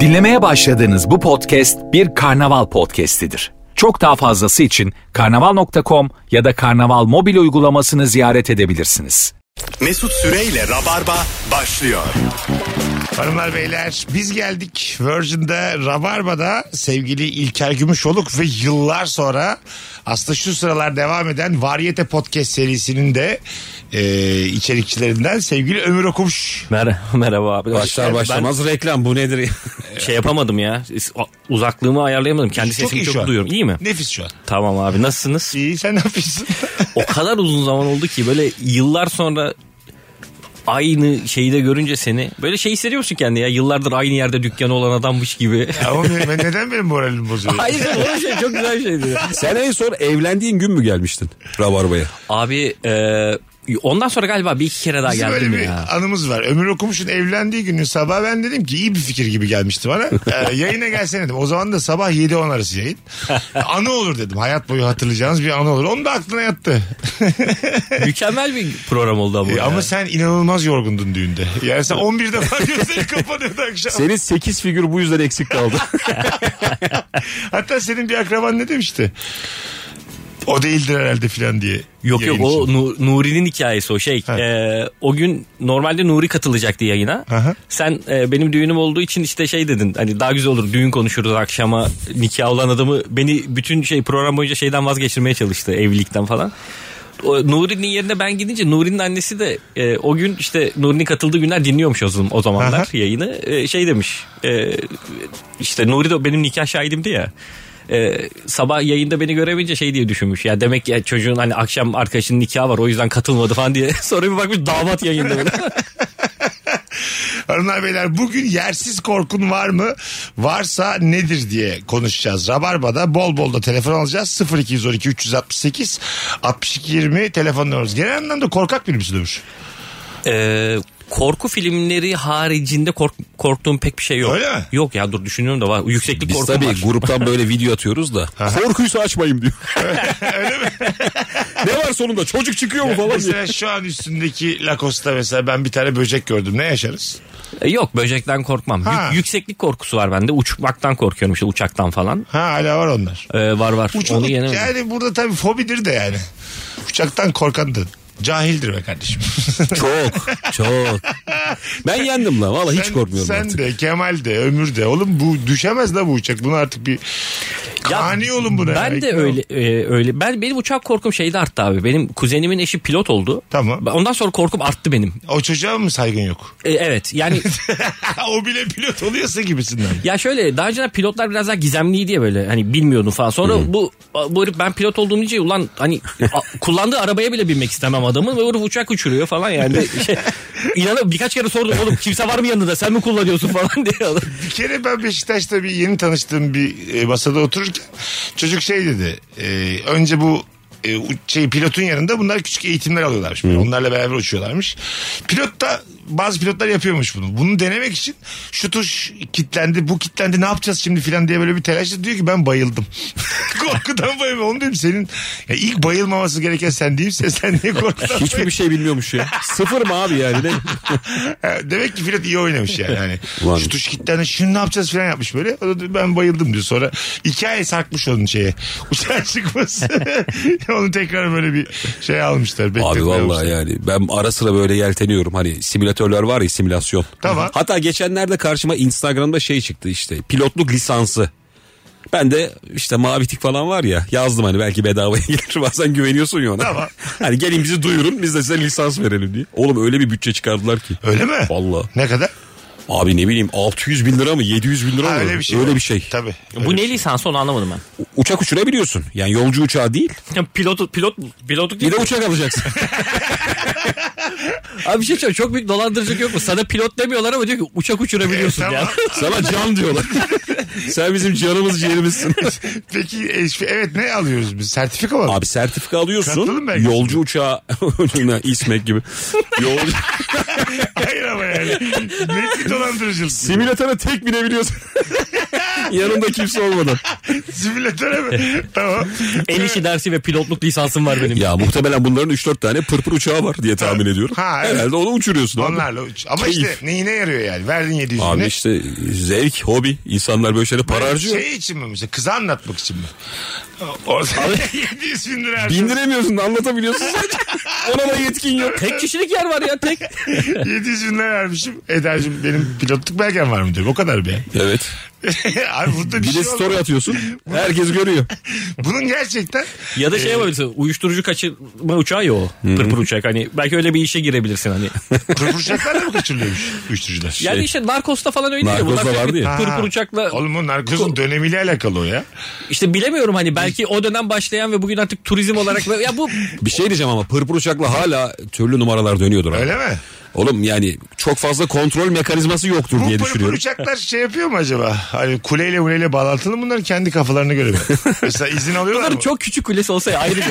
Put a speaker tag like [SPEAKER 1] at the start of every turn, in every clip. [SPEAKER 1] Dinlemeye başladığınız bu podcast bir karnaval podcastidir. Çok daha fazlası için karnaval.com ya da karnaval mobil uygulamasını ziyaret edebilirsiniz.
[SPEAKER 2] Mesut Süreyle Rabarba başlıyor.
[SPEAKER 3] Hanımlar beyler biz geldik Virgin'de Rabarba'da sevgili İlker Gümüşoluk ve yıllar sonra aslında şu sıralar devam eden Varyete Podcast serisinin de e, içerikçilerinden sevgili Ömür Okumuş.
[SPEAKER 4] Mer- merhaba abi. Şey,
[SPEAKER 5] Başlar
[SPEAKER 4] Ben
[SPEAKER 5] başlamaz reklam bu nedir? ya?
[SPEAKER 4] şey yapamadım ya. Uzaklığımı ayarlayamadım. Kendi sesimi
[SPEAKER 3] iyi
[SPEAKER 4] çok,
[SPEAKER 3] şu an.
[SPEAKER 4] duyuyorum. İyi mi?
[SPEAKER 3] Nefis şu an.
[SPEAKER 4] Tamam abi nasılsınız?
[SPEAKER 3] İyi sen ne yapıyorsun?
[SPEAKER 4] o kadar uzun zaman oldu ki böyle yıllar sonra aynı şeyi de görünce seni böyle şey hissediyor musun kendini ya yıllardır aynı yerde dükkanı olan adammış gibi.
[SPEAKER 3] Ama benim- ben, neden benim moralimi bozuyor?
[SPEAKER 4] Hayır o şey çok güzel şeydi.
[SPEAKER 5] Sen en son evlendiğin gün mü gelmiştin Rabarba'ya?
[SPEAKER 4] Abi e, ondan sonra galiba bir iki kere daha
[SPEAKER 3] Bizim
[SPEAKER 4] geldim
[SPEAKER 3] öyle bir
[SPEAKER 4] ya.
[SPEAKER 3] anımız var. Ömür Okumuş'un evlendiği günün sabah ben dedim ki iyi bir fikir gibi gelmişti bana. Ee, yayına gelsene dedim. O zaman da sabah 7-10 arası yayın. Anı olur dedim. Hayat boyu hatırlayacağınız bir anı olur. Onu da aklına yattı.
[SPEAKER 4] Mükemmel bir program oldu ama.
[SPEAKER 3] Ee,
[SPEAKER 4] ya.
[SPEAKER 3] ama sen inanılmaz yorgundun düğünde. Yani sen 11'de falan gözleri kapanıyordu akşam.
[SPEAKER 5] Senin 8 figür bu yüzden eksik kaldı.
[SPEAKER 3] Hatta senin bir akraban ne demişti? O değildir herhalde filan diye.
[SPEAKER 4] Yok yok
[SPEAKER 3] Yayın
[SPEAKER 4] o
[SPEAKER 3] için.
[SPEAKER 4] Nu- Nuri'nin hikayesi o şey.
[SPEAKER 3] Ha.
[SPEAKER 4] Ee, o gün normalde Nuri katılacaktı yayına.
[SPEAKER 3] Aha.
[SPEAKER 4] Sen e, benim düğünüm olduğu için işte şey dedin. Hani daha güzel olur düğün konuşuruz akşama nikah olan adamı beni bütün şey program boyunca şeyden vazgeçirmeye çalıştı evlilikten falan. O, Nuri'nin yerine ben gidince Nuri'nin annesi de e, o gün işte Nuri'nin katıldığı günler dinliyormuş o, zaman- o zamanlar
[SPEAKER 3] Aha.
[SPEAKER 4] yayını. E, şey demiş. E, işte Nuri de benim nikah şahidimdi ya. Ee, sabah yayında beni göremeyince şey diye düşünmüş. Ya demek ki ya çocuğun hani akşam arkadaşının nikahı var o yüzden katılmadı falan diye. Sonra bir bakmış damat yayında böyle.
[SPEAKER 3] Hanımlar beyler bugün yersiz korkun var mı? Varsa nedir diye konuşacağız. Rabarba'da bol bol da telefon alacağız. 0212 368 62 20 telefon numaramız. Genel anlamda korkak bir misin Ömür?
[SPEAKER 4] Ee, korku filmleri haricinde kork, korktuğum pek bir şey yok.
[SPEAKER 3] Öyle mi?
[SPEAKER 4] Yok ya dur düşünüyorum da var. Yükseklik
[SPEAKER 5] Biz
[SPEAKER 4] korkum
[SPEAKER 5] tabii
[SPEAKER 4] var.
[SPEAKER 5] gruptan böyle video atıyoruz da. Korkuysa açmayayım diyor. ne var sonunda çocuk çıkıyor mu falan diye.
[SPEAKER 3] Mesela şu an üstündeki Lacoste'da mesela ben bir tane böcek gördüm. Ne yaşarız?
[SPEAKER 4] Ee, yok böcekten korkmam. Yük-
[SPEAKER 3] Ha.
[SPEAKER 4] yükseklik korkusu var bende. Uçmaktan korkuyorum işte uçaktan falan.
[SPEAKER 3] Ha hala var onlar.
[SPEAKER 4] Ee, var var. Onu
[SPEAKER 3] Uçuluk
[SPEAKER 4] yenemedim.
[SPEAKER 3] yani burada tabii fobidir de yani. Uçaktan korkandır. Cahildir be kardeşim.
[SPEAKER 5] Çok çok. Ben yendim lan valla hiç
[SPEAKER 3] Sen-
[SPEAKER 5] korkmuyorum
[SPEAKER 3] sen
[SPEAKER 5] artık.
[SPEAKER 3] de Kemal de Ömür de oğlum bu düşemez la bu uçak. Bunu artık bir
[SPEAKER 4] Ya
[SPEAKER 3] kani olun buna. ya.
[SPEAKER 4] Ben
[SPEAKER 3] İkna
[SPEAKER 4] de
[SPEAKER 3] olun.
[SPEAKER 4] öyle e, öyle. Ben benim uçak korkum şeyde arttı abi. Benim kuzenimin eşi pilot oldu.
[SPEAKER 3] Tamam.
[SPEAKER 4] Ondan sonra korkum arttı benim.
[SPEAKER 3] O çocuğa mı saygın yok?
[SPEAKER 4] E, evet. Yani
[SPEAKER 3] o bile pilot oluyorsa gibisinden.
[SPEAKER 4] ya şöyle daha önce pilotlar biraz daha gizemliydi ya böyle hani bilmiyordum falan. Sonra
[SPEAKER 3] Hmm.
[SPEAKER 4] bu bu herif ben pilot olduğum için ulan hani a- kullandığı arabaya bile binmek istemem adamın ve herif uçak uçuruyor falan yani. Şey, inanın birkaç kere sordum oğlum kimse var mı yanında sen mi kullanıyorsun falan diye. adam.
[SPEAKER 3] Bir kere ben Beşiktaş'ta bir yeni tanıştığım bir e, masada otururken çocuk şey dedi. e, önce bu e, u- şey pilotun yanında bunlar küçük eğitimler alıyorlarmış. böyle. Onlarla beraber uçuyorlarmış. Pilot da bazı pilotlar yapıyormuş bunu. Bunu denemek için şu tuş kitlendi, bu kitlendi ne yapacağız şimdi filan diye böyle bir telaşla diyor ki ben bayıldım. Korkudan bayıldım. Onu diyorum senin ya ilk bayılmaması gereken sen değilse sen niye korkudan
[SPEAKER 5] Hiçbir bir şey bilmiyormuş ya. Sıfır mı abi yani? Ne?
[SPEAKER 3] Ha, E, Demek ki pilot iyi oynamış yani. Hani
[SPEAKER 5] Ulan.
[SPEAKER 3] şu tuş kilitlendi şunu ne yapacağız falan yapmış böyle. O da diyor, ben bayıldım diyor. Sonra iki ay sarkmış onun şeye. Uçağa çıkması. Onu tekrar böyle bir şey almışlar.
[SPEAKER 5] Abi
[SPEAKER 3] bekletmeye
[SPEAKER 5] vallahi
[SPEAKER 3] almışlar.
[SPEAKER 5] yani ben ara sıra böyle yelteniyorum hani simülatörler var ya simülasyon.
[SPEAKER 3] Tamam.
[SPEAKER 5] Hatta geçenlerde karşıma Instagram'da şey çıktı işte pilotluk lisansı. Ben de işte mavi tik falan var ya yazdım hani belki bedavaya gelir bazen güveniyorsun ya ona.
[SPEAKER 3] Tamam.
[SPEAKER 5] Hani gelin bizi duyurun biz de size lisans verelim diye. Oğlum öyle bir bütçe çıkardılar ki.
[SPEAKER 3] Öyle mi?
[SPEAKER 5] Vallahi.
[SPEAKER 3] Ne kadar?
[SPEAKER 5] Abi ne bileyim 600 bin lira mı 700 bin lira
[SPEAKER 3] Ha,
[SPEAKER 5] mı?
[SPEAKER 3] öyle bir şey.
[SPEAKER 5] Öyle
[SPEAKER 3] var.
[SPEAKER 5] bir şey.
[SPEAKER 3] Tabii.
[SPEAKER 4] Bu ne lisansı onu anlamadım ben.
[SPEAKER 5] Uçak uçurabiliyorsun yani yolcu uçağı değil
[SPEAKER 4] Ya pilot pilot pilotluk
[SPEAKER 5] bir de uçak alacaksın.
[SPEAKER 4] Abi bir şey söyleyeyim çok büyük dolandırıcılık yok mu? Sana pilot demiyorlar ama diyor ki uçak uçurabiliyorsun
[SPEAKER 3] E, tamam.
[SPEAKER 4] ya.
[SPEAKER 5] Sana can diyorlar. Sen bizim canımız ciğerimizsin.
[SPEAKER 3] Peki e, evet ne alıyoruz biz? Sertifika mı?
[SPEAKER 5] Abi sertifika
[SPEAKER 3] Katılım
[SPEAKER 5] alıyorsun.
[SPEAKER 3] belgesi.
[SPEAKER 5] Yolcu uçağı önüne ismek gibi. Yolcu...
[SPEAKER 3] Hayır ama yani. Net bir dolandırıcılık.
[SPEAKER 5] Simülatöre tek binebiliyorsun. Yanımda kimse olmadan.
[SPEAKER 3] Simülatöre mi? tamam.
[SPEAKER 4] El işi dersi ve pilotluk lisansım var benim.
[SPEAKER 5] Ya muhtemelen bunların 3-4 tane pırpır uçağı var diye tahmin ediyorum.
[SPEAKER 3] Ha, evet.
[SPEAKER 5] Herhalde onu uçuruyorsun. abi.
[SPEAKER 3] Onlarla uç. Ama
[SPEAKER 5] Keyif.
[SPEAKER 3] işte neyine yarıyor yani? Verdin 700
[SPEAKER 5] Abi
[SPEAKER 3] bini.
[SPEAKER 5] işte zevk, hobi. İnsanlar böyle şeylere para harcıyor.
[SPEAKER 3] Şey için mi mesela? Kıza anlatmak için mi? Orada 700 bin lira harcadın.
[SPEAKER 5] Bindiremiyorsun da anlatabiliyorsun sadece. Ona da yetkin yok.
[SPEAKER 4] Tek kişilik yer var ya tek.
[SPEAKER 3] 700 bin lira vermişim. Edercim benim pilotluk belgem var mı diyorum. O kadar be.
[SPEAKER 5] Evet.
[SPEAKER 3] Abi burada bir,
[SPEAKER 5] Bir de
[SPEAKER 3] şey
[SPEAKER 5] story
[SPEAKER 3] story
[SPEAKER 5] atıyorsun. Herkes görüyor.
[SPEAKER 3] Bunun gerçekten
[SPEAKER 4] Ya da şey yapabilirsin. Uyuşturucu kaçırma uçağı ya o. Pırpır uçak. Hani belki öyle bir işe girebilirsin hani.
[SPEAKER 5] Şey.
[SPEAKER 3] pırpır uçaklarla mı kaçırılıyormuş uyuşturucular?
[SPEAKER 4] Yani işte Narcos'ta falan öyle ya.
[SPEAKER 5] Narcos'ta
[SPEAKER 4] Bunlar
[SPEAKER 5] vardı ya.
[SPEAKER 4] Pırpır uçakla
[SPEAKER 3] Oğlum o narkozun dönemiyle alakalı o ya.
[SPEAKER 4] işte bilemiyorum hani belki o dönem başlayan ve bugün artık turizm olarak ya bu
[SPEAKER 5] Bir şey diyeceğim ama pırpır uçakla hala türlü numaralar dönüyordur. Abi.
[SPEAKER 3] Öyle mi?
[SPEAKER 5] Oğlum yani çok fazla kontrol mekanizması yoktur
[SPEAKER 3] Bu
[SPEAKER 5] diye
[SPEAKER 3] pırpır
[SPEAKER 5] düşünüyorum.
[SPEAKER 3] uçaklar şey yapıyor mu acaba? Hani kuleyle muleyle bağlantılı mı bunlar kendi kafalarına göre mi? Mesela izin alıyorlar
[SPEAKER 4] bunların
[SPEAKER 3] mı?
[SPEAKER 4] çok küçük kulesi olsa ya ayrı bir.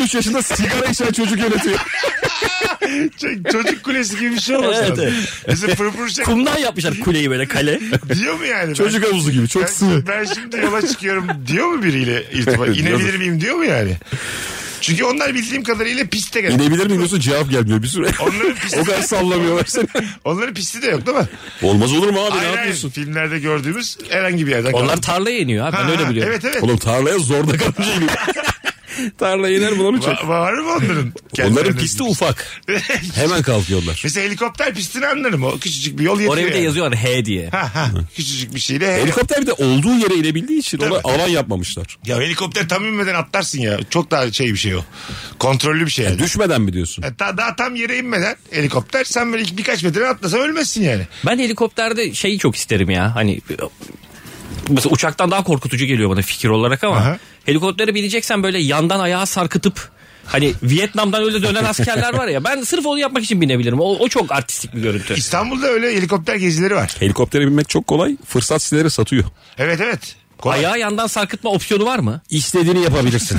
[SPEAKER 5] 13 yaşında sigara içen çocuk yönetiyor.
[SPEAKER 3] Ç- Çocuk kulesi gibi bir şey olmaz.
[SPEAKER 4] Evet,
[SPEAKER 3] lazım.
[SPEAKER 4] evet.
[SPEAKER 3] Mesela pırpır uçak
[SPEAKER 4] Kumdan yapmışlar kuleyi böyle kale.
[SPEAKER 3] diyor mu yani?
[SPEAKER 5] çocuk havuzu gibi çok
[SPEAKER 3] ben,
[SPEAKER 5] sığ.
[SPEAKER 3] ben şimdi yola çıkıyorum diyor mu biriyle irtibat? İnebilir
[SPEAKER 5] Diyordur.
[SPEAKER 3] miyim diyor mu yani? Çünkü onlar bildiğim kadarıyla piste geldi.
[SPEAKER 5] İnebilir miyim diyorsun cevap gelmiyor bir süre.
[SPEAKER 3] Onların pisti,
[SPEAKER 5] o kadar sallamıyorlar seni.
[SPEAKER 3] onların pisti de yok değil mi?
[SPEAKER 5] Olmaz olur mu abi
[SPEAKER 3] Hayır,
[SPEAKER 5] ne
[SPEAKER 3] hayır.
[SPEAKER 5] yapıyorsun?
[SPEAKER 3] Filmlerde gördüğümüz herhangi bir yerden
[SPEAKER 4] Onlar
[SPEAKER 3] kaldı.
[SPEAKER 4] tarlaya iniyor abi ben
[SPEAKER 3] Ha,
[SPEAKER 4] öyle
[SPEAKER 3] ha,
[SPEAKER 4] biliyorum.
[SPEAKER 3] Evet evet.
[SPEAKER 5] Oğlum tarlaya zorda kalınca iniyor. tarlaya iner bulan uçak.
[SPEAKER 3] Va- var mı onların?
[SPEAKER 5] Onların
[SPEAKER 3] Kendilerinin
[SPEAKER 5] pisti ufak. Hemen kalkıyorlar.
[SPEAKER 3] Mesela helikopter pistini anlarım. O küçücük bir yol yetiyor.
[SPEAKER 4] Oraya bir de
[SPEAKER 3] yani.
[SPEAKER 4] yazıyorlar H diye.
[SPEAKER 3] Ha ha. Küçücük bir şeyle.
[SPEAKER 5] Helikopter bir de olduğu yere inebildiği için ona alan yapmamışlar.
[SPEAKER 3] Ya helikopter tam inmeden atlarsın ya. Çok daha şey bir şey o. Kontrollü bir şey yani.
[SPEAKER 5] Düşmeden mi diyorsun?
[SPEAKER 3] E, ta- daha tam yere inmeden helikopter sen böyle birkaç metre atlasan ölmezsin yani.
[SPEAKER 4] Ben helikopterde şeyi çok isterim ya hani mesela uçaktan daha korkutucu geliyor bana fikir olarak ama
[SPEAKER 3] Aha.
[SPEAKER 4] helikoptere bineceksen böyle yandan ayağa sarkıtıp hani Vietnam'dan öyle dönen askerler var ya ben sırf onu yapmak için binebilirim. O, o çok artistik bir görüntü.
[SPEAKER 3] İstanbul'da öyle helikopter gezileri var.
[SPEAKER 5] Helikoptere binmek çok kolay. Fırsat siteleri satıyor.
[SPEAKER 3] Evet evet. Kolay.
[SPEAKER 4] Ayağı yandan sarkıtma opsiyonu var mı?
[SPEAKER 5] İstediğini yapabilirsin.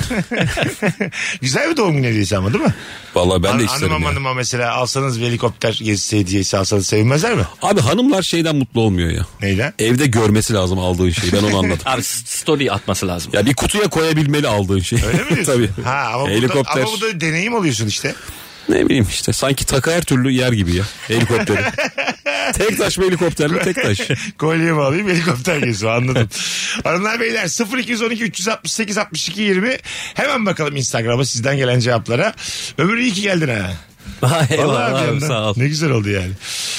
[SPEAKER 3] Güzel bir doğum günü hediyesi ama değil mi?
[SPEAKER 5] Vallahi ben de
[SPEAKER 3] An-
[SPEAKER 5] isterim
[SPEAKER 3] Anıma
[SPEAKER 5] ya.
[SPEAKER 3] manıma mesela alsanız bir helikopter gezisi hediyesi alsanız sevinmezler mi?
[SPEAKER 5] Abi hanımlar şeyden mutlu olmuyor ya.
[SPEAKER 3] Neyden?
[SPEAKER 5] Evde görmesi lazım aldığın şeyi. Ben onu anladım.
[SPEAKER 4] Abi s- story atması lazım.
[SPEAKER 5] ya bir kutuya koyabilmeli aldığın şeyi.
[SPEAKER 4] E,
[SPEAKER 3] Öyle mi diyorsun?
[SPEAKER 5] Tabii.
[SPEAKER 3] Ha, ama, Bu da,
[SPEAKER 5] Helikopter.
[SPEAKER 3] ama bu da deneyim oluyorsun işte.
[SPEAKER 5] Ne bileyim işte sanki taka her türlü yer gibi ya. Helikopteri. tek taş mı helikopter mi? Tek taş.
[SPEAKER 3] Kolye bağlayayım helikopter gezisi anladım. Hanımlar beyler 0212 368 62 20 hemen bakalım Instagram'a sizden gelen cevaplara. Ömür iyi ki geldin ha. Vallahi
[SPEAKER 4] Eyvallah
[SPEAKER 3] bir
[SPEAKER 4] abi,
[SPEAKER 3] yandan.
[SPEAKER 4] sağ ol.
[SPEAKER 3] Ne güzel oldu yani.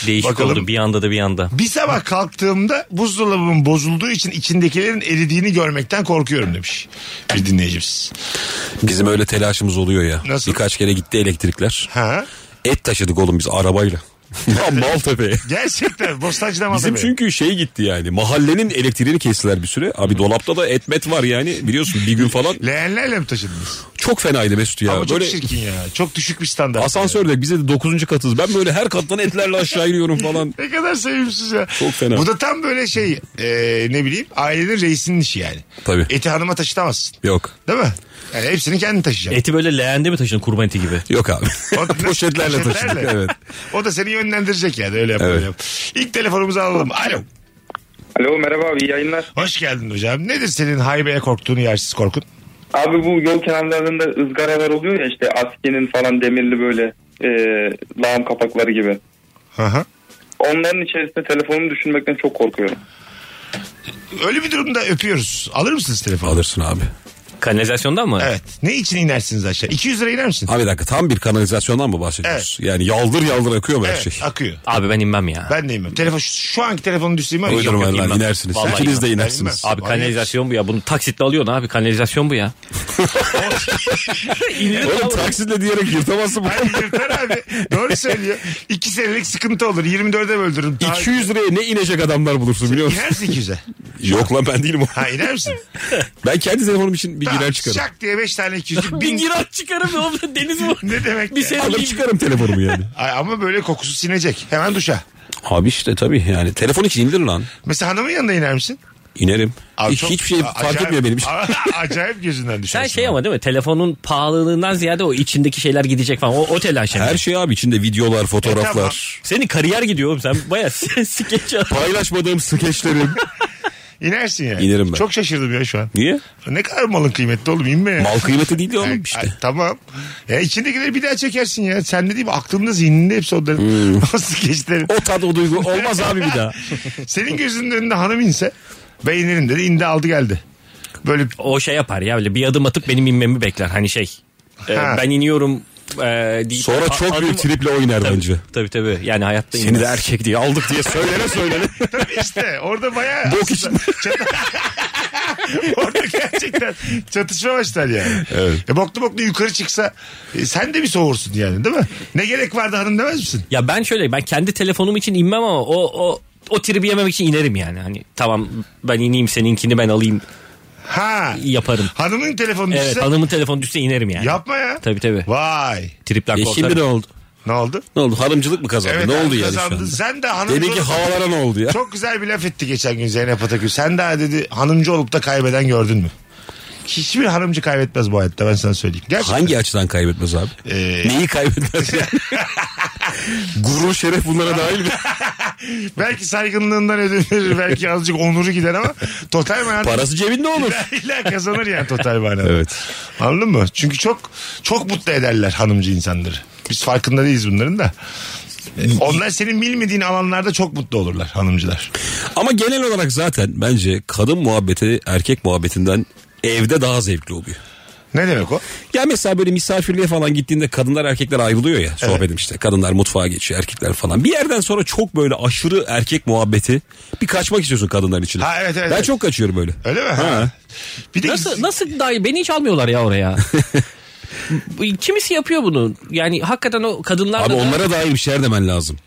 [SPEAKER 4] Değişik
[SPEAKER 3] Bakalım.
[SPEAKER 4] oldu bir anda da bir anda.
[SPEAKER 3] Bir sabah kalktığımda buzdolabımın bozulduğu için içindekilerin eridiğini görmekten korkuyorum demiş bir dinleyicimiz.
[SPEAKER 5] Bizim öyle telaşımız oluyor ya.
[SPEAKER 3] Nasıl?
[SPEAKER 5] Birkaç kere gitti elektrikler.
[SPEAKER 3] Ha?
[SPEAKER 5] Et taşıdık oğlum biz arabayla. Lan Maltepe'ye.
[SPEAKER 3] Gerçekten Bostancı'da mı?
[SPEAKER 5] Bizim çünkü şey gitti yani mahallenin elektriğini kestiler bir süre. Abi dolapta da etmet var yani biliyorsun bir gün falan.
[SPEAKER 3] Leğenlerle mi taşıdınız?
[SPEAKER 5] Çok fenaydı Mesut ya.
[SPEAKER 3] Ama çok
[SPEAKER 5] böyle
[SPEAKER 3] çirkin ya. Çok düşük bir standart.
[SPEAKER 5] asansörde bize de 9. katız. Ben böyle her kattan etlerle aşağı iniyorum falan.
[SPEAKER 3] Ne kadar sevimsiz ya.
[SPEAKER 5] Çok fena.
[SPEAKER 3] Bu da tam böyle şey e, ne bileyim ailenin reisinin işi yani.
[SPEAKER 5] Tabii.
[SPEAKER 3] Eti hanıma taşıtamazsın.
[SPEAKER 5] Yok.
[SPEAKER 3] Değil mi? Yani hepsini kendin taşıyacaksın.
[SPEAKER 4] Eti böyle leğende mi taşın kurban eti gibi?
[SPEAKER 5] Yok abi.
[SPEAKER 3] O-
[SPEAKER 5] Poşetlerle taşıdık
[SPEAKER 3] Poşetlerle.
[SPEAKER 5] evet.
[SPEAKER 3] O da seni yönlendirecek yani öyle yap.
[SPEAKER 5] Evet.
[SPEAKER 3] öyle yap. İlk telefonumuzu alalım. Alo.
[SPEAKER 6] Alo merhaba abi iyi yayınlar.
[SPEAKER 3] Hoş geldin hocam. Nedir senin haybeye korktuğun yersiz korkun?
[SPEAKER 6] Abi bu yol kenarlarında ızgaralar oluyor ya işte askenin falan demirli böyle e, lağım kapakları gibi.
[SPEAKER 3] Hı hı.
[SPEAKER 6] Onların içerisinde telefonumu düşünmekten çok korkuyorum.
[SPEAKER 3] Öyle bir durumda öpüyoruz. Alır mısınız telefonu?
[SPEAKER 5] Alırsın abi.
[SPEAKER 4] Kanalizasyondan mı?
[SPEAKER 3] Evet. Ne için inersiniz aşağı? 200 lira iner misin?
[SPEAKER 5] Abi bir dakika tam bir kanalizasyondan mı bahsediyoruz? Yani yaldır yaldır akıyor mu her
[SPEAKER 3] Evet.
[SPEAKER 5] şey?
[SPEAKER 3] Akıyor.
[SPEAKER 4] Abi ben inmem ya.
[SPEAKER 3] Ben de inmem. Telefon, şu, şu anki telefonu düşseyim ama
[SPEAKER 5] Uydurma lan
[SPEAKER 4] inmem.
[SPEAKER 5] inersiniz.
[SPEAKER 4] Vallahi
[SPEAKER 5] İkiniz de
[SPEAKER 3] inmem.
[SPEAKER 5] inersiniz.
[SPEAKER 3] Ben
[SPEAKER 4] Abi kanalizasyon bu ya. Bunu taksitle alıyorsun abi. Kanalizasyon bu ya. İnir
[SPEAKER 5] Oğlum taksitle diyerek yırtamazsın. bu.
[SPEAKER 3] Hayır Yırtar abi. Doğru söylüyor. 2 senelik sıkıntı olur. 24'e böldürürüm. Daha-
[SPEAKER 5] 200 liraya ne inecek adamlar bulursun biliyor musun?
[SPEAKER 3] İner misin 200'e?
[SPEAKER 5] Yok lan ben değilim o.
[SPEAKER 3] Ha iner misin?
[SPEAKER 5] Ben kendi telefonum için bir girer
[SPEAKER 3] Tamam,
[SPEAKER 5] çıkarım.
[SPEAKER 3] Şak diye 5 tane 200'lük.
[SPEAKER 4] bir
[SPEAKER 3] Bin...
[SPEAKER 4] girat çıkarım ya. oğlum, Deniz bu.
[SPEAKER 3] ne demek
[SPEAKER 4] Bir şey-
[SPEAKER 3] ya?
[SPEAKER 4] sene
[SPEAKER 5] Alır
[SPEAKER 4] bir-
[SPEAKER 5] çıkarım telefonumu yani.
[SPEAKER 3] Ay, ama böyle kokusu sinecek. Hemen duşa.
[SPEAKER 5] Abi işte tabii yani telefon için indir lan.
[SPEAKER 3] Mesela hanımın yanında iner misin?
[SPEAKER 5] İnerim.
[SPEAKER 3] Abi
[SPEAKER 5] Hiç-
[SPEAKER 3] çok-
[SPEAKER 5] Hiçbir şey
[SPEAKER 3] a-
[SPEAKER 5] fark etmiyor benim için.
[SPEAKER 3] A- acayip gözünden
[SPEAKER 4] Sen
[SPEAKER 3] düşersin.
[SPEAKER 4] şey ama değil mi? Telefonun pahalılığından ziyade o içindeki şeyler gidecek falan. O, o telaş yani.
[SPEAKER 5] Her şey abi içinde videolar,
[SPEAKER 3] E, tamam.
[SPEAKER 5] fotoğraflar.
[SPEAKER 4] Senin kariyer gidiyor oğlum. Sen baya skeç yaz-
[SPEAKER 5] Paylaşmadığım skeçlerim.
[SPEAKER 3] İnersin yani.
[SPEAKER 5] İnerim ben.
[SPEAKER 3] Çok şaşırdım ya şu an.
[SPEAKER 5] Niye?
[SPEAKER 3] Ne kadar malın kıymetli oğlum inme ya.
[SPEAKER 5] Mal kıymeti değil de
[SPEAKER 3] Ay,
[SPEAKER 5] oğlum
[SPEAKER 3] ay,
[SPEAKER 5] işte.
[SPEAKER 3] tamam. Ya içindekileri bir daha çekersin ya. Sen de değil mi? Aklında zihninde hepsi onların. O skeçlerin.
[SPEAKER 5] Hmm. O tat o duygu olmaz abi bir daha.
[SPEAKER 3] Senin gözünün önünde hanım inse beğenirim dedi. indi aldı geldi. Böyle
[SPEAKER 4] O şey yapar ya böyle bir adım atıp benim inmemi bekler. Hani şey e,
[SPEAKER 3] Ha.
[SPEAKER 4] ben iniyorum e, deyip-
[SPEAKER 5] Sonra
[SPEAKER 4] A-
[SPEAKER 5] çok
[SPEAKER 4] adım-
[SPEAKER 5] büyük triple oynar
[SPEAKER 4] Tabii,
[SPEAKER 5] bence.
[SPEAKER 4] Tabii tabii. Yani hayatta
[SPEAKER 5] Seni de erkek diye aldık diye söylene söylene.
[SPEAKER 3] Tabii işte orada bayağı
[SPEAKER 5] Bok
[SPEAKER 3] aslında çat- orada gerçekten çatışma başlar yani.
[SPEAKER 5] Evet.
[SPEAKER 3] E boklu boklu yukarı çıksa e, sen de bir soğursun yani değil mi? Ne gerek vardı hanım demez misin?
[SPEAKER 4] Ya ben şöyle ben kendi telefonum için inmem ama o o o tribi yememek için inerim yani. Hani tamam ben ineyim seninkini ben alayım
[SPEAKER 3] Ha.
[SPEAKER 4] yaparım.
[SPEAKER 3] Hanımın telefonu
[SPEAKER 4] Evet
[SPEAKER 3] düşse
[SPEAKER 4] hanımın telefonu düşse inerim yani.
[SPEAKER 3] yapma ya.
[SPEAKER 4] Tabii tabii.
[SPEAKER 3] Vay.
[SPEAKER 4] Tripten
[SPEAKER 5] E
[SPEAKER 4] korkarım.
[SPEAKER 5] şimdi ne oldu?
[SPEAKER 3] Ne oldu?
[SPEAKER 5] Ne oldu? Hanımcılık mı kazandı? ne
[SPEAKER 3] hanım
[SPEAKER 5] oldu yani şu
[SPEAKER 3] kazandı.
[SPEAKER 5] anda?
[SPEAKER 3] Sen de hanımcı
[SPEAKER 5] Demin ki
[SPEAKER 3] olup-
[SPEAKER 5] havalara ne oldu ya?
[SPEAKER 3] Çok güzel bir laf etti geçen gün Zeynep Atakül. Sen daha dedi hanımcı olup da kaybeden gördün mü? Hiçbir hanımcı kaybetmez bu hayatta ben sana söyleyeyim. Gerçekten.
[SPEAKER 5] Hangi açıdan kaybetmez abi?
[SPEAKER 3] Ee,
[SPEAKER 5] Neyi kaybetmez yani? Gurur şeref bunlara dahil mi?
[SPEAKER 3] Belki saygınlığından ödenir, belki azıcık onuru gider ama total manada
[SPEAKER 5] Parası cebinde olur.
[SPEAKER 3] illa kazanır yani total manada.
[SPEAKER 5] Evet.
[SPEAKER 3] Anladın mı? Çünkü çok çok mutlu ederler hanımcı insanları. Biz farkında değiliz bunların da. Ee, Onlar senin bilmediğin alanlarda çok mutlu olurlar hanımcılar.
[SPEAKER 5] Ama genel olarak zaten bence kadın muhabbeti erkek muhabbetinden evde daha zevkli oluyor.
[SPEAKER 3] Ne demek o?
[SPEAKER 5] Ya mesela böyle misafirliğe falan gittiğinde kadınlar erkekler ayrılıyor ya sohbetim işte. Kadınlar mutfağa geçiyor erkekler falan. Bir yerden sonra çok böyle aşırı erkek muhabbeti bir kaçmak istiyorsun kadınlar içine.
[SPEAKER 3] Ha, evet, evet,
[SPEAKER 5] Ben
[SPEAKER 3] evet.
[SPEAKER 5] çok kaçıyorum böyle.
[SPEAKER 3] Öyle mi?
[SPEAKER 5] Ha.
[SPEAKER 3] Bir de
[SPEAKER 4] Nasıl nasıl dahi beni hiç almıyorlar ya oraya. Bu- Kimisi yapıyor bunu. Yani hakikaten o kadınlar
[SPEAKER 5] Abi
[SPEAKER 4] da
[SPEAKER 5] onlara dair bir şeyler demen lazım.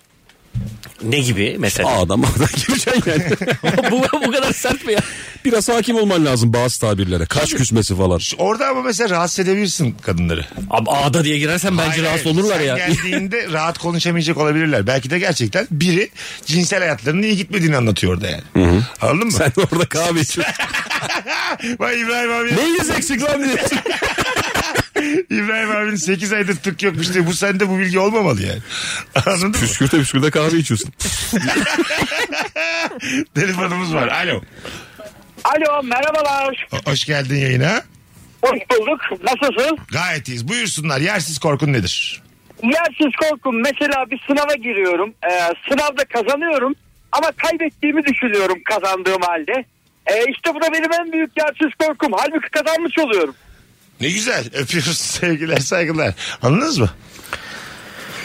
[SPEAKER 4] ne gibi mesela?
[SPEAKER 5] Aa adam adam gireceksin yani.
[SPEAKER 4] bu, bu kadar sert mi ya?
[SPEAKER 5] Biraz hakim olman lazım bazı tabirlere. Kaç küsmesi falan.
[SPEAKER 3] Orada ama mesela rahatsız edebilirsin kadınları.
[SPEAKER 4] Abi ağda diye girersen bence
[SPEAKER 3] Hayır,
[SPEAKER 4] rahatsız
[SPEAKER 3] hayır.
[SPEAKER 4] olurlar
[SPEAKER 3] Sen
[SPEAKER 4] ya.
[SPEAKER 3] geldiğinde rahat konuşamayacak olabilirler. Belki de gerçekten biri cinsel hayatlarının iyi gitmediğini anlatıyor orada yani. Anladın mı?
[SPEAKER 5] Sen de orada kahve içiyorsun.
[SPEAKER 3] Vay İbrahim abi.
[SPEAKER 5] Neyiniz eksik lan diyorsun.
[SPEAKER 3] İbrahim abinin 8 aydır tık yokmuş diye bu sende bu bilgi olmamalı yani. Anladın mı?
[SPEAKER 5] Püskürte püskürte kahve içiyorsun.
[SPEAKER 3] Telefonumuz var. Alo.
[SPEAKER 7] Alo merhabalar.
[SPEAKER 3] O- Hoş geldin yayına.
[SPEAKER 7] Hoş bulduk. Nasılsın?
[SPEAKER 3] Gayet iyiyiz. Buyursunlar. Yersiz korkun nedir?
[SPEAKER 7] Yersiz korkum. Mesela bir sınava giriyorum. Ee, sınavda kazanıyorum. Ama kaybettiğimi düşünüyorum kazandığım halde. Ee, işte bu da benim en büyük yersiz korkum. Halbuki kazanmış oluyorum.
[SPEAKER 3] Ne güzel. Öpüyoruz. Sevgiler, saygılar. Anladınız mı?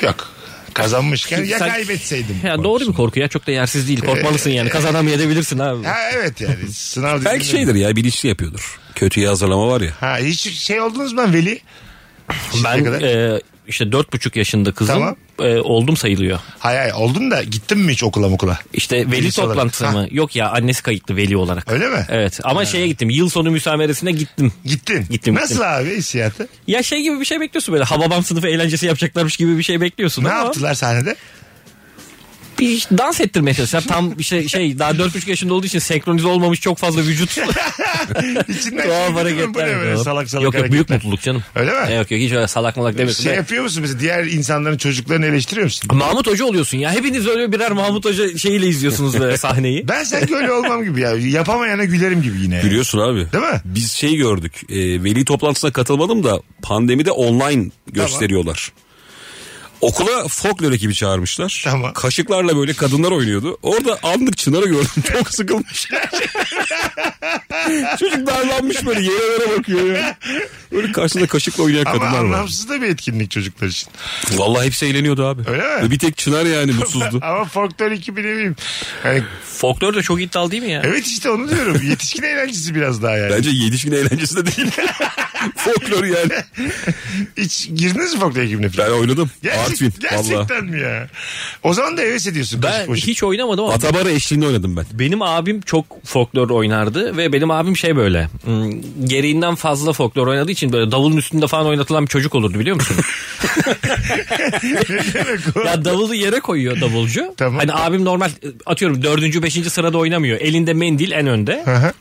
[SPEAKER 3] Yok. Kazanmışken ya
[SPEAKER 4] Sen-
[SPEAKER 3] kaybetseydim.
[SPEAKER 4] Ya doğru bir korku ya çok da yersiz değil. Korkmalısın yani. Kazanamayabilirsin abi.
[SPEAKER 3] Ha evet yani. Sınav
[SPEAKER 5] Belki
[SPEAKER 3] dediğinde-
[SPEAKER 5] şeydir ya bilinçli yapıyordur. Kötüye hazırlama var ya.
[SPEAKER 3] Ha hiç şey oldunuz mu Veli? Şimdiye
[SPEAKER 4] Ben
[SPEAKER 3] kadar.
[SPEAKER 4] e, işte dört buçuk yaşında kızım
[SPEAKER 3] Tamam.
[SPEAKER 4] e, oldum sayılıyor.
[SPEAKER 3] Hay hay oldun da gittin mi hiç okula okula?
[SPEAKER 4] İşte veli
[SPEAKER 3] Velisi olarak.
[SPEAKER 4] toplantısı
[SPEAKER 3] Ha.
[SPEAKER 4] mı? Yok ya annesi kayıtlı veli olarak.
[SPEAKER 3] Öyle mi?
[SPEAKER 4] Evet ama şeye gittim yıl sonu müsameresine gittim.
[SPEAKER 3] Gittin.
[SPEAKER 4] Gittim,
[SPEAKER 3] Nasıl
[SPEAKER 4] gittim.
[SPEAKER 3] abi hissiyatı?
[SPEAKER 4] Ya şey gibi bir şey bekliyorsun böyle hababam sınıfı eğlencesi yapacaklarmış gibi bir şey bekliyorsun
[SPEAKER 3] Ne
[SPEAKER 4] ama
[SPEAKER 3] yaptılar sahnede?
[SPEAKER 4] bir dans ettirmeye çalıştılar. Tam işte şey daha dört buçuk yaşında olduğu için senkronize olmamış çok fazla vücut.
[SPEAKER 3] İçinden çıktı
[SPEAKER 4] Tuhaf
[SPEAKER 3] mı? Bu ne
[SPEAKER 4] hareketler.
[SPEAKER 3] böyle
[SPEAKER 4] yapıyor.
[SPEAKER 3] salak salak
[SPEAKER 4] yok yok büyük
[SPEAKER 3] hareketler?
[SPEAKER 4] mutluluk canım.
[SPEAKER 3] Öyle mi?
[SPEAKER 4] Yok yok hiç öyle salak malak demiyorsun.
[SPEAKER 3] Şey
[SPEAKER 4] Be-
[SPEAKER 3] yapıyor musun mesela diğer insanların çocuklarını eleştiriyor musun?
[SPEAKER 4] Mahmut Hoca oluyorsun ya. Hepiniz öyle birer Mahmut Hoca şeyiyle izliyorsunuz böyle sahneyi.
[SPEAKER 3] Ben sanki öyle olmam gibi ya. Yapamayana gülerim gibi yine.
[SPEAKER 5] Gülüyorsun abi.
[SPEAKER 3] Değil mi?
[SPEAKER 5] Biz şey gördük. e, veli toplantısına katılmadım da pandemide online gösteriyorlar. Okula folklor ekibi çağırmışlar.
[SPEAKER 3] Tamam.
[SPEAKER 5] Kaşıklarla böyle kadınlar oynuyordu. Orada anlık Çınar'ı gördüm. Çok sıkılmış. Çocuk darlanmış böyle yerlere bakıyor ya. Böyle karşısında kaşıkla oynayan
[SPEAKER 3] Ama
[SPEAKER 5] kadınlar var.
[SPEAKER 3] anlamsız da bir etkinlik çocuklar için.
[SPEAKER 5] Vallahi hepsi eğleniyordu abi.
[SPEAKER 3] Öyle mi?
[SPEAKER 5] Bir tek Çınar yani mutsuzdu.
[SPEAKER 3] Ama folklor ekibi ne bileyim. Yani,
[SPEAKER 4] Folklor da çok iddialı değil mi ya?
[SPEAKER 3] evet işte onu diyorum. Yetişkin eğlencesi biraz daha yani.
[SPEAKER 5] Bence yetişkin eğlencesi de değil. folklor yani.
[SPEAKER 3] Hiç girdiniz mi folklor ekibine?
[SPEAKER 5] Ben
[SPEAKER 3] falan?
[SPEAKER 5] oynadım.
[SPEAKER 3] Gerçek-
[SPEAKER 5] Artvin. Valla.
[SPEAKER 3] gerçekten mi ya? O zaman da heves ediyorsun.
[SPEAKER 4] Ben
[SPEAKER 3] koşup koşup.
[SPEAKER 4] hiç oynamadım ama
[SPEAKER 5] Atabara eşliğinde oynadım ben.
[SPEAKER 4] benim abim çok folklor oynardı ve benim abim şey böyle hmm, gereğinden fazla folklor oynadığı için böyle davulun üstünde falan oynatılan bir çocuk olurdu biliyor musun?
[SPEAKER 3] Ne demek o?
[SPEAKER 4] ya davulu yere koyuyor davulcu.
[SPEAKER 3] Tamam.
[SPEAKER 4] Hani abim normal atıyorum dördüncü beşinci sırada oynamıyor. Elinde mendil en önde.
[SPEAKER 3] hı.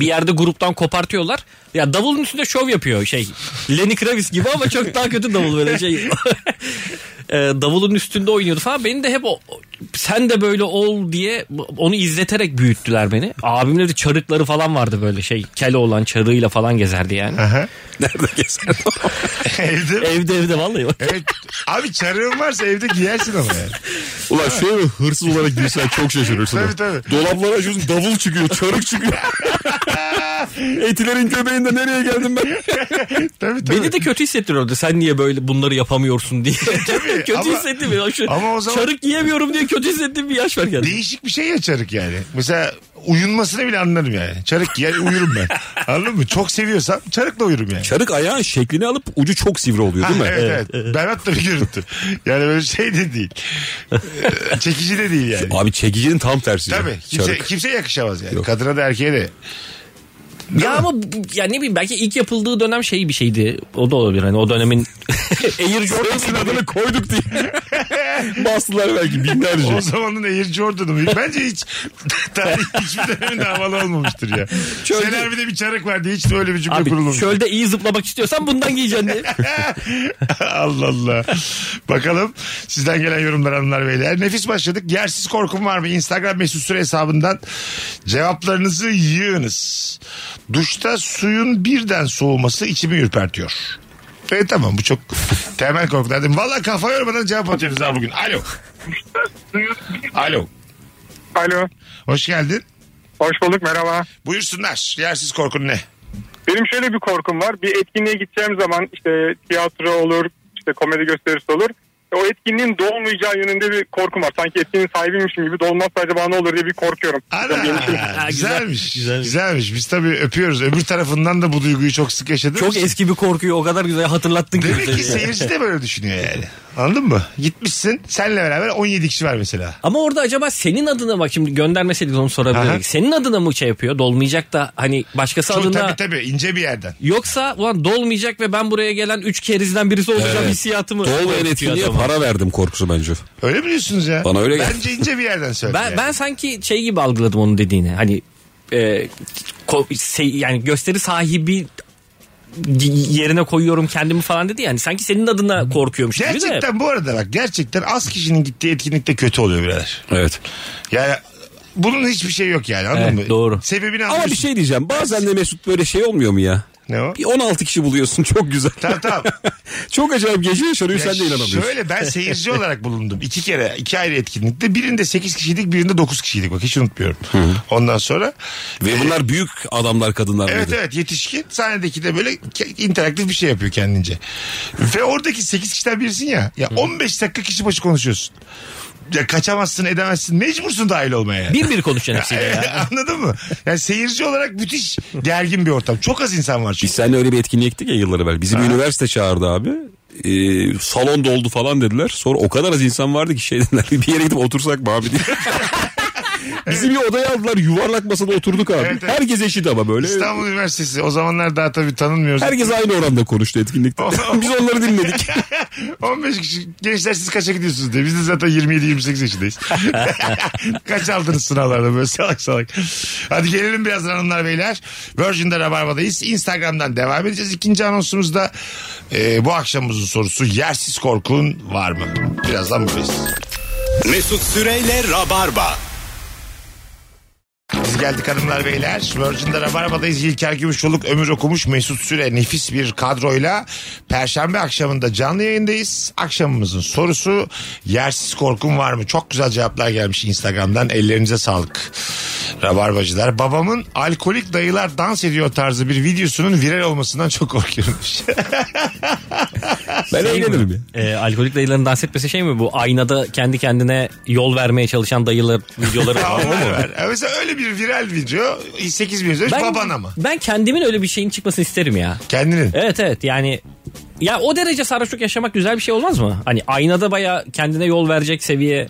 [SPEAKER 4] bir yerde gruptan kopartıyorlar. Ya davulun üstünde şov yapıyor şey. Lenny Kravitz gibi ama çok daha kötü davul böyle şey. e, davulun üstünde oynuyordu falan. Beni de hep o, sen de böyle ol diye onu izleterek büyüttüler beni. Abimle de çarıkları falan vardı böyle şey. Kele olan çarığıyla falan gezerdi yani.
[SPEAKER 5] Nerede gezer?
[SPEAKER 3] Evde mi?
[SPEAKER 4] evde evde vallahi. bak.
[SPEAKER 3] Evet. Abi çarığın varsa evde giyersin ama yani.
[SPEAKER 5] Ulan şöyle bir hırsız olarak girsen çok şaşırırsın.
[SPEAKER 3] Tabii, tabii.
[SPEAKER 5] Dolapları açıyorsun davul çıkıyor, çarık çıkıyor. Etilerin göbeğinde nereye geldim ben?
[SPEAKER 3] Tabii tabii.
[SPEAKER 4] Beni de kötü hissettiriyordu. Sen niye böyle bunları yapamıyorsun diye. kötü
[SPEAKER 3] ama-
[SPEAKER 4] hissettim. ya. Şu
[SPEAKER 3] ama o zaman-
[SPEAKER 4] Çarık yiyemiyorum diye kötü hissettiğim bir yaş var geldi.
[SPEAKER 3] Değişik bir şey ya çarık yani. Mesela uyunmasını bile anlarım yani. Çarık giyer uyurum ben. Anladın mı? Çok seviyorsam çarıkla uyurum yani.
[SPEAKER 5] Çarık ayağın şeklini alıp ucu çok sivri oluyor değil mi?
[SPEAKER 3] Ha, evet, evet. Berbat da bir görüntü. Yani böyle şey de değil. Ee, Çekici de değil yani.
[SPEAKER 5] Abi çekicinin tam tersi. ya.
[SPEAKER 3] Tabii. Kimse,
[SPEAKER 5] Çarık.
[SPEAKER 3] kimseye yakışamaz yani.
[SPEAKER 5] Yok.
[SPEAKER 3] Kadına da erkeğe de. Değil
[SPEAKER 4] Ya
[SPEAKER 3] mi?
[SPEAKER 4] ama bu- ya ne bileyim belki ilk yapıldığı dönem şey bir şeydi. O da olabilir hani o dönemin Air
[SPEAKER 5] Sonrasının
[SPEAKER 4] Jordan'ı
[SPEAKER 5] adını koyduk diye. Bastılar belki binlerce.
[SPEAKER 3] O zamanın Air Jordan'ı mı? Bence hiç tarih hiçbir döneminde havalı olmamıştır ya.
[SPEAKER 4] Çölde-
[SPEAKER 3] Sener bir de bir çarık vardı. Hiç de öyle bir cümle
[SPEAKER 4] Abi
[SPEAKER 3] kurulmamış.
[SPEAKER 4] çölde iyi zıplamak istiyorsan bundan giyeceksin diye.
[SPEAKER 3] Allah Allah. Bakalım sizden gelen yorumlar hanımlar beyler. Nefis başladık. Yersiz korkum var mı? Instagram mesut süre hesabından cevaplarınızı yığınız. Duşta suyun birden soğuması içimi ürpertiyor. E tamam bu çok temel korkulardım. Valla kafa yormadan cevap atıyoruz ha bugün. Alo. Alo.
[SPEAKER 8] Alo.
[SPEAKER 3] Hoş geldin.
[SPEAKER 8] Hoş bulduk merhaba.
[SPEAKER 3] Buyursunlar. Yersiz korkun ne?
[SPEAKER 8] Benim şöyle bir korkum var. Bir etkinliğe gideceğim zaman işte tiyatro olur, işte komedi gösterisi olur. O etkinliğin dolmayacağı yönünde bir korkum var. Sanki etkinliğin sahibiymişim gibi dolmazsa acaba ne olur diye bir korkuyorum.
[SPEAKER 3] Ana, güzelmiş, güzelmiş. Biz tabii öpüyoruz. Öbür tarafından da bu duyguyu çok sık yaşadık.
[SPEAKER 4] Çok eski bir korkuyu o kadar güzel hatırlattın ki. Şey-
[SPEAKER 3] Demek
[SPEAKER 4] bize
[SPEAKER 3] ki
[SPEAKER 4] ya.
[SPEAKER 3] seyirci de böyle düşünüyor yani. Anladın mı? Gitmişsin senle beraber 17 kişi var mesela.
[SPEAKER 4] Ama orada acaba senin adına bak şimdi göndermeseydik onu
[SPEAKER 3] Aha.
[SPEAKER 4] sorabilirdik. Senin adına mı şey yapıyor dolmayacak da hani başkası
[SPEAKER 3] Çok,
[SPEAKER 4] adına
[SPEAKER 3] tabii tabii ince bir yerden.
[SPEAKER 4] yoksa ulan dolmayacak ve ben buraya gelen üç kerizden birisi olacağım
[SPEAKER 5] Evet.
[SPEAKER 4] hissiyatı mı?
[SPEAKER 5] Dolmayan etkinliğe para verdim korkusu bence.
[SPEAKER 3] Öyle mi diyorsunuz ya?
[SPEAKER 5] Bana öyle geldi.
[SPEAKER 3] Bence ince bir yerden söyle.
[SPEAKER 4] Ben,
[SPEAKER 3] yani.
[SPEAKER 4] ben sanki şey gibi algıladım onun dediğini. Hani e, ko- şey, yani gösteri sahibi y- yerine koyuyorum kendimi falan dedi yani sanki senin adına korkuyormuş gibi de.
[SPEAKER 3] Gerçekten bu arada bak gerçekten az kişinin gittiği etkinlikte kötü oluyor birader.
[SPEAKER 5] Evet.
[SPEAKER 3] Yani bunun hiçbir şey yok yani anladın
[SPEAKER 4] Evet,
[SPEAKER 3] mı?
[SPEAKER 4] doğru.
[SPEAKER 3] Sebebini
[SPEAKER 5] Ama
[SPEAKER 3] anlıyorsun.
[SPEAKER 5] bir şey diyeceğim. Bazen de Mesut böyle şey olmuyor mu ya?
[SPEAKER 3] Ne o?
[SPEAKER 5] Bir 16 kişi buluyorsun çok güzel.
[SPEAKER 3] Tamam tamam.
[SPEAKER 5] çok acayip gece yaşanıyor sen de inanamıyorsun.
[SPEAKER 3] Şöyle ben seyirci olarak bulundum. iki kere iki ayrı etkinlikte. Birinde 8 kişiydik birinde 9 kişiydik. Bak hiç unutmuyorum. Ondan sonra
[SPEAKER 5] Ve bunlar büyük adamlar kadınlar
[SPEAKER 3] Evet
[SPEAKER 5] mıydı?
[SPEAKER 3] evet yetişkin sahnedeki de böyle ke- interaktif bir şey yapıyor kendince. Ve oradaki 8 kişiden birisin ya. Ya 15 dakika kişi başı konuşuyorsun. Ya kaçamazsın edemezsin mecbursun dahil olmaya. yani.
[SPEAKER 4] Bir bir konuşacaksın hepsiyle ya.
[SPEAKER 3] Anladın mı? Yani seyirci olarak müthiş gergin bir ortam. Çok az insan var
[SPEAKER 5] Biz
[SPEAKER 3] çünkü.
[SPEAKER 5] seninle öyle bir etkinliğe gittik ya yıllar evvel. Bizi bir üniversite çağırdı abi. Ee, salon doldu falan dediler. Sonra o kadar az insan vardı ki şey dediler. Bir yere gidip otursak mı abi diye. Bizi bir odaya aldılar yuvarlak masada oturduk abi.
[SPEAKER 3] Evet, evet.
[SPEAKER 5] Herkes eşit ama böyle.
[SPEAKER 3] İstanbul Üniversitesi o zamanlar daha tabii tanınmıyoruz.
[SPEAKER 5] Herkes aynı oranda konuştu etkinlikte. Biz onları dinledik.
[SPEAKER 3] 15 kişi gençler siz kaça gidiyorsunuz diye. Biz de zaten 27-28 yaşındayız. Kaç aldınız sınavlarda böyle salak salak. Hadi gelelim biraz hanımlar beyler. Virgin'de Rabarba'dayız. Instagram'dan devam edeceğiz. İkinci anonsumuzda e, bu akşamımızın sorusu yersiz korkun var mı? Birazdan buradayız.
[SPEAKER 2] Mesut Süreyle Rabarba.
[SPEAKER 3] Biz geldik hanımlar beyler. Virgin'de Rabarba'dayız. İlker Gümüşoluk, Ömür Okumuş, Mesut Süre nefis bir kadroyla Perşembe akşamında canlı yayındayız. Akşamımızın sorusu yersiz korkum var mı? Çok güzel cevaplar gelmiş Instagram'dan. Ellerinize sağlık. Rabarbacılar. Babamın alkolik dayılar dans ediyor tarzı bir videosunun viral olmasından çok korkuyorum.
[SPEAKER 5] Ben
[SPEAKER 4] Şey mi?
[SPEAKER 5] eğlenirim ya.
[SPEAKER 4] E, alkolik dayıların dans etmesi şey mi bu? Aynada kendi kendine yol vermeye çalışan dayılar videoları
[SPEAKER 3] Ya
[SPEAKER 4] falan
[SPEAKER 3] onlar
[SPEAKER 4] mı?
[SPEAKER 3] var. Ya Mesela öyle bir viral video 8 milyon izlenmiş baban ama.
[SPEAKER 4] ben kendimin öyle bir şeyin çıkmasını isterim ya.
[SPEAKER 3] Kendinin.
[SPEAKER 4] Evet evet yani ya o derece sarhoşluk yaşamak güzel bir şey olmaz mı? Hani aynada baya kendine yol verecek seviye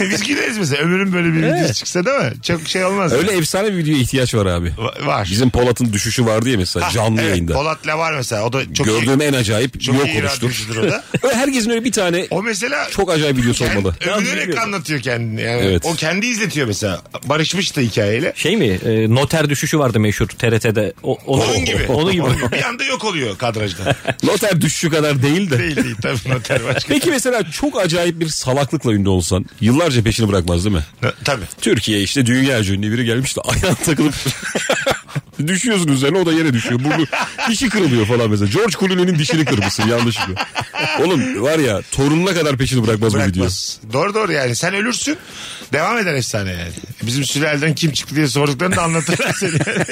[SPEAKER 3] Biz güleriz mesela. Ömür'ün böyle bir videosu çıksa değil mi? Çok şey olmaz.
[SPEAKER 5] Öyle efsane bir videoya ihtiyaç var abi.
[SPEAKER 3] Va- var.
[SPEAKER 5] Bizim Polat'ın düşüşü vardı ya mesela
[SPEAKER 3] Ha,
[SPEAKER 5] canlı
[SPEAKER 3] evet,
[SPEAKER 5] yayında.
[SPEAKER 3] Polat Levar mesela. O da çok
[SPEAKER 5] Gördüğüm
[SPEAKER 3] iyi,
[SPEAKER 5] en acayip
[SPEAKER 3] çok
[SPEAKER 5] yok
[SPEAKER 3] iyi
[SPEAKER 5] oluştur.
[SPEAKER 3] radyocudur o da.
[SPEAKER 5] Öyle herkesin öyle bir tane
[SPEAKER 3] O mesela
[SPEAKER 5] çok acayip videosu
[SPEAKER 3] kend-
[SPEAKER 5] olmalı.
[SPEAKER 3] övünerek anlatıyor kendini. Yani.
[SPEAKER 5] Evet.
[SPEAKER 3] O kendi izletiyor mesela. Barışmış da hikayeyle.
[SPEAKER 4] Şey mi? e, noter düşüşü vardı meşhur TRT'de. O, onu-
[SPEAKER 5] Oh.
[SPEAKER 3] Onun gibi.
[SPEAKER 4] Onu gibi.
[SPEAKER 3] bir anda yok oluyor kadrajda.
[SPEAKER 5] Noter düşüşü kadar değil de.
[SPEAKER 3] değil değil tabii noter başka.
[SPEAKER 5] Peki mesela çok acayip bir salaklıkla ünlü olsan yıllarca peşini bırakmaz değil mi?
[SPEAKER 3] tabii.
[SPEAKER 5] Türkiye işte dünya ünlü biri gelmiş de ayağına takılıp düşüyorsun üzerine o da yere düşüyor. Burnu dişi kırılıyor falan mesela. George Clooney'nin dişini kırmışsın yanlışlıkla. Oğlum var ya torununa kadar peşini bırakmaz, bu video.
[SPEAKER 3] Bırakmaz. Doğru doğru yani. Sen ölürsün devam eder efsane yani. Bizim sülaleden kim çıktı diye sorduklarını da anlatırlar seni.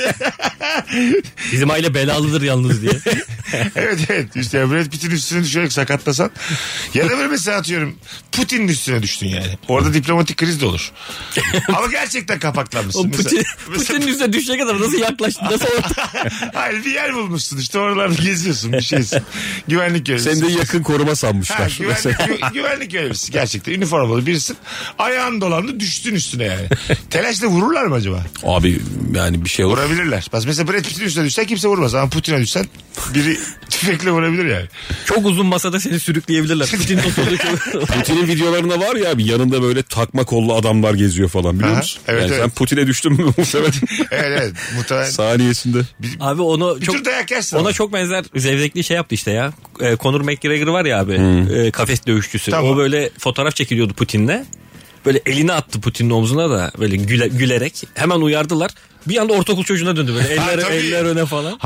[SPEAKER 4] Bizim aile belalıdır yalnız diye.
[SPEAKER 3] evet evet. İşte Brad Pitt'in üstüne düşerek sakatlasan. Ya da böyle mesela atıyorum Putin'in üstüne düştün yani. Orada diplomatik kriz de olur. Ama gerçekten kapaklanmışsın.
[SPEAKER 4] O Putin,
[SPEAKER 3] mesela,
[SPEAKER 4] Putin'in üstüne düşecek kadar nasıl yaklaştı? Nasıl orta?
[SPEAKER 3] Hayır bir yer bulmuşsun işte oralarda geziyorsun bir şeysin. Güvenlik görevlisi.
[SPEAKER 5] Seni de yakın koruma
[SPEAKER 3] Ha,
[SPEAKER 5] sanmışlar.
[SPEAKER 3] güvenlik,
[SPEAKER 5] mesela.
[SPEAKER 3] gü- güvenlik görevlisi gerçekten üniformalı birisin. Ayağın dolandı düştün üstüne yani. Telaşla vururlar mı acaba?
[SPEAKER 5] Abi yani bir şey olur.
[SPEAKER 3] Vurabilirler. Bas mesela Brad Pitt'in üstüne düşsen kimse vurmaz. Ama Putin'e düşsen biri tüfekle vurabilir yani.
[SPEAKER 4] Çok uzun masada seni sürükleyebilirler. Putin nasıl olacak?
[SPEAKER 5] Putin'in videolarında var ya abi yanında böyle takma kollu adamlar geziyor falan biliyor
[SPEAKER 3] Aha,
[SPEAKER 5] musun?
[SPEAKER 3] evet,
[SPEAKER 5] yani sen
[SPEAKER 3] evet.
[SPEAKER 5] Putin'e düştün mü muhtemelen
[SPEAKER 3] Evet evet. Muhtemelen
[SPEAKER 5] saniyesinde.
[SPEAKER 4] Abi onu
[SPEAKER 3] bir
[SPEAKER 4] çok...
[SPEAKER 3] tür dayak yersin. ama.
[SPEAKER 4] Ona çok benzer zevzekli şey yaptı işte ya. E, Conor McGregor var ya abi. e, kafes dövüşçüsü.
[SPEAKER 3] Tamam.
[SPEAKER 4] O böyle fotoğraf çekiliyordu Putin'le. Böyle elini attı Putin'in omzuna da böyle güle- gülerek. Hemen uyardılar. Bir anda ortaokul çocuğuna döndü böyle.
[SPEAKER 3] Ha,
[SPEAKER 4] Eller,
[SPEAKER 3] tabii.
[SPEAKER 4] eller öne falan.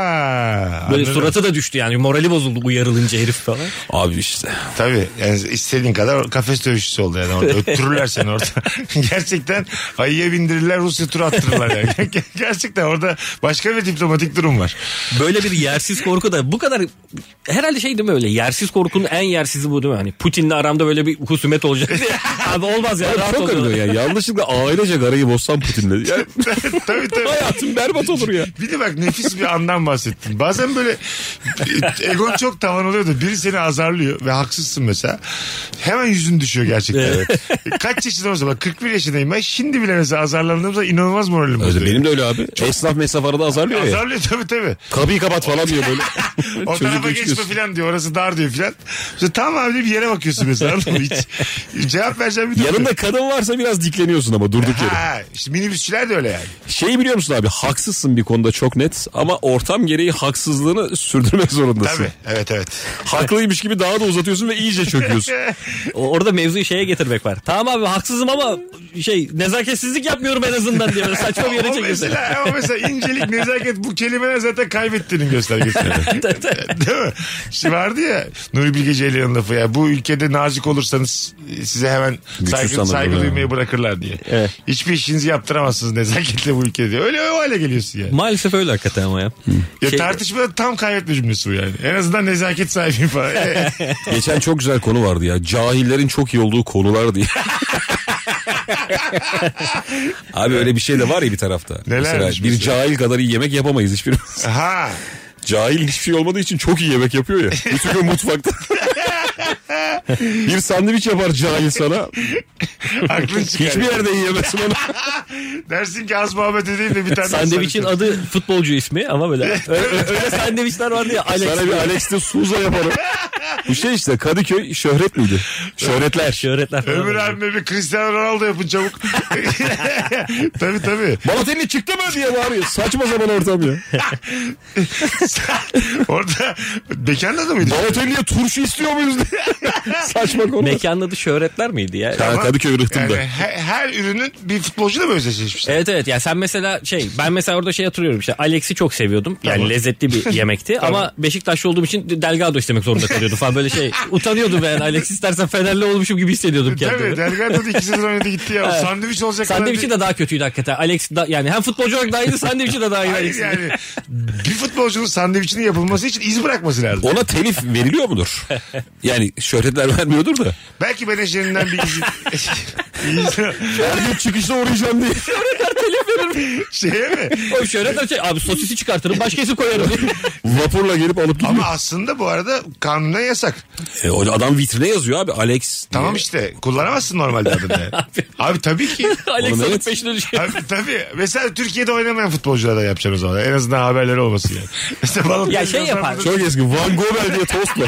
[SPEAKER 3] Ha.
[SPEAKER 4] Böyle
[SPEAKER 3] anladım.
[SPEAKER 4] suratı da düştü yani. Morali bozuldu uyarılınca herif falan.
[SPEAKER 5] Abi işte.
[SPEAKER 3] Tabii yani istediğin kadar kafes dövüşçüsü oldu yani orada. Öttürürler seni orada. Gerçekten ayıya bindirirler Rusya turu attırırlar yani. Ger- Gerçekten orada başka bir diplomatik durum var.
[SPEAKER 4] Böyle bir yersiz korku da bu kadar herhalde şey değil mi öyle yersiz korkunun en yersizi bu değil mi? Hani Putin'le aramda böyle bir husumet olacak diye. Abi olmaz ya rahat
[SPEAKER 5] Çok
[SPEAKER 4] ol.
[SPEAKER 5] övüyor ya. Yanlışlıkla ailecek arayı bozsan Putin'le. Ya,
[SPEAKER 3] tabii tabii.
[SPEAKER 5] hayatım berbat olur ya.
[SPEAKER 3] Bir de bak nefis bir andan bahsettin. Bazen böyle egon çok tavan oluyor da biri seni azarlıyor ve haksızsın mesela. Hemen yüzün düşüyor gerçekten. E, Kaç yaşında olsa bak 41 yaşındayım ben. Şimdi bile mesela azarlandığımda inanılmaz moralim
[SPEAKER 5] Öyle,
[SPEAKER 3] bozuluyor.
[SPEAKER 5] benim de öyle abi. Esnaf mesnaf arada azarlıyor ya.
[SPEAKER 3] Azarlıyor tabii tabii.
[SPEAKER 5] Kapıyı kapat falan diyor böyle.
[SPEAKER 3] O
[SPEAKER 5] Çocuk
[SPEAKER 3] tarafa
[SPEAKER 5] üç
[SPEAKER 3] geçme
[SPEAKER 5] diyorsun.
[SPEAKER 3] filan diyor. Orası dar diyor filan. İşte tamam abi diye bir yere bakıyorsun mesela. anladın mı? Hiç cevap vereceğim bir durum yok.
[SPEAKER 5] Yanında kadın varsa biraz dikleniyorsun ama durduk yere.
[SPEAKER 3] Ha, işte minibüsçüler de öyle yani.
[SPEAKER 5] Şey biliyor musun abi haksızsın bir konuda çok net ama ortam gereği haksızlığını sürdürmek zorundasın.
[SPEAKER 3] Tabii. Evet evet.
[SPEAKER 5] Haklıymış gibi daha da uzatıyorsun ve iyice çöküyorsun.
[SPEAKER 4] O- Orada mevzuyu şeye getirmek var. Tamam abi haksızım ama şey nezaketsizlik yapmıyorum en azından diye böyle saçma bir yere
[SPEAKER 3] O
[SPEAKER 4] çekiyorsun.
[SPEAKER 3] mesela, ama mesela incelik, nezaket bu kelimeler zaten kaybettiğinin göstergesi. Değil mi? İşte vardı ya Nuri Bilge Ceylan'ın lafı ya. Bu ülkede nazik olursanız size hemen saygı,
[SPEAKER 5] sanırlar
[SPEAKER 3] saygı
[SPEAKER 5] ha.
[SPEAKER 3] duymaya bırakırlar diye.
[SPEAKER 4] Evet.
[SPEAKER 3] Hiçbir işinizi yaptıramazsınız nezaketle bu ülkede. diye. Öyle o hale geliyorsun yani.
[SPEAKER 4] Maalesef öyle hakikaten ama ya.
[SPEAKER 3] Ya
[SPEAKER 4] Şey-
[SPEAKER 3] tartışmada tam kaybetme cümlesi bu yani. En azından nezaket sahibiyim falan. E,
[SPEAKER 5] Geçen çok güzel konu vardı ya. Cahillerin çok iyi olduğu konular diye. Abi öyle bir şey de var ya bir tarafta. mesela
[SPEAKER 3] Nelermiş
[SPEAKER 5] bir
[SPEAKER 3] mesela?
[SPEAKER 5] cahil kadar iyi yemek yapamayız hiçbirimiz.
[SPEAKER 3] ha.
[SPEAKER 5] Cahil hiçbir şey olmadığı için çok iyi yemek yapıyor ya. Bütün gün mutfakta. bir sandviç yapar cahil sana.
[SPEAKER 3] Aklın çıkar.
[SPEAKER 5] Hiçbir yerde yiyemezsin onu.
[SPEAKER 3] Dersin ki az muhabbet edeyim de bir tane.
[SPEAKER 4] Sandviçin
[SPEAKER 3] sandviç-
[SPEAKER 4] adı futbolcu ismi ama böyle ö- ö- öyle sandviçler vardı ya Alex.
[SPEAKER 5] Sana bir Alex de Suza yaparım. Bu şey işte Kadıköy şöhret miydi? Şöhretler.
[SPEAKER 4] Şöhretler falan.
[SPEAKER 3] Ömür abime bir Cristiano Ronaldo yapın çabuk. tabii tabii.
[SPEAKER 5] Balotelli çıktı mı diye bağırıyor. Saçma sapan ortam ya.
[SPEAKER 3] Orada bekanda da mıydı?
[SPEAKER 5] Balotelli'ye turşu istiyor muyuz diye. Saçma konu.
[SPEAKER 4] Mekanın adı şöhretler miydi ya?
[SPEAKER 5] Ha, Kadıköy rıhtımda.
[SPEAKER 3] Yani her, her ürünün bir futbolcu da mı özdeşleşmiş?
[SPEAKER 4] Evet evet ya sen mesela şey ben mesela orada şey hatırlıyorum işte Alex'i çok seviyordum. Yani
[SPEAKER 3] Tamam.
[SPEAKER 4] lezzetli bir yemekti ama Beşiktaşlı olduğum için Delgado istemek zorunda kalıyordum falan böyle şey. Utanıyordum ben Alex istersen Fenerli olmuşum gibi hissediyordum
[SPEAKER 3] Tabii
[SPEAKER 4] kendimi.
[SPEAKER 3] Delgado da iki sezon oynadı gitti ya. O sandviç olacak. kadar
[SPEAKER 4] Sandviçi
[SPEAKER 3] değil.
[SPEAKER 4] de daha kötüydü hakikaten. Alex da, yani hem futbolcu olarak daha iyiydi sandviçi de daha iyiydi.
[SPEAKER 3] Hayır
[SPEAKER 4] Alex'in.
[SPEAKER 3] yani bir futbolcunun sandviçinin yapılması için iz bırakması lazım.
[SPEAKER 5] Ona telif veriliyor mudur? Yani şöhretler vermiyordur da.
[SPEAKER 3] Belki menajerinden bir iz... iz
[SPEAKER 5] Her gün çıkışta uğrayacağım diye.
[SPEAKER 3] şeye Şey mi?
[SPEAKER 4] O şöhret de şey abi sosisi çıkartırım başka isim koyarım.
[SPEAKER 5] Vapurla gelip alıp gidiyor.
[SPEAKER 3] Ama aslında bu arada kanuna yasak.
[SPEAKER 5] E, o adam vitrine yazıyor abi Alex.
[SPEAKER 3] Tamam işte kullanamazsın normalde adını. abi tabii ki.
[SPEAKER 4] Alex
[SPEAKER 5] Oğlum,
[SPEAKER 4] onun
[SPEAKER 5] evet.
[SPEAKER 4] peşine düşüyor.
[SPEAKER 3] Abi, tabii. Mesela Türkiye'de oynamayan futbolculara yapacağız o zaman. En azından haberleri olmasın yani. Mesela Balotelli
[SPEAKER 4] Ya şey
[SPEAKER 3] Galatasaray
[SPEAKER 4] yapar.
[SPEAKER 3] maçında
[SPEAKER 5] Çok eski Van Gogh diye tostla.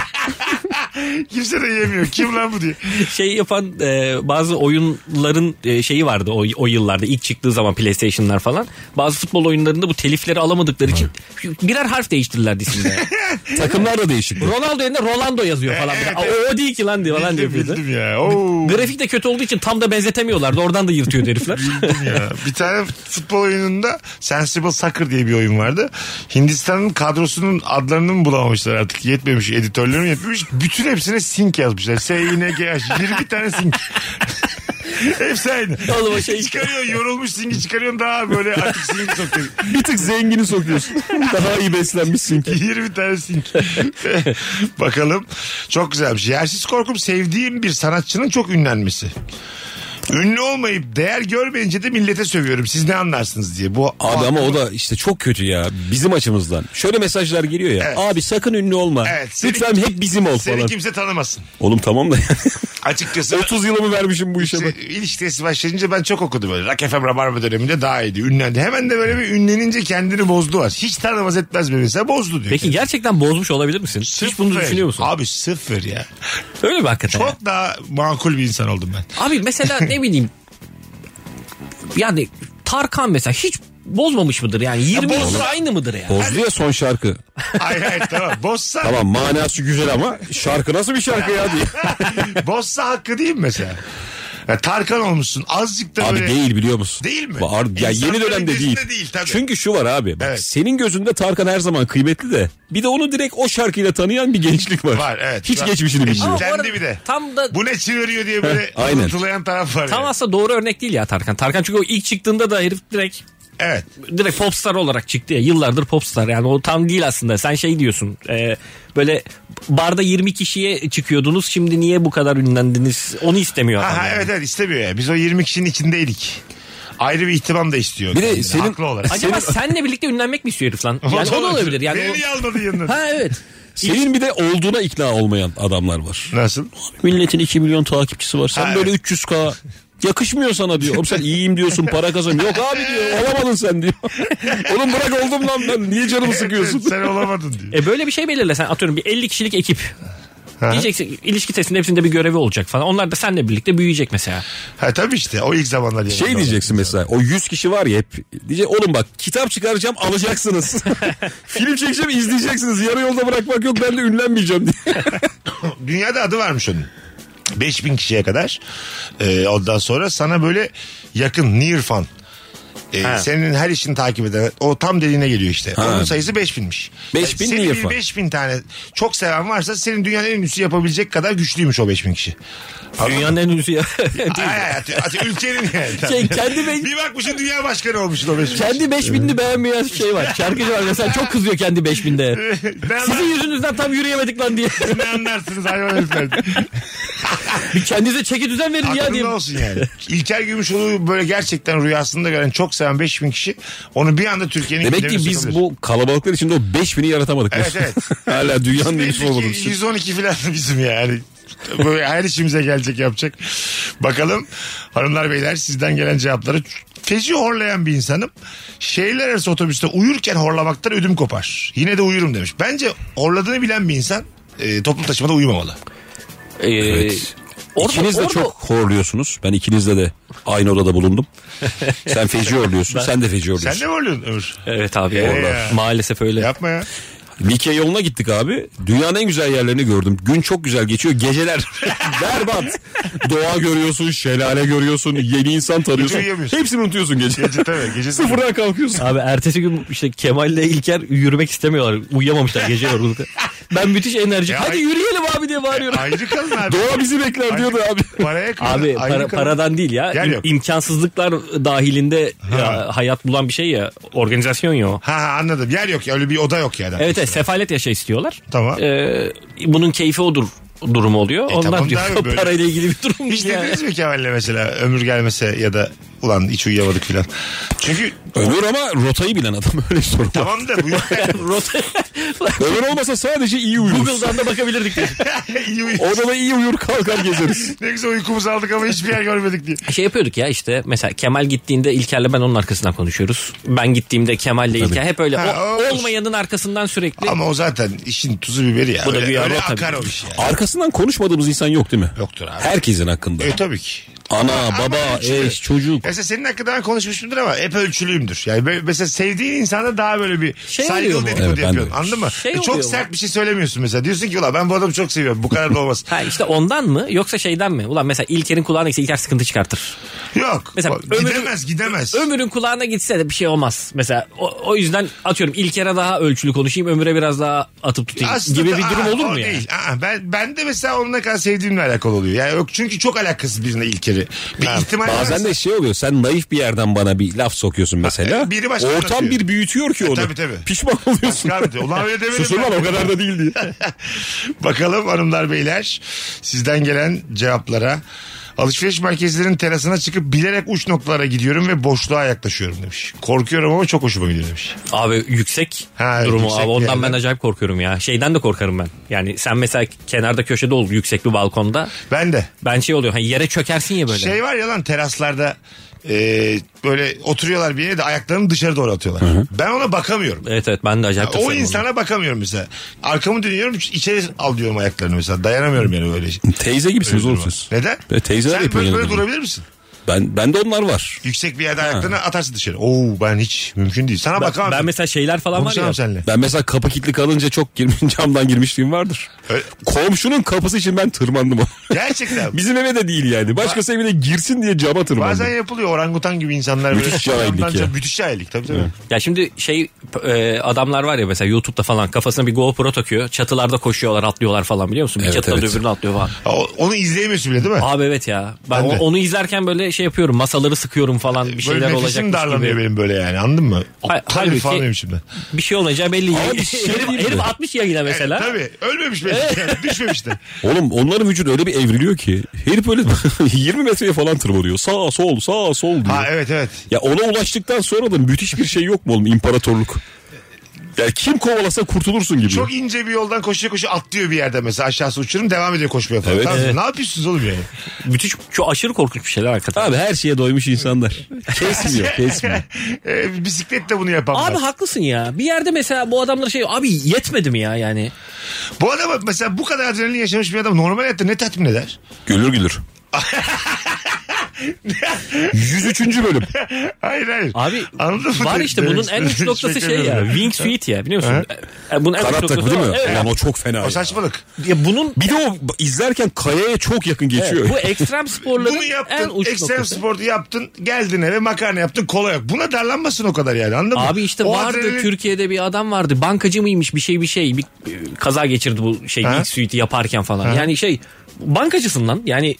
[SPEAKER 3] Kimse de yemiyor. Kim lan bu diye.
[SPEAKER 4] şey yapan e, bazı oyunların e, şeyi vardı o, o yıllarda ilk çıktığı zaman PlayStation'lar falan. Bazı futbol oyunlarında bu telifleri alamadıkları için birer harf değiştirdiler isimleri.
[SPEAKER 5] Takımlar da değişik.
[SPEAKER 4] Ronaldo yerine Rolando yazıyor falan. Aa, o, o değil ki lan diye falan
[SPEAKER 3] Bildim,
[SPEAKER 4] yapıyordu.
[SPEAKER 3] bildim ya. Oo.
[SPEAKER 4] Grafik de kötü olduğu için tam da benzetemiyorlardı. Oradan da yırtıyor herifler.
[SPEAKER 3] ya. Bir tane futbol oyununda Sensible Soccer diye bir oyun vardı. Hindistan'ın kadrosunun adlarını mı bulamamışlar artık? Yetmemiş. Editörleri mi yetmemiş? Bütün hepsine sink yazmışlar. S-I-N-K-H. 20 tane sink. Hepsi aynı.
[SPEAKER 4] Oğlum o şey-
[SPEAKER 3] Çıkarıyor yorulmuş sinki çıkarıyorsun daha böyle artık sinki sokuyorsun.
[SPEAKER 5] Bir tık zengini sokuyorsun. Daha iyi beslenmişsin ki.
[SPEAKER 3] 20 tane sink. Bakalım. Çok güzelmiş. Yersiz korkum sevdiğim bir sanatçının çok ünlenmesi. Ünlü olmayıp değer görmeyince de millete sövüyorum. Siz ne anlarsınız diye. Bu
[SPEAKER 5] Abi ama o da işte çok kötü ya bizim açımızdan. Şöyle mesajlar geliyor ya.
[SPEAKER 3] Evet.
[SPEAKER 5] Abi sakın ünlü olma.
[SPEAKER 3] Evet, seni-
[SPEAKER 5] Lütfen hep bizim ol
[SPEAKER 3] Seni
[SPEAKER 5] falan.
[SPEAKER 3] kimse tanımasın.
[SPEAKER 5] Oğlum tamam da
[SPEAKER 3] Açıkçası
[SPEAKER 5] 30 yılımı vermişim bu işe
[SPEAKER 3] işte
[SPEAKER 5] bak.
[SPEAKER 3] ilişkisi başlayınca ben çok okudum böyle. Rock FM Rabarba döneminde daha iyiydi. Ünlendi. Hemen de böyle bir ünlenince kendini bozdu var. Hiç tanımaz etmez beni mesela bozdu diyor.
[SPEAKER 4] Peki gerçekten bozmuş olabilir misin? Hiç bunu
[SPEAKER 3] Sıfır.
[SPEAKER 4] düşünüyor musun?
[SPEAKER 3] Abi sıfır ya.
[SPEAKER 4] Öyle mi hakikaten? ya?
[SPEAKER 3] Çok daha makul bir insan oldum ben.
[SPEAKER 4] Abi mesela ne bileyim yani Tarkan mesela hiç bozmamış mıdır yani 20
[SPEAKER 3] bozdu.
[SPEAKER 4] yıldır aynı mıdır yani?
[SPEAKER 5] Bozdu ya son şarkı.
[SPEAKER 3] Hayır hayır tamam. Bozsa,
[SPEAKER 5] Tamam manası güzel ama şarkı nasıl bir şarkı ya diye.
[SPEAKER 3] bozsa hakkı değil mi mesela? Ya Tarkan olmuşsun. Azıcık da
[SPEAKER 5] Abi
[SPEAKER 3] böyle...
[SPEAKER 5] değil biliyor musun?
[SPEAKER 3] Değil mi?
[SPEAKER 5] Var- ya yeni
[SPEAKER 3] İnsanların
[SPEAKER 5] dönemde değil.
[SPEAKER 3] gözünde değil, tabii.
[SPEAKER 5] Çünkü şu var abi. Bak,
[SPEAKER 3] Evet.
[SPEAKER 5] Senin gözünde Tarkan her zaman kıymetli de. Bir de onu direkt o şarkıyla tanıyan bir gençlik var.
[SPEAKER 3] Var evet.
[SPEAKER 5] Hiç
[SPEAKER 3] Var.
[SPEAKER 5] geçmişini bilmiyor.
[SPEAKER 4] Ama bu arada
[SPEAKER 3] Kendi bir de.
[SPEAKER 4] Tam da
[SPEAKER 3] Bu ne çeviriyor diye böyle
[SPEAKER 5] aynen.
[SPEAKER 3] unutulan taraf var.
[SPEAKER 4] tam
[SPEAKER 3] yani.
[SPEAKER 4] aslında doğru örnek değil ya Tarkan. Tarkan çünkü o ilk çıktığında da herif direkt
[SPEAKER 3] Evet.
[SPEAKER 4] direkt popstar olarak çıktı ya. Yıllardır popstar yani o tam değil aslında. Sen şey diyorsun e, böyle barda 20 kişiye çıkıyordunuz şimdi niye bu kadar ünlendiniz onu istemiyor adam.
[SPEAKER 3] Ha, ha,
[SPEAKER 4] yani.
[SPEAKER 3] evet evet istemiyor ya. Biz o 20 kişinin içindeydik. Ayrı bir ihtimam da istiyor.
[SPEAKER 5] Bir de
[SPEAKER 3] kendine,
[SPEAKER 5] senin-
[SPEAKER 3] Haklı olarak.
[SPEAKER 4] Acaba senle birlikte ünlenmek mi istiyor herif lan? Yani o da olabilir. Yani
[SPEAKER 3] Beni
[SPEAKER 4] o-
[SPEAKER 3] niye almadın yanına?
[SPEAKER 4] Ha evet.
[SPEAKER 5] Senin bir de olduğuna ikna olmayan adamlar var.
[SPEAKER 3] Nasıl?
[SPEAKER 5] Milletin 2 milyon takipçisi var. Sen
[SPEAKER 3] Ha,
[SPEAKER 5] böyle 300k yakışmıyor sana diyor. Oğlum sen iyiyim diyorsun para kazan. Yok abi diyor olamadın sen diyor. Oğlum bırak oldum lan ben. Niye canımı sıkıyorsun?
[SPEAKER 3] Sen olamadın diyor.
[SPEAKER 4] E böyle bir şey belirlesen atıyorum bir 50 kişilik ekip.
[SPEAKER 3] Ha.
[SPEAKER 4] Diyeceksin ilişki testinin hepsinde bir görevi olacak falan. Onlar da seninle birlikte büyüyecek mesela.
[SPEAKER 3] Ha tabii işte o ilk zamanlar. yanında
[SPEAKER 5] Şey
[SPEAKER 3] olan.
[SPEAKER 5] diyeceksin mesela o 100 kişi var ya hep diyecek oğlum bak kitap çıkaracağım alacaksınız. Film çekeceğim izleyeceksiniz yarı yolda bırakmak yok ben de ünlenmeyeceğim diye.
[SPEAKER 3] Dünyada adı varmış onun. 5000 kişiye kadar. Ee, ondan sonra sana böyle yakın near fan. Ee, senin her işini takip eden o tam dediğine geliyor işte.
[SPEAKER 5] Ha.
[SPEAKER 3] Onun sayısı 5000'miş.
[SPEAKER 5] 5000
[SPEAKER 3] senin
[SPEAKER 5] near
[SPEAKER 3] bir
[SPEAKER 5] fan.
[SPEAKER 3] 5000 tane çok seven varsa senin dünyanın en ünlüsü yapabilecek kadar güçlüymüş o 5000 kişi. Anladın mı?
[SPEAKER 4] Dünyanın en ünlüsü ya.
[SPEAKER 3] Ay, ay, at- at- ülkenin yani.
[SPEAKER 4] Şey, kendi be-
[SPEAKER 3] bir bakmışsın dünya başkanı olmuşsun o beş.
[SPEAKER 4] kendi 5000'ini beğenmeyen şey var. Şarkıcı var mesela çok kızıyor kendi 5000'de.
[SPEAKER 3] ne,
[SPEAKER 4] Sizin
[SPEAKER 3] anlar,
[SPEAKER 4] yüzünüzden tam yürüyemedik lan diye.
[SPEAKER 3] ne anlarsınız hayvan herifler.
[SPEAKER 4] Bir kendinize çeki düzen verin ya diye.
[SPEAKER 3] Aklında olsun yani. İlker Gümüşoğlu böyle gerçekten rüyasında gören çok seven 5000 kişi onu bir anda Türkiye'nin
[SPEAKER 5] Demek ki
[SPEAKER 3] gündemine
[SPEAKER 5] biz
[SPEAKER 3] sokabilir.
[SPEAKER 5] bu kalabalıklar içinde o 5000'i yaratamadık.
[SPEAKER 3] Evet, evet.
[SPEAKER 5] Hala dünyanın
[SPEAKER 3] Belli
[SPEAKER 5] iyisi
[SPEAKER 3] ki
[SPEAKER 5] olmadığımız için.
[SPEAKER 3] 112 falan bizim yani. Böyle her işimize gelecek yapacak. Bakalım hanımlar beyler sizden gelen cevapları. Feci horlayan bir insanım. Şehirler arası otobüste uyurken horlamaktan ödüm kopar. Yine de uyurum demiş. Bence horladığını bilen bir insan e, toplu taşımada uyumamalı.
[SPEAKER 4] Ee,
[SPEAKER 5] Evet.
[SPEAKER 4] orada-
[SPEAKER 5] ikiniz de
[SPEAKER 4] orada-
[SPEAKER 5] çok horluyorsunuz. Ben ikinizle de aynı odada bulundum. Sen feci horluyorsun. sen de feci
[SPEAKER 3] Sen
[SPEAKER 5] horluyorsun.
[SPEAKER 3] de mi horluyorsun Ömür?
[SPEAKER 4] Evet abi
[SPEAKER 3] Ee, Ya.
[SPEAKER 4] maalesef öyle.
[SPEAKER 3] Yapma ya.
[SPEAKER 5] Likya yoluna gittik abi. Dünyanın en güzel yerlerini gördüm. Gün çok güzel geçiyor. Geceler berbat. Doğa görüyorsun, şelale görüyorsun, yeni insan tanıyorsun.
[SPEAKER 3] Hiç uyuyamıyorsun.
[SPEAKER 5] Hepsini unutuyorsun gece.
[SPEAKER 3] Gece tabii. Gece
[SPEAKER 5] Sıfırdan kalkıyorsun.
[SPEAKER 4] Abi ertesi gün işte Kemal ile İlker yürümek istemiyorlar. Uyuyamamışlar gece yorgunlukta. Ben müthiş enerjik.
[SPEAKER 3] Ya
[SPEAKER 4] Hadi
[SPEAKER 3] ay-
[SPEAKER 4] yürüyelim abi diye bağırıyorum.
[SPEAKER 3] Ayrı kalın abi.
[SPEAKER 5] Doğa bizi bekler diyordu abi.
[SPEAKER 3] Paraya kalın.
[SPEAKER 4] Abi
[SPEAKER 3] ayrı
[SPEAKER 4] para,
[SPEAKER 3] kalın.
[SPEAKER 4] paradan değil ya.
[SPEAKER 3] Yer
[SPEAKER 4] İm-
[SPEAKER 3] yok.
[SPEAKER 4] imkansızlıklar dahilinde
[SPEAKER 3] Ha.
[SPEAKER 4] ya, hayat bulan bir şey ya. Organizasyon ya o.
[SPEAKER 3] Ha, ha anladım. Yer yok ya. Öyle bir oda yok yani.
[SPEAKER 4] Evet evet sefalet yaşa istiyorlar.
[SPEAKER 3] Tamam. E,
[SPEAKER 4] Ee, bunun keyfi odur durum oluyor. Ondan
[SPEAKER 3] tamam da
[SPEAKER 4] diyor
[SPEAKER 3] abi böyle.
[SPEAKER 4] parayla ilgili bir durum
[SPEAKER 3] Hiç
[SPEAKER 4] değil yani.
[SPEAKER 3] dediniz mi Kemal'le mesela ömür gelmese ya da Ulan hiç uyuyamadık filan. Çünkü
[SPEAKER 5] Ömür ama rotayı bilen adam öyle bir sorun var.
[SPEAKER 3] tamam da bu
[SPEAKER 4] Rota.
[SPEAKER 5] Ömür olmasa sadece iyi uyuruz.
[SPEAKER 4] Google'dan da bakabilirdik.
[SPEAKER 3] iyi uyu-
[SPEAKER 5] Odada iyi uyur kalkar gezeriz.
[SPEAKER 3] ne güzel uykumuzu aldık ama hiçbir yer görmedik diye.
[SPEAKER 4] şey yapıyorduk ya işte mesela Kemal gittiğinde İlker'le ben onun arkasından konuşuyoruz. Ben gittiğimde Kemal'le İlker hep öyle
[SPEAKER 3] Ha,
[SPEAKER 4] o-
[SPEAKER 3] o-
[SPEAKER 4] olmayanın arkasından sürekli.
[SPEAKER 3] Ama o zaten işin tuzu biberi ya.
[SPEAKER 4] Bu da
[SPEAKER 3] öyle,
[SPEAKER 4] güya
[SPEAKER 3] öyle
[SPEAKER 4] rota
[SPEAKER 3] akar o
[SPEAKER 4] bilgisi.
[SPEAKER 3] iş ya.
[SPEAKER 5] Arkasından konuşmadığımız insan yok değil mi?
[SPEAKER 3] Yoktur abi.
[SPEAKER 5] Herkesin hakkında.
[SPEAKER 3] E tabii ki.
[SPEAKER 5] Ana,
[SPEAKER 3] Ama
[SPEAKER 5] baba,
[SPEAKER 3] ölçülü.
[SPEAKER 5] eş, çocuk.
[SPEAKER 3] Mesela senin hakkında ben konuşmuşumdur ama hep ölçülüyümdür. Yani böyle- mesela sevdiğin insana daha böyle bir
[SPEAKER 4] Şey oluyor
[SPEAKER 3] saygılı
[SPEAKER 4] mu?
[SPEAKER 3] dedikodu
[SPEAKER 5] Evet, ben de.
[SPEAKER 3] yapıyorsun. Anladın mı?
[SPEAKER 4] Şey
[SPEAKER 3] E, çok
[SPEAKER 4] oluyor
[SPEAKER 3] sert
[SPEAKER 4] mu?
[SPEAKER 3] bir şey söylemiyorsun mesela. Diyorsun ki ulan ben bu adamı çok seviyorum. Bu kadar da olmaz.
[SPEAKER 4] Ha işte ondan mı yoksa şeyden mi? Ulan mesela İlker'in kulağına gitse İlker sıkıntı çıkartır.
[SPEAKER 3] Yok.
[SPEAKER 4] Mesela
[SPEAKER 3] O-
[SPEAKER 4] ömrü-
[SPEAKER 3] gidemez gidemez.
[SPEAKER 4] Ömür'ün kulağına gitse de bir şey olmaz. Mesela o, o yüzden atıyorum İlker'e daha ölçülü konuşayım Ömür'e biraz daha atıp tutayım
[SPEAKER 3] Aslında-
[SPEAKER 4] gibi bir durum
[SPEAKER 3] Aa,
[SPEAKER 4] olur
[SPEAKER 3] o
[SPEAKER 4] mu yani?
[SPEAKER 3] Değil. Aa, ben, ben de mesela onunla kadar sevdiğimle alakalı oluyor. Yani yok çünkü çok alakasız birine ilkeri. Bir ihtimal
[SPEAKER 5] Bazen
[SPEAKER 3] varsa-
[SPEAKER 5] de şey oluyor sen naif bir yerden bana bir laf sokuyorsun mesela.
[SPEAKER 3] Ha, E, biri başka
[SPEAKER 5] Ortam
[SPEAKER 3] anlatıyor. E,
[SPEAKER 5] bir büyütüyor ki onu.
[SPEAKER 3] tabii, tabii.
[SPEAKER 5] Pişman oluyorsun.
[SPEAKER 3] Başka anlatıyor. Ulan öyle demedim
[SPEAKER 5] Susun
[SPEAKER 3] ben.
[SPEAKER 5] lan o kadar da değil diye.
[SPEAKER 3] Bakalım hanımlar beyler sizden gelen cevaplara. Alışveriş merkezlerinin terasına çıkıp bilerek uç noktalara gidiyorum ve boşluğa yaklaşıyorum demiş. Korkuyorum ama çok hoşuma gidiyor demiş.
[SPEAKER 4] Abi yüksek
[SPEAKER 3] Ha,
[SPEAKER 4] durumu
[SPEAKER 3] yüksek
[SPEAKER 4] abi
[SPEAKER 3] bir
[SPEAKER 4] ondan
[SPEAKER 3] yerden.
[SPEAKER 4] ben acayip korkuyorum ya. Şeyden de korkarım ben. Yani sen mesela kenarda köşede ol yüksek bir balkonda.
[SPEAKER 3] Ben de.
[SPEAKER 4] Ben şey oluyor hani yere çökersin ya böyle.
[SPEAKER 3] Şey var ya lan teraslarda e, böyle oturuyorlar bir yere de ayaklarını dışarı doğru atıyorlar. Ben ona bakamıyorum.
[SPEAKER 4] Evet evet ben de acayip
[SPEAKER 3] O
[SPEAKER 4] tasarım
[SPEAKER 3] insana bakamıyorum mesela. Arkamı dönüyorum içeri alıyorum ayaklarını mesela. Dayanamıyorum yani böyle.
[SPEAKER 5] Teyze gibisiniz oğlum siz.
[SPEAKER 3] Neden?
[SPEAKER 5] Be, E, teyzeler
[SPEAKER 3] Sen
[SPEAKER 5] yapıyor
[SPEAKER 3] böyle,
[SPEAKER 5] genelde
[SPEAKER 3] böyle
[SPEAKER 5] bunu.
[SPEAKER 3] durabilir misin?
[SPEAKER 5] Ben, ben de onlar var.
[SPEAKER 3] Yüksek bir yerde ayaklarını atarsın dışarı. Oo ben hiç mümkün değil. Sana
[SPEAKER 4] Ben,
[SPEAKER 3] bakamam.
[SPEAKER 4] ben mesela şeyler falan var ya.
[SPEAKER 3] Konuşamam seninle.
[SPEAKER 5] Ben mesela kapı kilitli kalınca çok girmiş, camdan girmişliğim vardır.
[SPEAKER 3] Öyle-
[SPEAKER 5] Komşunun kapısı için ben tırmandım.
[SPEAKER 3] Gerçekten.
[SPEAKER 5] Bizim eve de değil yani. Başkası evine girsin diye cama tırmandım.
[SPEAKER 3] Bazen yapılıyor orangutan gibi insanlar böyle.
[SPEAKER 5] Müthiş cahillik
[SPEAKER 3] Ondan
[SPEAKER 5] ya.
[SPEAKER 3] çok- Müthiş cahillik tabii tabii.
[SPEAKER 4] Ya şimdi şey e, adamlar var ya mesela YouTube'da falan kafasına bir GoPro takıyor. Çatılarda koşuyorlar atlıyorlar falan biliyor musun? Bir
[SPEAKER 5] Evet,
[SPEAKER 4] çatıdan
[SPEAKER 5] evet.
[SPEAKER 4] öbürüne atlıyor falan.
[SPEAKER 3] Ha, o- Onu izleyemiyorsun bile değil mi?
[SPEAKER 4] Abi evet ya. Ben
[SPEAKER 3] Ben de.
[SPEAKER 4] o- onu izlerken böyle şey yapıyorum. Masaları sıkıyorum falan bir
[SPEAKER 3] böyle
[SPEAKER 4] şeyler
[SPEAKER 3] nefesim
[SPEAKER 4] olacakmış
[SPEAKER 3] darlanıyor
[SPEAKER 4] gibi.
[SPEAKER 3] benim böyle yani anladın mı?
[SPEAKER 4] Hayır,
[SPEAKER 3] Aptal bir
[SPEAKER 4] halbuki-
[SPEAKER 3] fanıyım şimdi.
[SPEAKER 4] Bir şey olacağı belli.
[SPEAKER 5] Abi şey
[SPEAKER 4] herif,
[SPEAKER 5] değil
[SPEAKER 4] herif
[SPEAKER 5] mi?
[SPEAKER 4] atmış ya yine mesela.
[SPEAKER 3] Tabii ölmemiş belki. Yani Düşmemiş de.
[SPEAKER 5] Oğlum onların vücudu öyle bir evriliyor ki. Herif öyle 20 metreye falan tırmanıyor. Sağ sol sağ sol diyor.
[SPEAKER 3] Ha evet evet.
[SPEAKER 5] Ya ona ulaştıktan sonra da müthiş bir şey yok mu oğlum imparatorluk? Ya kim kovalasa kurtulursun gibi.
[SPEAKER 3] Çok ince bir yoldan koşuyor koşuyor atlıyor bir yerde mesela aşağısı uçurum devam ediyor koşmaya falan.
[SPEAKER 5] Evet.
[SPEAKER 3] Tamam,
[SPEAKER 5] Evet.
[SPEAKER 3] Ne yapıyorsunuz oğlum yani?
[SPEAKER 4] Müthiş. Şu aşırı korkunç bir şeyler hakikaten.
[SPEAKER 5] Abi her şeye doymuş insanlar. Kesmiyor kesmiyor.
[SPEAKER 3] Ee, bisiklet de bunu yapamaz.
[SPEAKER 4] Abi haklısın ya. Bir yerde mesela bu adamlar şey abi yetmedi mi ya yani?
[SPEAKER 3] Bu adam mesela bu kadar adrenalin yaşamış bir adam normal hayatta ne tatmin eder?
[SPEAKER 5] Gülür gülür. 103. bölüm.
[SPEAKER 3] Hayır hayır.
[SPEAKER 4] Abi
[SPEAKER 3] Anladın mı?
[SPEAKER 4] var işte
[SPEAKER 3] Demek
[SPEAKER 4] bunun en
[SPEAKER 3] istediğim
[SPEAKER 4] uç
[SPEAKER 3] şey
[SPEAKER 4] noktası şey ya.
[SPEAKER 3] görüyorum.
[SPEAKER 4] Wing Suite ya biliyor musun? E, Bunun en uç
[SPEAKER 5] Kanat
[SPEAKER 4] noktası
[SPEAKER 5] takımı değil mi?
[SPEAKER 4] o. Evet.
[SPEAKER 5] Ulan o çok fena.
[SPEAKER 3] O
[SPEAKER 5] ya.
[SPEAKER 3] saçmalık.
[SPEAKER 4] Ya bunun
[SPEAKER 5] Bir de o izlerken kayaya çok yakın geçiyor.
[SPEAKER 4] bu ekstrem sporların
[SPEAKER 3] Bunu
[SPEAKER 4] en
[SPEAKER 3] yaptın.
[SPEAKER 4] uç
[SPEAKER 3] Ekstrem
[SPEAKER 4] noktası.
[SPEAKER 3] spordu yaptın. Geldin eve makarna yaptın. Kola yok. Buna darlanmasın o kadar yani. Anladın mı?
[SPEAKER 4] Abi işte
[SPEAKER 3] O
[SPEAKER 4] vardı
[SPEAKER 3] adrenalin-
[SPEAKER 4] Türkiye'de bir adam vardı. Bankacı mıymış bir şey bir şey. Bir e, kaza geçirdi bu şey
[SPEAKER 3] Ha?
[SPEAKER 4] Wing Suite'i yaparken falan. Yani şey bankacısın lan. Yani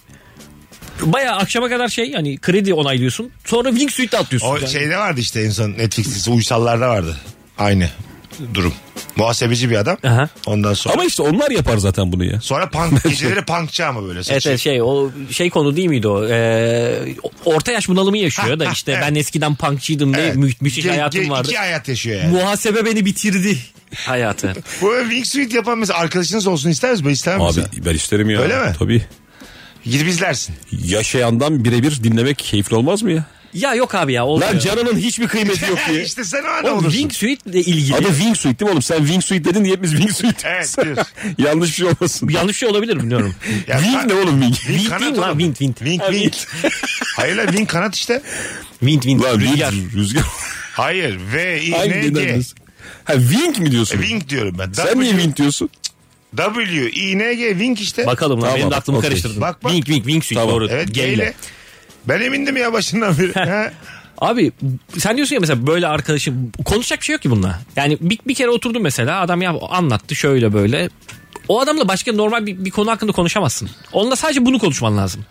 [SPEAKER 4] bayağı akşama kadar şey yani kredi onaylıyorsun. Sonra Wing Suite'de atlıyorsun.
[SPEAKER 3] O şey-
[SPEAKER 4] yani.
[SPEAKER 3] şeyde vardı işte en son Netflix'te uysallarda vardı. Aynı durum. Muhasebeci bir adam.
[SPEAKER 4] Aha.
[SPEAKER 3] Ondan sonra
[SPEAKER 5] Ama işte onlar yapar zaten bunu ya.
[SPEAKER 3] sonra punk geceleri punkçı ama böyle.
[SPEAKER 4] Evet,
[SPEAKER 3] Saçı.
[SPEAKER 4] evet şey o şey konu değil miydi o? Ee, orta yaş bunalımı yaşıyor da işte
[SPEAKER 3] evet.
[SPEAKER 4] ben eskiden punkçıydım ne
[SPEAKER 3] Evet.
[SPEAKER 4] mü- müthiş
[SPEAKER 3] Ge-
[SPEAKER 4] hayatım
[SPEAKER 3] ge-
[SPEAKER 4] vardı.
[SPEAKER 3] İki hayat yaşıyor yani.
[SPEAKER 4] Muhasebe beni bitirdi hayatı.
[SPEAKER 3] Bu Wingsuit yapan mesela arkadaşınız olsun ister misiniz? Ben istemem
[SPEAKER 5] Abi
[SPEAKER 3] mesela.
[SPEAKER 5] ben isterim ya.
[SPEAKER 3] Öyle mi?
[SPEAKER 5] Tabii.
[SPEAKER 3] Gidip izlersin.
[SPEAKER 5] Yaşayandan birebir dinlemek keyifli olmaz mı ya?
[SPEAKER 4] ya yok abi ya olmuyor.
[SPEAKER 5] Lan canının hiçbir kıymeti yok ya.
[SPEAKER 3] işte sen o
[SPEAKER 4] Oğlum,
[SPEAKER 3] adam olursun.
[SPEAKER 4] Wingsuit'le ilgili
[SPEAKER 5] Adı Wingsuit değil mi oğlum? Sen Wingsuit dedin diye hepimiz Wingsuit.
[SPEAKER 3] Evet,
[SPEAKER 5] diyoruz.
[SPEAKER 3] diyoruz.
[SPEAKER 5] Yanlış bir şey olmasın.
[SPEAKER 4] yanlış şey olabilir biliyorum.
[SPEAKER 3] Ya,
[SPEAKER 5] wing
[SPEAKER 3] kan-
[SPEAKER 5] ne oğlum Wing?
[SPEAKER 3] Wing
[SPEAKER 4] Wind
[SPEAKER 3] kanat
[SPEAKER 4] değil mi lan?
[SPEAKER 3] oğlum.
[SPEAKER 4] Wind wind.
[SPEAKER 3] Wing
[SPEAKER 4] Ha,
[SPEAKER 3] wing. Hayır lan wing kanat işte.
[SPEAKER 4] Wind wind.
[SPEAKER 5] Lan Wing,
[SPEAKER 4] Rüzgar.
[SPEAKER 5] Rüzgar.
[SPEAKER 3] Hayır. V, I,
[SPEAKER 5] Hangi
[SPEAKER 3] N, G.
[SPEAKER 5] denen? Ha Wing mi diyorsun?
[SPEAKER 3] Wing diyorum ben.
[SPEAKER 5] Sen niye Wing diyorsun?
[SPEAKER 3] W, I, N, G. Wing işte.
[SPEAKER 4] Bakalım lan
[SPEAKER 5] Tamam,
[SPEAKER 4] benim de aklımı
[SPEAKER 5] okey.
[SPEAKER 4] karıştırdın.
[SPEAKER 3] Bak, bak.
[SPEAKER 4] Wing wing wing suit
[SPEAKER 5] Tamam.
[SPEAKER 4] doğru.
[SPEAKER 3] Evet
[SPEAKER 4] G ile.
[SPEAKER 3] G'yle. Ben emindim ya başından beri. Ha.
[SPEAKER 4] Abi sen diyorsun ya mesela böyle arkadaşım konuşacak bir şey yok ki bununla. Yani bir, bir kere oturdum mesela adam ya anlattı şöyle böyle. O adamla başka normal bir, bir konu hakkında konuşamazsın. Onunla sadece bunu konuşman lazım.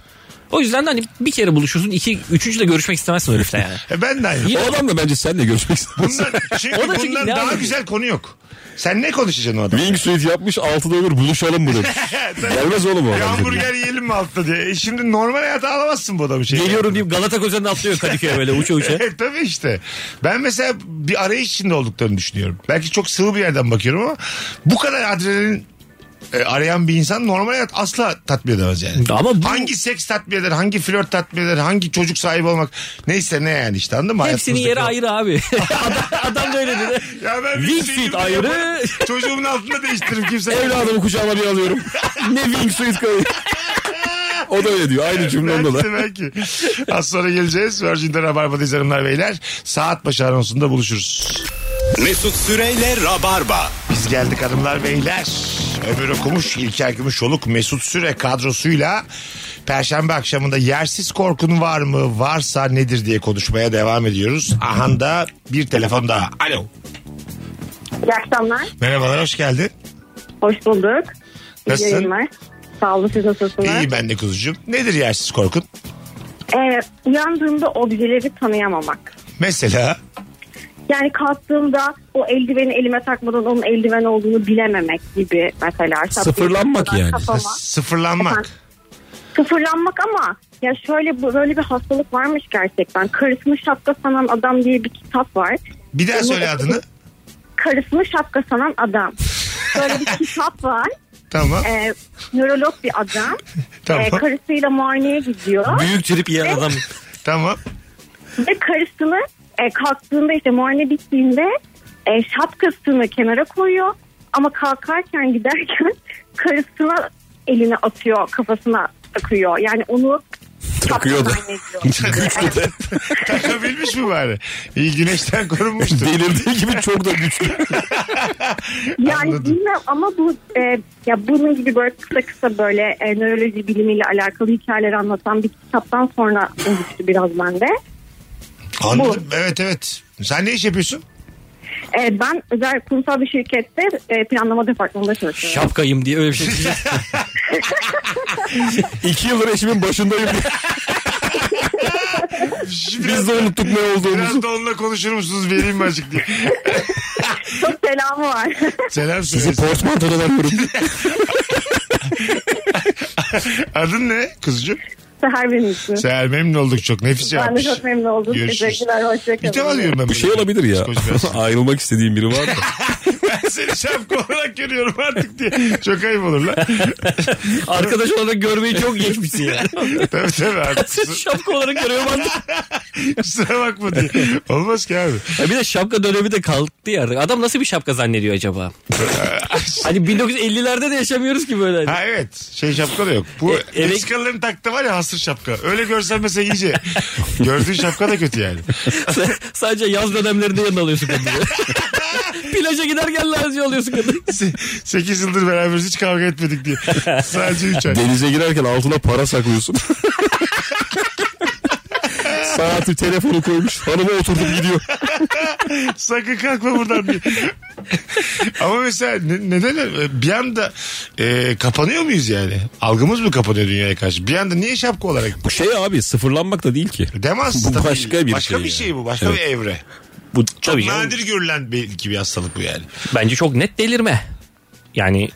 [SPEAKER 4] O yüzden de hani bir kere buluşursun. iki, üçüncü de görüşmek istemezsin o herifle yani.
[SPEAKER 3] E ben de aynı.
[SPEAKER 5] O adam da bence senle görüşmek istemez.
[SPEAKER 3] Bundan, çünkü
[SPEAKER 4] O da çünkü
[SPEAKER 3] bundan
[SPEAKER 4] ne
[SPEAKER 3] daha
[SPEAKER 4] abi?
[SPEAKER 3] güzel konu yok. Sen ne konuşacaksın o adamla?
[SPEAKER 5] Wing suit yapmış altıda olur buluşalım mı demiş. Gelmez oğlum o
[SPEAKER 3] Bir
[SPEAKER 5] adam.
[SPEAKER 3] hamburger yiyelim mi altta diye. E şimdi normal hayata alamazsın bu adamı. Şey.
[SPEAKER 4] Geliyorum deyip Galata Kocan'da atlıyor Kadıköy'e böyle uça uça.
[SPEAKER 3] E, tabii işte. Ben mesela bir arayış içinde olduklarını düşünüyorum. Belki çok sığ bir yerden bakıyorum ama bu kadar adrenalin e, arayan bir insan normal hayat asla tatmin edemez yani.
[SPEAKER 4] Ama bu-
[SPEAKER 3] Hangi seks tatmin eder, hangi flört tatmin eder, hangi çocuk sahibi olmak neyse ne yani işte anladın mı?
[SPEAKER 4] Hepsinin yeri
[SPEAKER 3] Hayatımızdaki
[SPEAKER 4] ayrı abi. adam, adam da öyle dedi.
[SPEAKER 3] o- Ya ben bir
[SPEAKER 4] Wing
[SPEAKER 3] şeyimi
[SPEAKER 4] fit
[SPEAKER 3] de yaparım.
[SPEAKER 4] ayrı.
[SPEAKER 3] Çocuğumun altında değiştiririm kimse.
[SPEAKER 5] Evladımı kucağıma bir alıyorum. ne wing suit koyuyor. O da öyle diyor. Aynı cümle onda da.
[SPEAKER 3] Belki, belki. Az sonra geleceğiz. Virgin'de Rabarba'dayız hanımlar beyler. Saat başı anonsunda buluşuruz.
[SPEAKER 2] Mesut Süreyle Rabarba.
[SPEAKER 3] Biz geldik hanımlar beyler. Ömür Okumuş, İlker Gümüşoluk, Mesut Süre kadrosuyla Perşembe akşamında yersiz korkun var mı, varsa nedir diye konuşmaya devam ediyoruz. Ahanda bir telefon daha. Alo.
[SPEAKER 9] İyi akşamlar.
[SPEAKER 3] Merhabalar, hoş geldin.
[SPEAKER 9] Hoş bulduk. İyi
[SPEAKER 3] Nasılsın?
[SPEAKER 9] yayınlar. Sağ olun siz nasılsınız?
[SPEAKER 3] İyi ben de kuzucuğum. Nedir yersiz korkun?
[SPEAKER 9] Ee, uyandığımda objeleri tanıyamamak.
[SPEAKER 3] Mesela
[SPEAKER 9] Yani kalktığımda o eldiveni elime takmadan onun eldiven olduğunu bilememek gibi mesela.
[SPEAKER 5] Sıfırlanmak
[SPEAKER 9] Kafama-
[SPEAKER 5] yani.
[SPEAKER 9] Kafama.
[SPEAKER 3] sıfırlanmak.
[SPEAKER 9] Efendim? Sıfırlanmak ama ya şöyle bu- böyle bir hastalık varmış gerçekten. Karısını şapka sanan adam diye bir kitap var.
[SPEAKER 3] Bir daha
[SPEAKER 9] Onu
[SPEAKER 3] söyle
[SPEAKER 9] okudum.
[SPEAKER 3] adını.
[SPEAKER 9] Karısını şapka sanan adam. Böyle bir kitap var.
[SPEAKER 3] Tamam,
[SPEAKER 9] Ee, nörolog bir adam. Ee,
[SPEAKER 3] tamam,
[SPEAKER 9] karısıyla muayeneye gidiyor.
[SPEAKER 4] Büyük trip yiyen adam.
[SPEAKER 3] tamam.
[SPEAKER 9] Ve karısını e, kalktığında işte muayene bittiğinde e, şapkasını kenara koyuyor. Ama kalkarken giderken karısına elini atıyor kafasına takıyor. Yani onu
[SPEAKER 5] Takıyor da.
[SPEAKER 9] şapka zannediyor.
[SPEAKER 5] Güçlü de.
[SPEAKER 3] Takabilmiş mi bari? İyi güneşten korunmuştur.
[SPEAKER 5] Delirdiği gibi çok da güçlü.
[SPEAKER 9] yani
[SPEAKER 3] Anladım.
[SPEAKER 9] bilmem ama bu e, ya bunun gibi böyle kısa kısa böyle e, nöroloji bilimiyle alakalı hikayeleri anlatan bir kitaptan sonra oluştu biraz bende.
[SPEAKER 3] Anladım. Evet evet. Sen ne iş yapıyorsun?
[SPEAKER 9] E, ben özel kurumsal bir şirkette e, planlama departmanında çalışıyorum.
[SPEAKER 4] Şapkayım diye öyle bir şey diyecek.
[SPEAKER 5] İki yıldır eşimin başındayım. Biz de unuttuk ne
[SPEAKER 3] Biraz
[SPEAKER 5] olduğumuzu.
[SPEAKER 3] da onunla konuşur musunuz? Vereyim mi azıcık diye.
[SPEAKER 9] Çok selamı var.
[SPEAKER 3] Selam
[SPEAKER 5] Sizi
[SPEAKER 3] söyle.
[SPEAKER 5] portmantodan arıyorum.
[SPEAKER 3] Adın ne kızcığım?
[SPEAKER 9] Seher benim için.
[SPEAKER 3] Seher memnun olduk çok. Nefis
[SPEAKER 9] Ben de
[SPEAKER 3] yapmış.
[SPEAKER 9] çok memnun oldum.
[SPEAKER 3] Görüşürüz.
[SPEAKER 9] Teşekkürler. Hoşçakalın.
[SPEAKER 3] İtibar ediyorum ben.
[SPEAKER 5] Bu şey
[SPEAKER 3] böyle.
[SPEAKER 5] olabilir ya.
[SPEAKER 3] Psikolojik rahatsızlık.
[SPEAKER 5] Ayrılmak istediğim biri var da.
[SPEAKER 3] ben seni şapka olarak görüyorum artık diye. Çok ayıp olur lan.
[SPEAKER 4] Arkadaş olarak görmeyi çok geçmişsin yani.
[SPEAKER 3] tabii tabii artık. Kusura-
[SPEAKER 4] şapka olarak görüyorum artık.
[SPEAKER 3] Kusura bakma diye. Olmaz ki abi.
[SPEAKER 4] Ya bir de şapka dönemi de kalktı ya artık. Adam nasıl bir şapka zannediyor acaba? hani 1950'lerde de yaşamıyoruz ki böyle.
[SPEAKER 3] Ha evet. Şey şapka da yok. Bu
[SPEAKER 4] E, evet.
[SPEAKER 3] Meksikalıların taktığı var ya hasır şapka. Öyle görsen mesela iyice. Gördüğün şapka da kötü yani.
[SPEAKER 4] S- Sadece yaz dönemlerinde yanına alıyorsun kadını. Plaja giderken lazım alıyorsun kadını.
[SPEAKER 3] 8 yıldır beraberiz hiç kavga etmedik diye. Sadece 3 ay.
[SPEAKER 5] Denize girerken altına para saklıyorsun. Saati telefonu koymuş. Hanıma oturdum gidiyor.
[SPEAKER 3] Sakın kalkma buradan diye. Ama mesela ne- neden öyle? bir anda e, kapanıyor muyuz yani? Algımız mı kapanıyor dünyaya karşı? Bir anda niye şapka olarak?
[SPEAKER 5] Bu şey abi sıfırlanmak da değil ki.
[SPEAKER 3] Demez.
[SPEAKER 5] Bu
[SPEAKER 3] tabii.
[SPEAKER 5] başka bir
[SPEAKER 3] başka
[SPEAKER 5] şey
[SPEAKER 3] bir şey
[SPEAKER 5] yani.
[SPEAKER 3] bu. Başka
[SPEAKER 5] Evet.
[SPEAKER 3] bir evre.
[SPEAKER 4] Bu
[SPEAKER 3] Çok
[SPEAKER 4] tabii canım.
[SPEAKER 3] nadir görülen belki bir hastalık bu yani.
[SPEAKER 4] Bence çok net delirme. Yani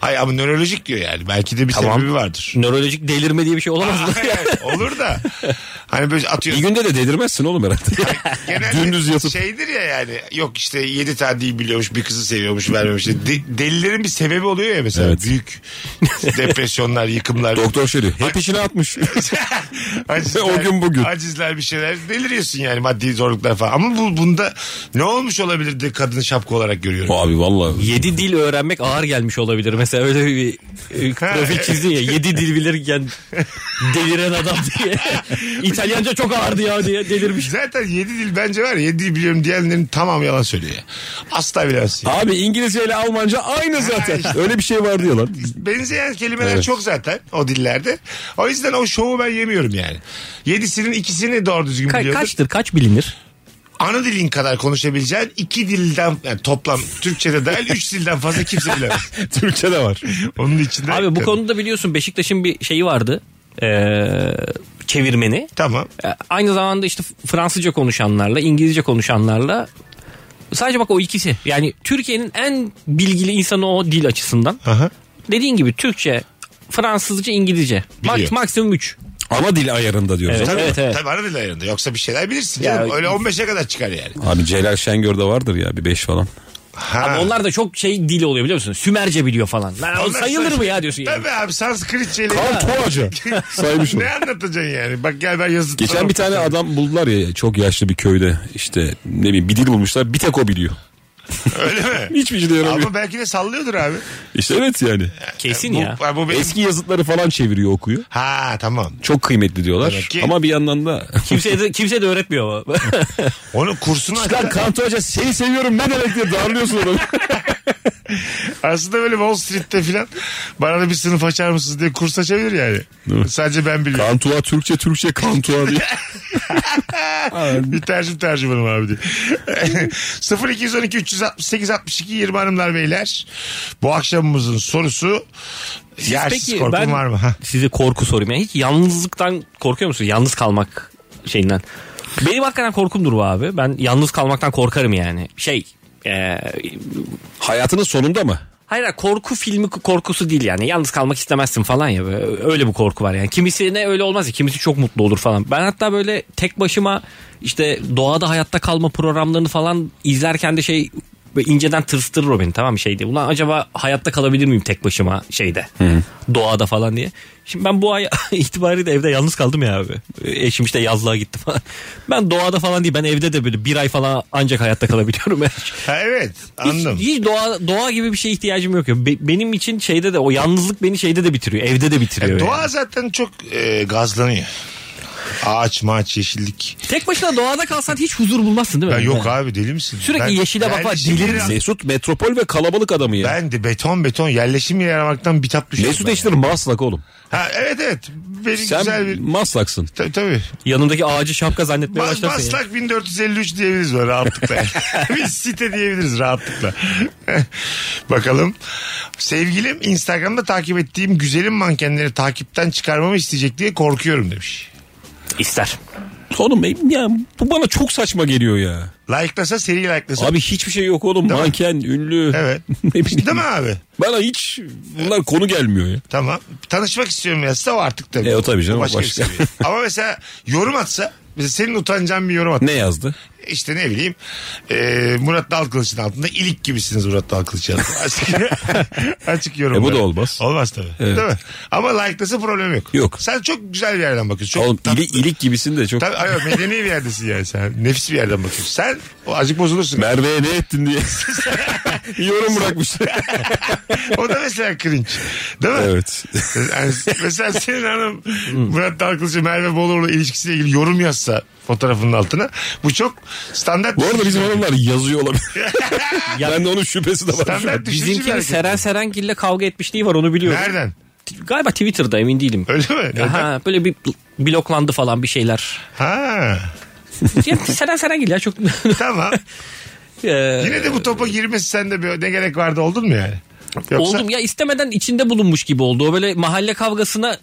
[SPEAKER 3] Hayır ama nörolojik diyor yani. Belki de bir
[SPEAKER 4] Tamam.
[SPEAKER 3] sebebi vardır.
[SPEAKER 4] nörolojik delirme diye bir şey olamaz mı?
[SPEAKER 3] Hayır, Olur da. Hani böyle
[SPEAKER 5] Bir
[SPEAKER 3] atıyorsun.
[SPEAKER 5] günde de delirmezsin oğlum herhalde.
[SPEAKER 3] Genelde
[SPEAKER 5] Dümdüz yatıp.
[SPEAKER 3] Şeydir ya yani yok işte yedi tane değil biliyormuş bir kızı seviyormuş vermemiş. De- delilerin bir sebebi oluyor ya mesela
[SPEAKER 5] Evet.
[SPEAKER 3] büyük depresyonlar yıkımlar.
[SPEAKER 5] Doktor şey diyor. Hep içine atmış.
[SPEAKER 3] acizler,
[SPEAKER 5] O gün bugün.
[SPEAKER 3] Acizler bir şeyler deliriyorsun yani maddi zorluklar falan. Ama bu, bunda ne olmuş olabilir de kadını şapka olarak görüyorum.
[SPEAKER 5] abi vallahi.
[SPEAKER 4] Yedi dil öğrenmek ağır gelmiş olabilir. Mesela öyle bir e, grafik çizdin ya. Yedi dil bilirken deliren adam diye. İtalyanca çok ağırdı ya diye delirmiş.
[SPEAKER 3] Zaten yedi dil bence var ya yedi dil biliyorum diyenlerin tamamı yalan söylüyor ya. Asla bilemezsin.
[SPEAKER 5] Abi İngilizce ile Almanca aynı zaten. Öyle bir şey var diyor lan.
[SPEAKER 3] benzeyen kelimeler
[SPEAKER 5] Evet.
[SPEAKER 3] çok zaten o dillerde. O yüzden o şovu ben yemiyorum yani. Yedisinin ikisini doğru düzgün
[SPEAKER 4] Ka-
[SPEAKER 3] biliyordur.
[SPEAKER 4] kaçtır? Kaç bilinir?
[SPEAKER 3] Ana dilin kadar konuşabileceğin iki dilden yani toplam Türkçe'de dahil üç dilden fazla kimse bilemez.
[SPEAKER 5] Türkçe de var.
[SPEAKER 3] Onun içinde.
[SPEAKER 4] Abi bu konuda biliyorsun Beşiktaş'ın bir şeyi vardı. e, çevirmeni.
[SPEAKER 3] Tamam.
[SPEAKER 4] E, Aynı zamanda işte Fransızca konuşanlarla, İngilizce konuşanlarla sadece bak o ikisi. Yani Türkiye'nin en bilgili insanı o dil açısından.
[SPEAKER 3] Aha.
[SPEAKER 4] Dediğin gibi Türkçe, Fransızca, İngilizce.
[SPEAKER 3] Biliyor.
[SPEAKER 4] Mak- maksimum 3.
[SPEAKER 5] Ana dil ayarında diyoruz.
[SPEAKER 4] Evet.
[SPEAKER 3] Tabii,
[SPEAKER 4] evet.
[SPEAKER 3] tabii ana dil ayarında. Yoksa bir şeyler bilirsin.
[SPEAKER 4] Ya-
[SPEAKER 3] canım. Öyle 15'e kadar çıkar yani.
[SPEAKER 5] Abi Celal Şengör'de vardır ya bir 5 falan.
[SPEAKER 3] Ha.
[SPEAKER 4] Ama onlar da çok şey dili oluyor biliyor musun? Sümerce biliyor falan. Lan o
[SPEAKER 3] Onlar
[SPEAKER 4] sayılır
[SPEAKER 3] sadece-
[SPEAKER 4] mı ya diyorsun yani.
[SPEAKER 3] Tabii abi Sanskritçeyle.
[SPEAKER 5] Toğacı. Saymış o.
[SPEAKER 3] ne anlatacaksın yani? Bak gel ben yazı
[SPEAKER 5] Geçen bir tane adam buldular ya çok yaşlı bir köyde işte ne bileyim bir dil bulmuşlar bir tek o biliyor.
[SPEAKER 3] Öyle mi?
[SPEAKER 5] Hiçbir işine
[SPEAKER 4] şey
[SPEAKER 5] yaramıyor.
[SPEAKER 3] Ama belki de sallıyordur abi.
[SPEAKER 5] İşte evet yani.
[SPEAKER 4] Kesin
[SPEAKER 3] Bu,
[SPEAKER 4] ya.
[SPEAKER 3] ha, bu benim...
[SPEAKER 5] Eski yazıtları falan çeviriyor okuyor.
[SPEAKER 3] Ha tamam.
[SPEAKER 5] Çok kıymetli diyorlar.
[SPEAKER 3] Demek ki-
[SPEAKER 5] Ama bir yandan da...
[SPEAKER 4] Kimse de, kimse de öğretmiyor ama.
[SPEAKER 3] Onun kursunu aç.
[SPEAKER 5] Lan Kanto Hoca seni seviyorum ne demek diye darlıyorsun adamı.
[SPEAKER 3] Aslında böyle Wall Street'te filan bana da bir sınıf açar mısınız diye kurs açabilir yani. Sadece ben biliyorum.
[SPEAKER 5] Kantua Türkçe Türkçe Kantua diye.
[SPEAKER 3] bir tercih tercümanım abi diye. 0212 368 62 20 hanımlar beyler. Bu akşamımızın sorusu yersiz
[SPEAKER 4] peki,
[SPEAKER 3] korkun
[SPEAKER 4] ben-
[SPEAKER 3] var mı? Ha.
[SPEAKER 4] Size korku sorayım. Yani hiç yalnızlıktan korkuyor musunuz? Yalnız kalmak şeyinden. Benim hakikaten korkumdur bu abi. Ben yalnız kalmaktan korkarım yani. Şey e,
[SPEAKER 5] Hayatının sonunda mı?
[SPEAKER 4] Hayır hayır, korku filmi korkusu değil yani. Yalnız kalmak istemezsin falan ya. Böyle- Öyle bir korku var yani. Kimisine öyle olmaz ya. Kimisi çok mutlu olur falan. Ben hatta böyle tek başıma işte doğada hayatta kalma programlarını falan izlerken de şey böyle inceden tırstırır o beni tamam mı şey diye. Ulan acaba hayatta kalabilir miyim tek başıma şeyde doğada falan diye. Şimdi ben bu ay itibariyle evde yalnız kaldım ya abi. Eşim işte yazlığa gitti falan. Ben doğada falan değil ben evde de böyle bir ay falan ancak hayatta kalabiliyorum. şey.
[SPEAKER 3] ha evet
[SPEAKER 4] Hiç,
[SPEAKER 3] anladım.
[SPEAKER 4] hiç doğa, doğa gibi bir şeye ihtiyacım yok. ya. Be- benim için şeyde de o yalnızlık beni şeyde de bitiriyor. Evde de bitiriyor. yani.
[SPEAKER 3] Doğa zaten çok e, gazlanıyor. Ağaç maç yeşillik.
[SPEAKER 4] Tek başına doğada kalsan hiç huzur bulmazsın değil mi?
[SPEAKER 3] Ben yok
[SPEAKER 4] Ha.
[SPEAKER 3] abi deli misin?
[SPEAKER 4] Sürekli
[SPEAKER 3] Ben-
[SPEAKER 4] yeşile bak, bak,
[SPEAKER 3] yerleşim
[SPEAKER 4] deli
[SPEAKER 3] yeri-
[SPEAKER 5] Mesut metropol ve kalabalık adamı ya.
[SPEAKER 3] Ben de beton beton yerleşim yeri aramaktan bitap düşüyorum.
[SPEAKER 5] Mesut
[SPEAKER 3] ben
[SPEAKER 5] Eşler maslak oğlum.
[SPEAKER 3] ya. Ha, evet evet. Benim
[SPEAKER 5] Sen
[SPEAKER 3] güzel bir...
[SPEAKER 5] maslaksın.
[SPEAKER 3] Tabii tabii.
[SPEAKER 4] Yanındaki ağacı şapka zannetmeye
[SPEAKER 3] Bas,
[SPEAKER 4] başlarsın. ya.
[SPEAKER 3] Maslak 1453 diyebiliriz böyle rahatlıkla. bir site diyebiliriz rahatlıkla. Bakalım. Sevgilim Instagram'da takip ettiğim güzelim mankenleri takipten çıkarmamı isteyecek diye korkuyorum demiş.
[SPEAKER 4] İster.
[SPEAKER 5] Oğlum benim ya, bu bana çok saçma geliyor ya.
[SPEAKER 3] Like'lasa seri like'lasa.
[SPEAKER 5] Abi hiçbir şey yok oğlum. Manken, ünlü.
[SPEAKER 3] Evet.
[SPEAKER 5] ne bileyim.
[SPEAKER 3] Değil mi abi?
[SPEAKER 5] Bana hiç bunlar konu gelmiyor ya.
[SPEAKER 3] Tamam. Tanışmak istiyorum yazsa o artık tabii.
[SPEAKER 5] E, o tabii canım,
[SPEAKER 3] O başka, bir
[SPEAKER 5] başka.
[SPEAKER 3] seviye. Ama mesela yorum atsa mesela senin utanacağın bir yorum at.
[SPEAKER 5] Ne yazdı?
[SPEAKER 3] İşte ne bileyim e, Murat Dalkılıç'ın altında ilik gibisiniz Murat Dalkılıç'ın altında. Açık, açık yorum.
[SPEAKER 5] E, bu
[SPEAKER 3] var.
[SPEAKER 5] da olmaz.
[SPEAKER 3] Olmaz tabii.
[SPEAKER 5] Evet.
[SPEAKER 3] Değil mi? Ama like'lası problem yok.
[SPEAKER 5] Yok.
[SPEAKER 3] Sen çok güzel bir yerden bakıyorsun. Çok
[SPEAKER 5] oğlum
[SPEAKER 3] tatlı.
[SPEAKER 5] ili- ilik gibisin de çok.
[SPEAKER 3] Tabii, hayır, medeni bir yerdesin yani sen. Nefis bir yerden bakıyorsun. Sen o azıcık bozulursun.
[SPEAKER 5] Merve'ye ne ettin diye. Yorum bırakmış.
[SPEAKER 3] O da mesela cringe. Değil mi?
[SPEAKER 5] evet.
[SPEAKER 3] Yani mesela senin hanım Murat Dalkılıç'ın Merve Bolu'yla ilişkisiyle ilgili yorum yazsa fotoğrafının altına bu çok standart. şey.
[SPEAKER 5] Bu arada bizim hanımlar yazıyor olabilir.
[SPEAKER 4] Ya-
[SPEAKER 5] ben de onun şüphesi de var.
[SPEAKER 3] standart düşünce bir
[SPEAKER 4] Bizimkinin
[SPEAKER 3] hareket.
[SPEAKER 4] Seren Serengil'le kavga etmişliği var onu biliyorum.
[SPEAKER 3] Nereden?
[SPEAKER 4] T- Galiba Twitter'da emin değilim.
[SPEAKER 3] Öyle mi? Neden?
[SPEAKER 4] Aha, böyle bir bl- bloklandı falan bir şeyler.
[SPEAKER 3] Ha.
[SPEAKER 4] Ya, Seren Serengil ya çok...
[SPEAKER 3] Tamam.
[SPEAKER 4] Ee,
[SPEAKER 3] Yine de bu topa girmesi sende bir ne gerek vardı oldun mu yani?
[SPEAKER 4] Oldum ya istemeden içinde bulunmuş gibi oldu. O böyle mahalle kavgasına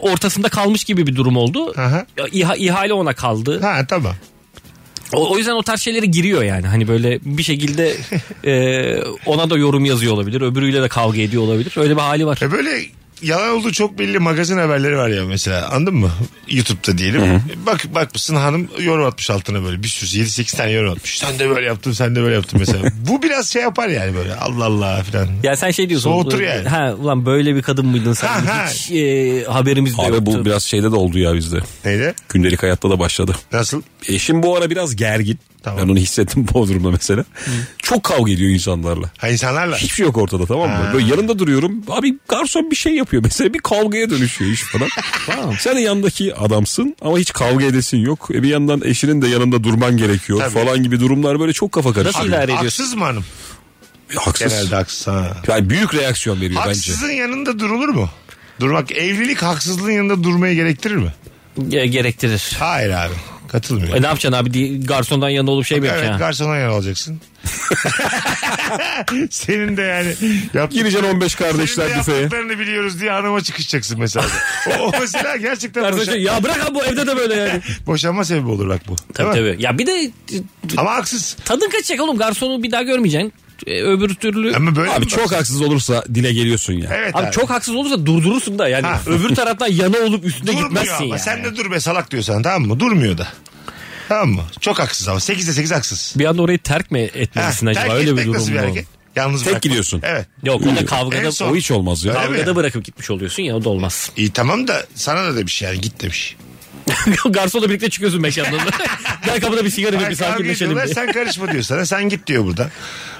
[SPEAKER 4] ortasında kalmış gibi bir durum oldu.
[SPEAKER 3] Aha.
[SPEAKER 4] Ya, İha, ihale ona kaldı.
[SPEAKER 3] Ha tamam.
[SPEAKER 4] O, o yüzden o tarz şeylere giriyor yani. Hani böyle bir şekilde e, ona da yorum yazıyor olabilir. Öbürüyle de kavga ediyor olabilir. Öyle bir hali var.
[SPEAKER 3] E böyle yalan olduğu çok belli magazin haberleri var ya mesela anladın mı? Youtube'da diyelim. Bak bakmışsın hanım yorum atmış altına böyle bir sürü 7-8 tane yorum atmış. Sen de böyle yaptın sen de böyle yaptın mesela. Bu biraz şey yapar yani böyle Allah Allah falan.
[SPEAKER 4] Ya sen şey diyorsun.
[SPEAKER 3] Soğutur
[SPEAKER 4] e,
[SPEAKER 3] yani.
[SPEAKER 4] Ha, ulan böyle bir kadın mıydın sen?
[SPEAKER 3] Ha, ha.
[SPEAKER 4] Hiç e, haberimiz de
[SPEAKER 5] Abi
[SPEAKER 4] yoktu.
[SPEAKER 5] bu biraz şeyde de oldu ya bizde.
[SPEAKER 3] Neydi?
[SPEAKER 5] Gündelik hayatta da başladı.
[SPEAKER 3] Nasıl?
[SPEAKER 5] Eşim bu ara biraz gergin.
[SPEAKER 3] Tamam.
[SPEAKER 5] Ben onu hissettim Bodrum'da mesela. Çok kavga ediyor insanlarla.
[SPEAKER 3] Ha insanlarla.
[SPEAKER 5] Hiçbir şey yok ortada tamam mı?
[SPEAKER 3] Ha.
[SPEAKER 5] Böyle yanında duruyorum. Abi garson bir şey yapıyor mesela bir kavgaya dönüşüyor iş falan. Sen de yandaki adamsın ama hiç kavga edesin yok. E bir yandan eşinin de yanında durman gerekiyor
[SPEAKER 3] Tabii.
[SPEAKER 5] falan gibi durumlar böyle çok kafa
[SPEAKER 4] Nasıl
[SPEAKER 5] karıştırıyor.
[SPEAKER 4] idare ediyorsun?
[SPEAKER 3] Haksız mı hanım?
[SPEAKER 5] Haksız.
[SPEAKER 3] Genelde haksız. Ha.
[SPEAKER 5] Yani büyük reaksiyon veriyor bence.
[SPEAKER 3] Haksızın yanında durulur mu? Durmak evlilik haksızlığın yanında durmayı gerektirir mi?
[SPEAKER 4] Ge- gerektirir.
[SPEAKER 3] Hayır abi. Katılmıyorum.
[SPEAKER 4] E, ne yapacaksın abi? Di- Garsondan yanında olup şey mi
[SPEAKER 3] Evet
[SPEAKER 4] yapacaksın?
[SPEAKER 3] garsona yer alacaksın. Senin de yani yaptığın
[SPEAKER 5] Gireceksin 15 kardeşler büfeye.
[SPEAKER 3] yaptıklarını biliyoruz diye hanıma çıkışacaksın mesela. o, o mesela gerçekten
[SPEAKER 4] Tarzı
[SPEAKER 3] boşa-
[SPEAKER 4] şey, ya bırak abi bu evde de böyle yani.
[SPEAKER 3] boşanma sebebi olur bak bu. Değil
[SPEAKER 4] tabii
[SPEAKER 3] mi?
[SPEAKER 4] tabii. Ya bir de
[SPEAKER 3] Ama haksız.
[SPEAKER 4] tadın kaçacak oğlum garsonu bir daha görmeyeceksin. Ee, öbür türlü.
[SPEAKER 3] Ama böyle
[SPEAKER 5] Abi
[SPEAKER 3] mi?
[SPEAKER 5] çok haksız olursa dile geliyorsun ya.
[SPEAKER 3] Evet
[SPEAKER 4] Abi çok haksız olursa durdurursun da yani
[SPEAKER 3] Ha.
[SPEAKER 4] öbür taraftan yana olup üstüne
[SPEAKER 3] Durmuyor
[SPEAKER 4] gitmezsin
[SPEAKER 3] ama
[SPEAKER 4] yani.
[SPEAKER 3] sen de dur be salak diyor sana tamam mı? Durmuyor da. Tamam mı? Çok haksız ama 8'de 8 haksız.
[SPEAKER 4] Bir anda orayı terk mi
[SPEAKER 3] Ha,
[SPEAKER 4] etmelisin acaba
[SPEAKER 3] terk
[SPEAKER 4] öyle bir
[SPEAKER 3] etmek
[SPEAKER 4] durum
[SPEAKER 3] nasıl
[SPEAKER 4] mu?
[SPEAKER 3] hareket? Yalnız
[SPEAKER 5] Tek
[SPEAKER 3] bırakmak.
[SPEAKER 5] gidiyorsun.
[SPEAKER 3] Evet.
[SPEAKER 4] Yok o da
[SPEAKER 3] En
[SPEAKER 4] kavgada,
[SPEAKER 3] son-
[SPEAKER 5] O hiç olmaz ya.
[SPEAKER 3] Öyle mi?
[SPEAKER 4] kavgada bırakıp gitmiş oluyorsun ya o da olmaz.
[SPEAKER 3] İyi tamam da sana da demiş yani git demiş.
[SPEAKER 4] Garsonla birlikte çıkıyorsun mekandan. Gel kapıda bir sigara ver
[SPEAKER 3] Ay,
[SPEAKER 4] bir
[SPEAKER 3] kavga
[SPEAKER 4] sakinleşelim
[SPEAKER 3] ediyorlar,
[SPEAKER 4] diye.
[SPEAKER 3] sen karışma diyor sana sen git diyor burada.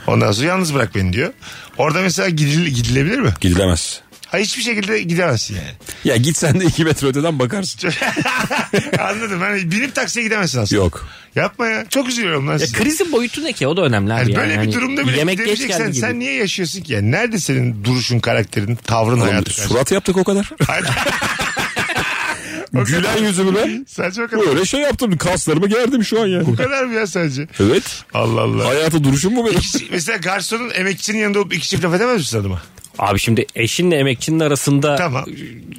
[SPEAKER 3] Ondan sonra yalnız bırak beni diyor. Orada mesela gidil- gidilebilir mi?
[SPEAKER 5] Gidilemez.
[SPEAKER 3] Ha, hiçbir şekilde gidemezsin yani.
[SPEAKER 5] Ya gitsen de 2 metre öteden bakarsın.
[SPEAKER 3] Anladım. Hani binip taksiye gidemezsin aslında.
[SPEAKER 5] Yok.
[SPEAKER 3] Yapma ya. Çok üzülüyorum lan
[SPEAKER 4] Ya
[SPEAKER 3] size.
[SPEAKER 4] krizin boyutu ne ki? O da önemli abi.
[SPEAKER 3] Yani
[SPEAKER 4] yani.
[SPEAKER 3] böyle
[SPEAKER 4] Hani
[SPEAKER 3] bir durumda bile
[SPEAKER 4] Yemek geç
[SPEAKER 3] gidemeyeceksen
[SPEAKER 4] geldi gibi.
[SPEAKER 3] sen niye yaşıyorsun ki? Yani nerede senin duruşun, karakterin, tavrın,
[SPEAKER 5] Oğlum,
[SPEAKER 3] hayatın?
[SPEAKER 5] surat yaptık o kadar. Gülen yüzümü ben.
[SPEAKER 3] Saçma kadar.
[SPEAKER 5] Böyle şey yaptım. Kaslarımı gerdim şu an yani.
[SPEAKER 3] Bu kadar mı ya sence?
[SPEAKER 5] Evet.
[SPEAKER 3] Allah Allah.
[SPEAKER 5] Hayata duruşum bu benim.
[SPEAKER 3] İki- mesela garsonun emekçinin yanında olup iki çift laf edemez misin adama?
[SPEAKER 4] Abi şimdi eşinle emekçinin arasında
[SPEAKER 3] Tamam.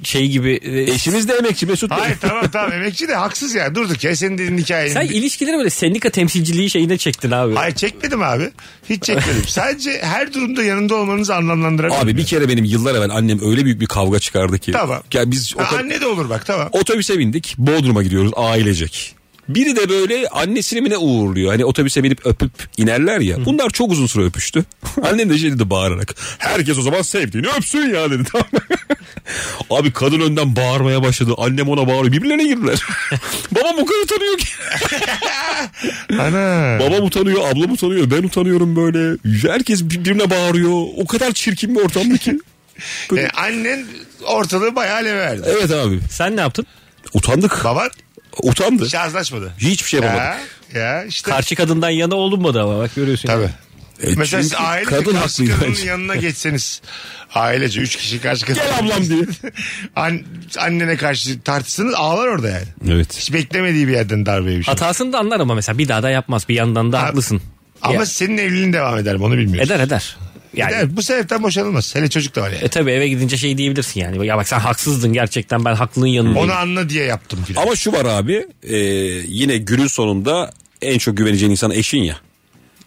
[SPEAKER 4] şey gibi... e,
[SPEAKER 5] Eşimiz de emekçi Mesut Bey.
[SPEAKER 3] Hayır tamam tamam emekçi de haksız yani durduk ya senin dediğin hikayenin.
[SPEAKER 4] Sen ilişkileri böyle sendika temsilciliği şeyine çektin abi.
[SPEAKER 3] Hayır çekmedim abi. Hiç çekmedim. Sadece her durumda yanında olmanızı anlamlandırabilirim.
[SPEAKER 5] Abi bir kere benim yıllar evvel annem öyle büyük bir kavga çıkardı ki.
[SPEAKER 3] Tamam.
[SPEAKER 5] Ya biz
[SPEAKER 3] Ha,
[SPEAKER 5] oto-
[SPEAKER 3] Anne de olur bak tamam.
[SPEAKER 5] otobüse bindik. Bodrum'a gidiyoruz ailecek. Biri de böyle annesini mi ne uğurluyor. Hani otobüse binip öpüp inerler ya. Bunlar çok uzun süre öpüştü. Annem de şey dedi bağırarak. Herkes o zaman sevdiğini öpsün ya dedi. Tamam. Abi kadın önden bağırmaya başladı. Annem ona bağırıyor. Birbirlerine girdiler. Babam o kadar utanıyor ki.
[SPEAKER 3] Ana.
[SPEAKER 5] Babam utanıyor, ablam utanıyor, ben utanıyorum böyle. Herkes birbirine bağırıyor. O kadar çirkin bir ortamdı ki.
[SPEAKER 3] E, annen ortalığı bayağı aleve verdi.
[SPEAKER 5] Evet abi.
[SPEAKER 4] Sen ne yaptın?
[SPEAKER 5] Utandık.
[SPEAKER 3] Baban
[SPEAKER 5] Utandı.
[SPEAKER 3] şarjlaşmadı.
[SPEAKER 5] Hiçbir şey yapamadık.
[SPEAKER 3] Ya, ya işte.
[SPEAKER 4] Karşı kadından yana olunmadı ama bak görüyorsun.
[SPEAKER 3] Tabii.
[SPEAKER 5] E,
[SPEAKER 3] Mesela siz
[SPEAKER 5] çünkü
[SPEAKER 3] ailece
[SPEAKER 5] kadın
[SPEAKER 3] kadın
[SPEAKER 5] haklı
[SPEAKER 3] kadının
[SPEAKER 5] yani.
[SPEAKER 3] yanına geçseniz ailece üç kişi karşı kadın.
[SPEAKER 5] Gel ablam diye.
[SPEAKER 3] An- annene karşı tartışsanız ağlar orada yani.
[SPEAKER 5] Evet.
[SPEAKER 3] Hiç beklemediği bir yerden darbeye bir şey.
[SPEAKER 4] Hatasını da anlar ama mesela bir daha da yapmaz. Bir yandan da haklısın.
[SPEAKER 3] Ama
[SPEAKER 4] Ya,
[SPEAKER 3] senin evliliğin devam eder mi onu bilmiyorsun.
[SPEAKER 4] eder eder. Yani
[SPEAKER 3] Eder. Bu sebepten boşanılmaz. Hele çocuk da var yani.
[SPEAKER 4] E tabi eve gidince şey diyebilirsin yani. Ya bak sen haksızdın gerçekten ben haklının yanındayım.
[SPEAKER 3] Onu anla diye yaptım filan.
[SPEAKER 5] Ama şu var abi. e, yine günün sonunda en çok güveneceğin insan eşin ya.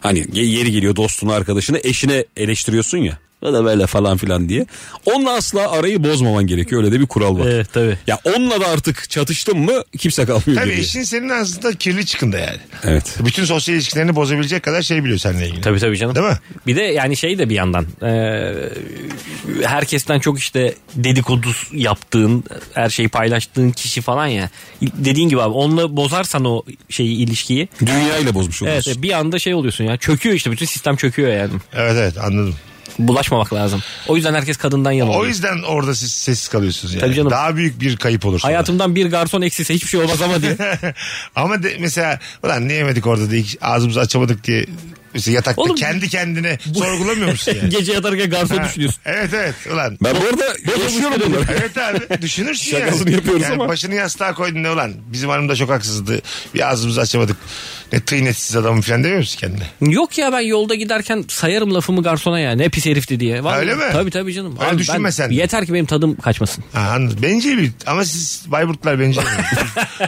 [SPEAKER 5] Hani ye- yeri geliyor dostunu arkadaşını eşine eleştiriyorsun ya. O da böyle falan filan diye. Onunla asla arayı bozmaman gerekiyor. Öyle de bir kural var.
[SPEAKER 4] E, tabii.
[SPEAKER 5] Ya onunla da artık çatıştın mı kimse kalmıyor
[SPEAKER 3] Tabii
[SPEAKER 5] geriye.
[SPEAKER 3] eşin senin aslında kirli çıkında yani.
[SPEAKER 5] Evet.
[SPEAKER 3] Bütün sosyal ilişkilerini bozabilecek kadar şey biliyor seninle ilgili.
[SPEAKER 4] Tabii tabii canım.
[SPEAKER 3] Değil mi?
[SPEAKER 4] Bir de yani şey de bir yandan e, herkesten çok işte dedikodu yaptığın her şeyi paylaştığın kişi falan ya. Dediğin gibi abi onunla bozarsan o şeyi ilişkiyi
[SPEAKER 5] Dünyayla bozmuş
[SPEAKER 4] evet,
[SPEAKER 5] oluyorsun.
[SPEAKER 4] bir anda şey oluyorsun ya çöküyor işte bütün sistem çöküyor yani.
[SPEAKER 3] Evet evet anladım.
[SPEAKER 4] Bulaşmamak lazım. O yüzden herkes kadından yana
[SPEAKER 3] O
[SPEAKER 4] oluyor.
[SPEAKER 3] yüzden orada siz sessiz kalıyorsunuz yani.
[SPEAKER 4] Tabii canım.
[SPEAKER 3] Daha büyük bir kayıp olur sonra.
[SPEAKER 4] Hayatımdan bir garson eksilse hiçbir şey olmaz ama diye.
[SPEAKER 3] Ama de, mesela ulan ne yemedik orada diye hiç ağzımızı açamadık diye mesela yatakta
[SPEAKER 4] Oğlum,
[SPEAKER 3] kendi kendine sorgulamıyor musun yani?
[SPEAKER 4] Gece yatarken garson düşünüyorsun.
[SPEAKER 3] evet evet ulan.
[SPEAKER 5] Ben bu arada yaşıyorum bunları.
[SPEAKER 3] Evet abi düşünürsün yani.
[SPEAKER 5] Şakasını yapıyoruz
[SPEAKER 3] yani
[SPEAKER 5] ama.
[SPEAKER 3] Başını yastığa koydun ne ulan bizim hanım da çok haksızdı. Bir ağzımızı açamadık. Ne tıynetsiz adamım falan demiyor musun kendine?
[SPEAKER 4] Yok ya ben yolda giderken sayarım lafımı garsona ya. Ne pis herifti diye. Vallahi,
[SPEAKER 3] Öyle mi?
[SPEAKER 4] Tabii tabii canım.
[SPEAKER 3] Öyle
[SPEAKER 4] Abi
[SPEAKER 3] düşünme
[SPEAKER 4] ben-
[SPEAKER 3] sen de.
[SPEAKER 4] Yeter ki benim tadım kaçmasın.
[SPEAKER 3] Ha, anladım. Bencil bir ama siz Bayburtlar bencil.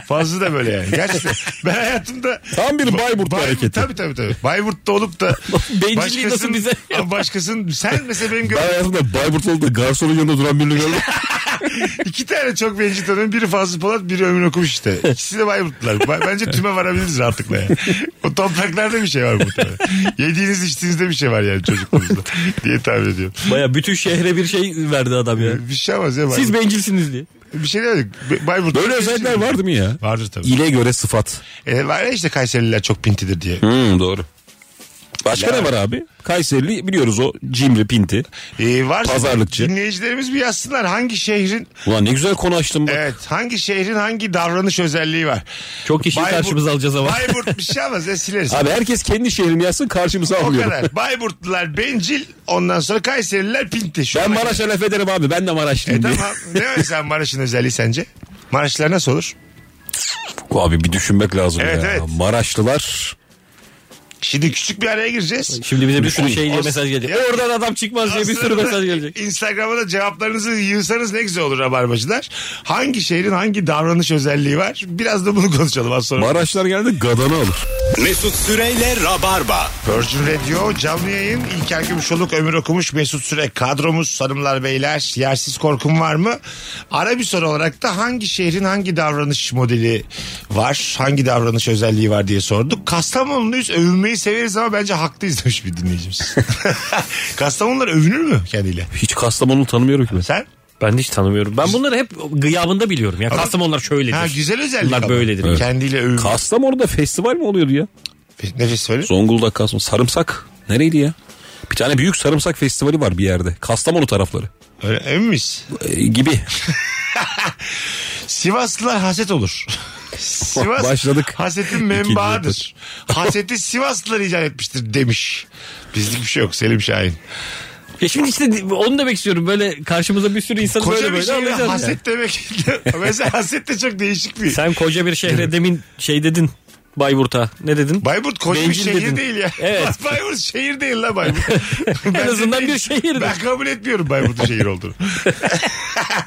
[SPEAKER 3] Fazla da böyle yani. Gerçekten ben hayatımda
[SPEAKER 5] Tam bir Bayburt hareketi.
[SPEAKER 3] Tabii tabii tabii. Bayburt'ta olup da
[SPEAKER 4] Bencilliği
[SPEAKER 3] başkasının-
[SPEAKER 4] nasıl bize-
[SPEAKER 3] başkasının sen mesela benim
[SPEAKER 5] Ben
[SPEAKER 3] gördüğüm
[SPEAKER 5] hayatımda Bayburtlu'da garsonun yanında duran birini gördüm.
[SPEAKER 3] İki tane çok bencil tanıyorum. Biri Fazlı Polat, biri Ömür Okumuş işte. İkisi de Bayburtlular. Ba- Bence tüme varabiliriz rahatlıkla yani. O topraklarda bir şey var muhtemelen. Yediğiniz içtiğinizde bir şey var yani çocukluğunuzda diye tahmin ediyorum.
[SPEAKER 4] Baya bütün şehre bir şey verdi adam ya.
[SPEAKER 3] Bir şey olmaz ya. Bayburt.
[SPEAKER 4] Siz bencilsiniz diye.
[SPEAKER 3] Bir şey demedik. Be- Bayburt.
[SPEAKER 5] Böyle özellikler vardı mı ya?
[SPEAKER 3] Vardır tabii.
[SPEAKER 5] İle göre sıfat.
[SPEAKER 3] E, var ya işte Kayserililer çok pintidir diye.
[SPEAKER 5] Hmm, doğru. Başka ne var abi? Kayserili biliyoruz o cimri pinti.
[SPEAKER 3] E, varsa
[SPEAKER 5] Pazarlıkçı.
[SPEAKER 3] Dinleyicilerimiz bir yazsınlar hangi şehrin
[SPEAKER 5] Ulan ne güzel konu açtım bak.
[SPEAKER 3] evet hangi şehrin hangi davranış özelliği var.
[SPEAKER 4] Çok kişiyi
[SPEAKER 3] Bayburt-
[SPEAKER 4] karşımıza alacağız ama.
[SPEAKER 3] Bayburt bir şey olmaz ya sileriz.
[SPEAKER 5] Abi herkes kendi şehrini yazsın karşımıza
[SPEAKER 3] o
[SPEAKER 5] alıyor.
[SPEAKER 3] kadar. Bayburtlular bencil ondan sonra Kayserililer pinti. Şu
[SPEAKER 5] Ben
[SPEAKER 3] ana-
[SPEAKER 5] Maraş'a laf ederim abi ben de Maraşlıyım
[SPEAKER 3] E
[SPEAKER 5] diye.
[SPEAKER 3] tamam. Ne mesela Maraş'ın özelliği sence? Maraşlılar nasıl olur?
[SPEAKER 5] Abi bir düşünmek lazım
[SPEAKER 3] Evet,
[SPEAKER 5] ya.
[SPEAKER 3] evet.
[SPEAKER 5] Maraşlılar
[SPEAKER 3] Şimdi küçük bir araya gireceğiz.
[SPEAKER 4] Şimdi bize bir sürü şey diye
[SPEAKER 3] As-
[SPEAKER 4] mesaj gelecek.
[SPEAKER 3] Ya-
[SPEAKER 4] Oradan adam çıkmaz diye bir sürü
[SPEAKER 3] Aslında
[SPEAKER 4] mesaj gelecek.
[SPEAKER 3] Instagram'a da cevaplarınızı yığsanız ne güzel olur rabarbacılar. Hangi şehrin hangi davranış özelliği var? Biraz da bunu konuşalım az sonra.
[SPEAKER 5] Maraşlar geldi gadana alır.
[SPEAKER 2] Mesut Süreyle Rabarba.
[SPEAKER 3] Virgin Radio canlı yayın. İlker Gümüşoluk, Ömür Okumuş, Mesut Süre kadromuz. Hanımlar beyler yersiz korkum var mı? Ara bir soru olarak da hangi şehrin hangi davranış modeli var? Hangi davranış özelliği var diye sorduk. Kastamonluyuz övünmeyi severiz ama bence haklıyız demiş bir dinleyicimiz. Kastamonlular övünür mü kendiyle?
[SPEAKER 5] Hiç Kastamonu'nu tanımıyorum ki ben.
[SPEAKER 3] Sen?
[SPEAKER 4] Ben de hiç tanımıyorum. Ben bunları hep gıyabında biliyorum. Ya Kastamonular şöyledir.
[SPEAKER 3] Ha, güzel özellik
[SPEAKER 4] Bunlar
[SPEAKER 3] ama.
[SPEAKER 4] böyledir.
[SPEAKER 3] Evet. Kendiyle övünme.
[SPEAKER 5] Kastamonu'da festival mi oluyordu ya?
[SPEAKER 3] Nefes verir.
[SPEAKER 5] Zonguldak Kastamonu. Sarımsak. Nereydi ya? Bir tane büyük sarımsak festivali var bir yerde. Kastamonu tarafları.
[SPEAKER 3] Öyle, emin miyiz?
[SPEAKER 5] Ee, gibi.
[SPEAKER 3] Sivaslılar haset olur. Sivas
[SPEAKER 5] Başladık.
[SPEAKER 3] hasetin
[SPEAKER 5] İkinci
[SPEAKER 3] menbaıdır. Haseti Sivaslılar icat etmiştir demiş. Bizlik bir şey yok Selim Şahin.
[SPEAKER 4] Ya şimdi işte onu demek istiyorum. Böyle karşımıza bir sürü insan
[SPEAKER 3] Koca
[SPEAKER 4] böyle
[SPEAKER 3] bir şey
[SPEAKER 4] böyle
[SPEAKER 3] şehre
[SPEAKER 4] anlayacağız
[SPEAKER 3] haset
[SPEAKER 4] ya.
[SPEAKER 3] demek. Mesela haset de çok değişik bir.
[SPEAKER 4] Sen koca bir şehre demin şey dedin. Bayburt'a. Ne dedin?
[SPEAKER 3] Bayburt koca bir
[SPEAKER 4] Bencil
[SPEAKER 3] şehir
[SPEAKER 4] dedin.
[SPEAKER 3] değil ya.
[SPEAKER 4] Evet.
[SPEAKER 3] Bayburt şehir değil la Bayburt.
[SPEAKER 4] en azından bir
[SPEAKER 3] şehir.
[SPEAKER 4] şehirdi.
[SPEAKER 3] Ben kabul etmiyorum Bayburt'un şehir olduğunu.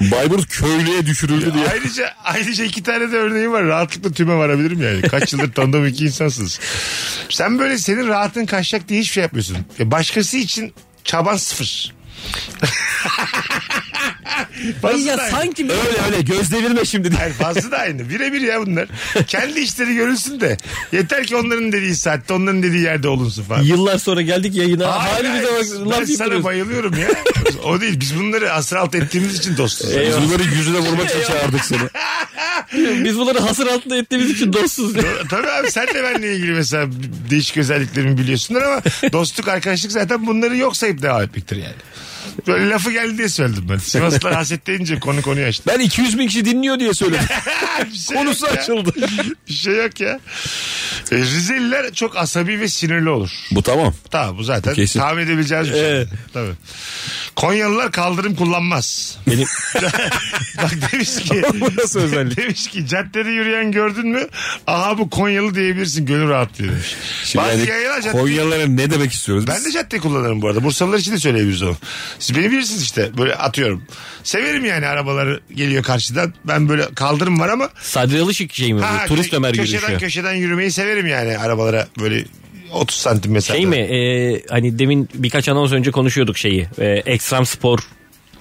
[SPEAKER 5] Bayburt köylüye düşürüldü diye.
[SPEAKER 3] ayrıca ayrıca iki tane de örneğim var. Rahatlıkla tüme varabilirim yani. Kaç yıldır tanıdığım iki insansınız. Sen böyle senin rahatın kaçacak diye hiçbir şey yapmıyorsun. Ya başkası için çaban sıfır. Bazı
[SPEAKER 4] Ya
[SPEAKER 3] da aynı.
[SPEAKER 4] sanki böyle
[SPEAKER 5] Öyle öyle göz devirme şimdi. diye.
[SPEAKER 3] Hayır fazla da aynı. Birebir ya bunlar. Kendi işleri görülsün de. Yeter ki onların dediği saatte, onların dediği yerde olunsun falan.
[SPEAKER 4] yıllar sonra geldik yayına.
[SPEAKER 3] Hayır,
[SPEAKER 4] Halimize
[SPEAKER 3] hayır.
[SPEAKER 4] bak
[SPEAKER 3] Ben
[SPEAKER 4] laf
[SPEAKER 3] sana
[SPEAKER 4] yapıyoruz.
[SPEAKER 3] bayılıyorum ya. o değil. Biz bunları asralt ettiğimiz için dostuz.
[SPEAKER 4] E,
[SPEAKER 5] Biz bunları yüzüne vurmak için çağırdık seni.
[SPEAKER 4] Biz bunları hasır altında ettiğimiz için dostuz.
[SPEAKER 3] Tabii abi sen de benimle ilgili mesela değişik özelliklerimi biliyorsundur ama dostluk arkadaşlık zaten bunları yok sayıp devam etmektir yani. Böyle lafı geldi diye söyledim ben. Sivaslılar haset deyince konu konuyu açtı.
[SPEAKER 5] Ben 200 bin kişi dinliyor diye söyledim.
[SPEAKER 3] Bir şey yok
[SPEAKER 5] Konusu
[SPEAKER 3] ya.
[SPEAKER 5] açıldı.
[SPEAKER 3] Bir şey yok ya. E, Rizeliler çok asabi ve sinirli olur.
[SPEAKER 5] Bu tamam.
[SPEAKER 3] Tamam bu zaten
[SPEAKER 5] Kesin.
[SPEAKER 3] tahmin edebileceğiniz bir şey.
[SPEAKER 4] Evet.
[SPEAKER 3] Tabii. Konyalılar kaldırım kullanmaz.
[SPEAKER 4] Benim
[SPEAKER 3] Bak demiş ki.
[SPEAKER 5] Bu nasıl özellik?
[SPEAKER 3] demiş ki caddede yürüyen gördün mü? Aha bu Konyalı diyebilirsin gönül rahatlıyor demiş.
[SPEAKER 5] Şimdi
[SPEAKER 3] Bazı
[SPEAKER 5] yani
[SPEAKER 3] yayınlar cadde-
[SPEAKER 5] Konyalılara ne demek istiyoruz biz?
[SPEAKER 3] Ben de cadde kullanırım bu arada. Bursalılar için de söyleyebiliriz onu. Siz beni bilirsiniz işte. Böyle atıyorum. Severim yani arabaları geliyor karşıdan. Ben böyle kaldırım var ama.
[SPEAKER 4] Sadri Alışık şey mi? bu?
[SPEAKER 3] Ha,
[SPEAKER 4] Turist
[SPEAKER 3] kö-
[SPEAKER 4] Ömer
[SPEAKER 3] köşeden,
[SPEAKER 4] yürüyüşü.
[SPEAKER 3] Köşeden yürümeyi severim yani arabalara böyle 30 santim mesafe.
[SPEAKER 4] Şey mi? e, hani demin birkaç anons önce konuşuyorduk şeyi. E, ekstrem spor.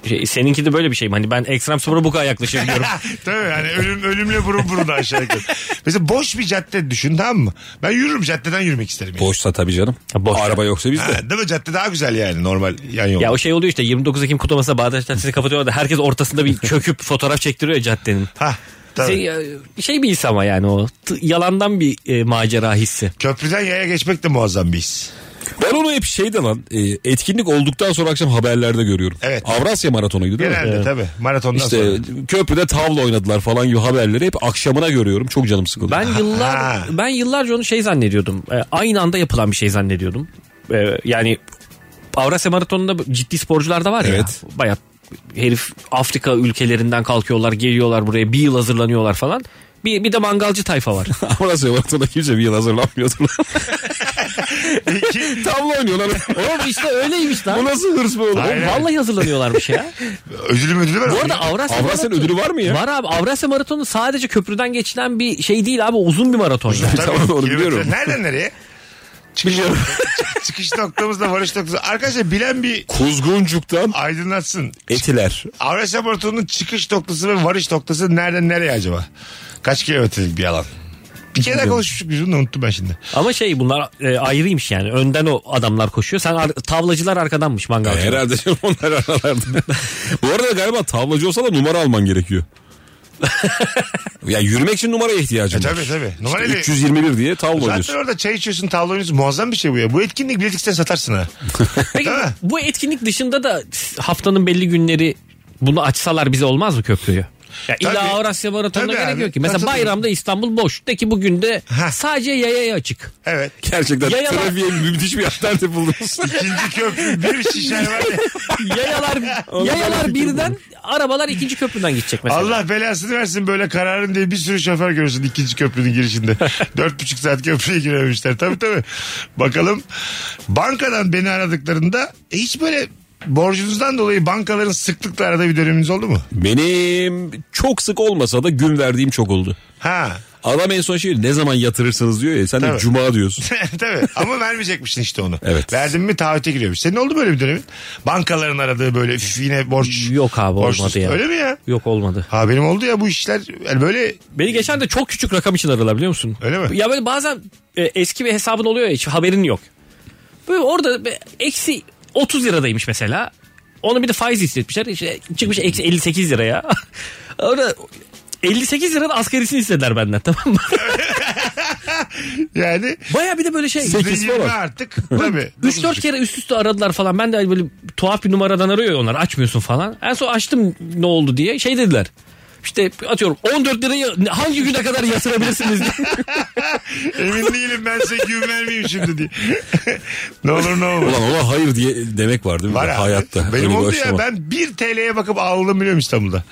[SPEAKER 4] Şey, seninki de böyle bir şey mi? Hani ben ekstrem spora bu kadar yaklaşabiliyorum.
[SPEAKER 3] Tabii yani ölüm, ölümle burun buruna aşağı yukarı. Mesela boş bir cadde düşün tamam mı? Ben yürürüm caddeden yürümek isterim. Yani.
[SPEAKER 5] Boşsa tabii canım.
[SPEAKER 4] Ha, boşsa.
[SPEAKER 5] Araba yoksa biz de.
[SPEAKER 3] Ha, değil mi? Cadde daha güzel yani normal yan yol.
[SPEAKER 4] ya o şey oluyor işte 29 Ekim kutlamasına Bağdaş sizi kapatıyorlar da herkes ortasında bir çöküp fotoğraf çektiriyor ya caddenin.
[SPEAKER 3] Ha, tabii.
[SPEAKER 4] Şey, e, şey bir his ama yani o. T- yalandan bir e, macera hissi.
[SPEAKER 3] Köprüden yaya geçmek de muazzam bir his.
[SPEAKER 5] Ben onu hep şeyde lan e, etkinlik olduktan sonra akşam haberlerde görüyorum.
[SPEAKER 3] Evet.
[SPEAKER 5] Avrasya maratonuydu değil mi?
[SPEAKER 3] Genelde tabii. Maratondan
[SPEAKER 5] İşte
[SPEAKER 3] sonra.
[SPEAKER 5] köprüde tavla oynadılar falan gibi haberleri hep akşamına görüyorum. Çok canım sıkılıyor.
[SPEAKER 4] Ben yıllar ben yıllarca onu şey zannediyordum. E, aynı anda yapılan bir şey zannediyordum. E, yani Avrasya Maratonu'nda ciddi sporcular da var ya.
[SPEAKER 5] Evet.
[SPEAKER 4] Bayağı herif Afrika ülkelerinden kalkıyorlar, geliyorlar buraya. Bir yıl hazırlanıyorlar falan. Bir, bir de mangalcı tayfa var.
[SPEAKER 5] Avrasya maratonuna kimse bir yıl hazırlanmıyordu. lan.
[SPEAKER 3] İki,
[SPEAKER 5] tavla oynuyorlar.
[SPEAKER 4] Oğlum işte öyleymiş lan.
[SPEAKER 5] Bu nasıl hırs böyle?
[SPEAKER 4] Oğlum
[SPEAKER 3] Aynen.
[SPEAKER 4] vallahi hazırlanıyorlarmış ya.
[SPEAKER 3] ödülü ödülü var.
[SPEAKER 4] Bu arada Avrasya,
[SPEAKER 5] Avrasya'nın
[SPEAKER 4] Maratonu-
[SPEAKER 5] ödülü var mı ya?
[SPEAKER 4] Var abi Avrasya Maratonu sadece köprüden geçilen bir şey değil abi uzun bir maraton. ya.
[SPEAKER 3] Tabii,
[SPEAKER 5] Tamam, onu
[SPEAKER 3] kilometre.
[SPEAKER 5] biliyorum.
[SPEAKER 3] Nereden nereye? Çıkış, çıkış noktamızla varış noktamız. Arkadaşlar bilen bir
[SPEAKER 5] Kuzguncuk'tan
[SPEAKER 3] aydınlatsın.
[SPEAKER 5] Etiler.
[SPEAKER 3] Avrasya Maratonu'nun çıkış noktası ve varış noktası nereden nereye acaba? Kaç kilometrelik bir alan? Bir kere daha konuşmuştuk biz bunu da unuttum ben şimdi.
[SPEAKER 4] Ama şey bunlar e, ayrıymış yani. Önden o adamlar koşuyor. Sen ar- tavlacılar arkadanmış mangalcılar.
[SPEAKER 5] E, Herhalde canım onlar aralarda. Bu arada galiba tavlacı olsa da numara alman gerekiyor. ya yürümek için numaraya ihtiyacın var.
[SPEAKER 3] E, Tabii tabii.
[SPEAKER 5] İşte
[SPEAKER 3] Numarayla
[SPEAKER 5] 321 diye tavla
[SPEAKER 3] Zaten
[SPEAKER 5] oynuyorsun.
[SPEAKER 3] orada çay içiyorsun tavla oynuyorsun. Muazzam bir şey bu ya. Bu etkinlik biletikse satarsın ha.
[SPEAKER 4] Peki
[SPEAKER 3] Değil mi?
[SPEAKER 4] bu etkinlik dışında da haftanın belli günleri bunu açsalar bize olmaz mı köprüyü? Ya illa
[SPEAKER 3] Tabii.
[SPEAKER 4] Avrasya Maratonu'na
[SPEAKER 3] Tabii
[SPEAKER 4] gerek
[SPEAKER 3] abi.
[SPEAKER 4] yok ki. Mesela
[SPEAKER 3] Katılıyorum.
[SPEAKER 4] bayramda İstanbul boş. De ki bugün de
[SPEAKER 3] Heh.
[SPEAKER 4] sadece yayaya açık.
[SPEAKER 3] Evet.
[SPEAKER 5] Gerçekten
[SPEAKER 4] Yayalar-
[SPEAKER 5] trafiğe müthiş bir alternatif buldunuz.
[SPEAKER 3] İkinci köprü bir şişer var ya.
[SPEAKER 4] Yayalar yayalar birden arabalar ikinci köprüden gidecek mesela.
[SPEAKER 3] Allah belasını versin böyle kararın diye bir sürü şoför görürsün ikinci köprünün girişinde. Dört buçuk saat köprüye girememişler. Tabii tabii. Bakalım bankadan beni aradıklarında e, hiç böyle borcunuzdan dolayı bankaların sıklıkla arada bir döneminiz oldu mu?
[SPEAKER 5] Benim çok sık olmasa da gün verdiğim çok oldu.
[SPEAKER 3] Ha.
[SPEAKER 5] Adam en son şey ne zaman yatırırsınız diyor ya sen de
[SPEAKER 3] Tabii.
[SPEAKER 5] cuma diyorsun.
[SPEAKER 3] tabii ama vermeyecekmişsin işte onu.
[SPEAKER 5] Evet.
[SPEAKER 3] Verdin mi taahhüte giriyormuş. Senin oldu mu böyle bir dönemin? Bankaların aradığı böyle üf, yine borç.
[SPEAKER 4] Yok abi,
[SPEAKER 3] borçsuz.
[SPEAKER 4] olmadı ya.
[SPEAKER 3] Öyle mi ya?
[SPEAKER 4] Yok olmadı.
[SPEAKER 3] Ha benim oldu ya bu işler yani böyle
[SPEAKER 4] Beni geçen de çok küçük rakam için aradılar biliyor musun?
[SPEAKER 3] Öyle mi?
[SPEAKER 4] Ya böyle bazen e, eski bir hesabın oluyor ya hiç haberin yok. Böyle orada bir eksi 30 liradaymış mesela. Onu bir de faiz hissetmişler. İşte çıkmış eksi 58 liraya. orada 58 liranın asgarisini istediler benden tamam mı?
[SPEAKER 3] yani
[SPEAKER 4] Baya bir de böyle şey.
[SPEAKER 5] Sekiz
[SPEAKER 3] zengin
[SPEAKER 5] falan.
[SPEAKER 3] artık tabii.
[SPEAKER 4] 3-4 kere üst üste aradılar falan. Ben de böyle tuhaf bir numaradan arıyor ya onlar. Açmıyorsun falan. En son açtım ne oldu diye. Şey dediler. İşte atıyorum 14 lirayı hangi güne kadar yatırabilirsiniz diye.
[SPEAKER 3] Emin değilim ben size gün vermeyeyim şimdi diye. ne olur ne olur.
[SPEAKER 5] Ulan ona hayır diye demek var değil mi?
[SPEAKER 3] Var abi.
[SPEAKER 5] Hayatta.
[SPEAKER 3] Benim
[SPEAKER 5] Öyle bir
[SPEAKER 3] oldu ya
[SPEAKER 5] aşama.
[SPEAKER 3] ben 1 TL'ye bakıp ağladım biliyorum İstanbul'da.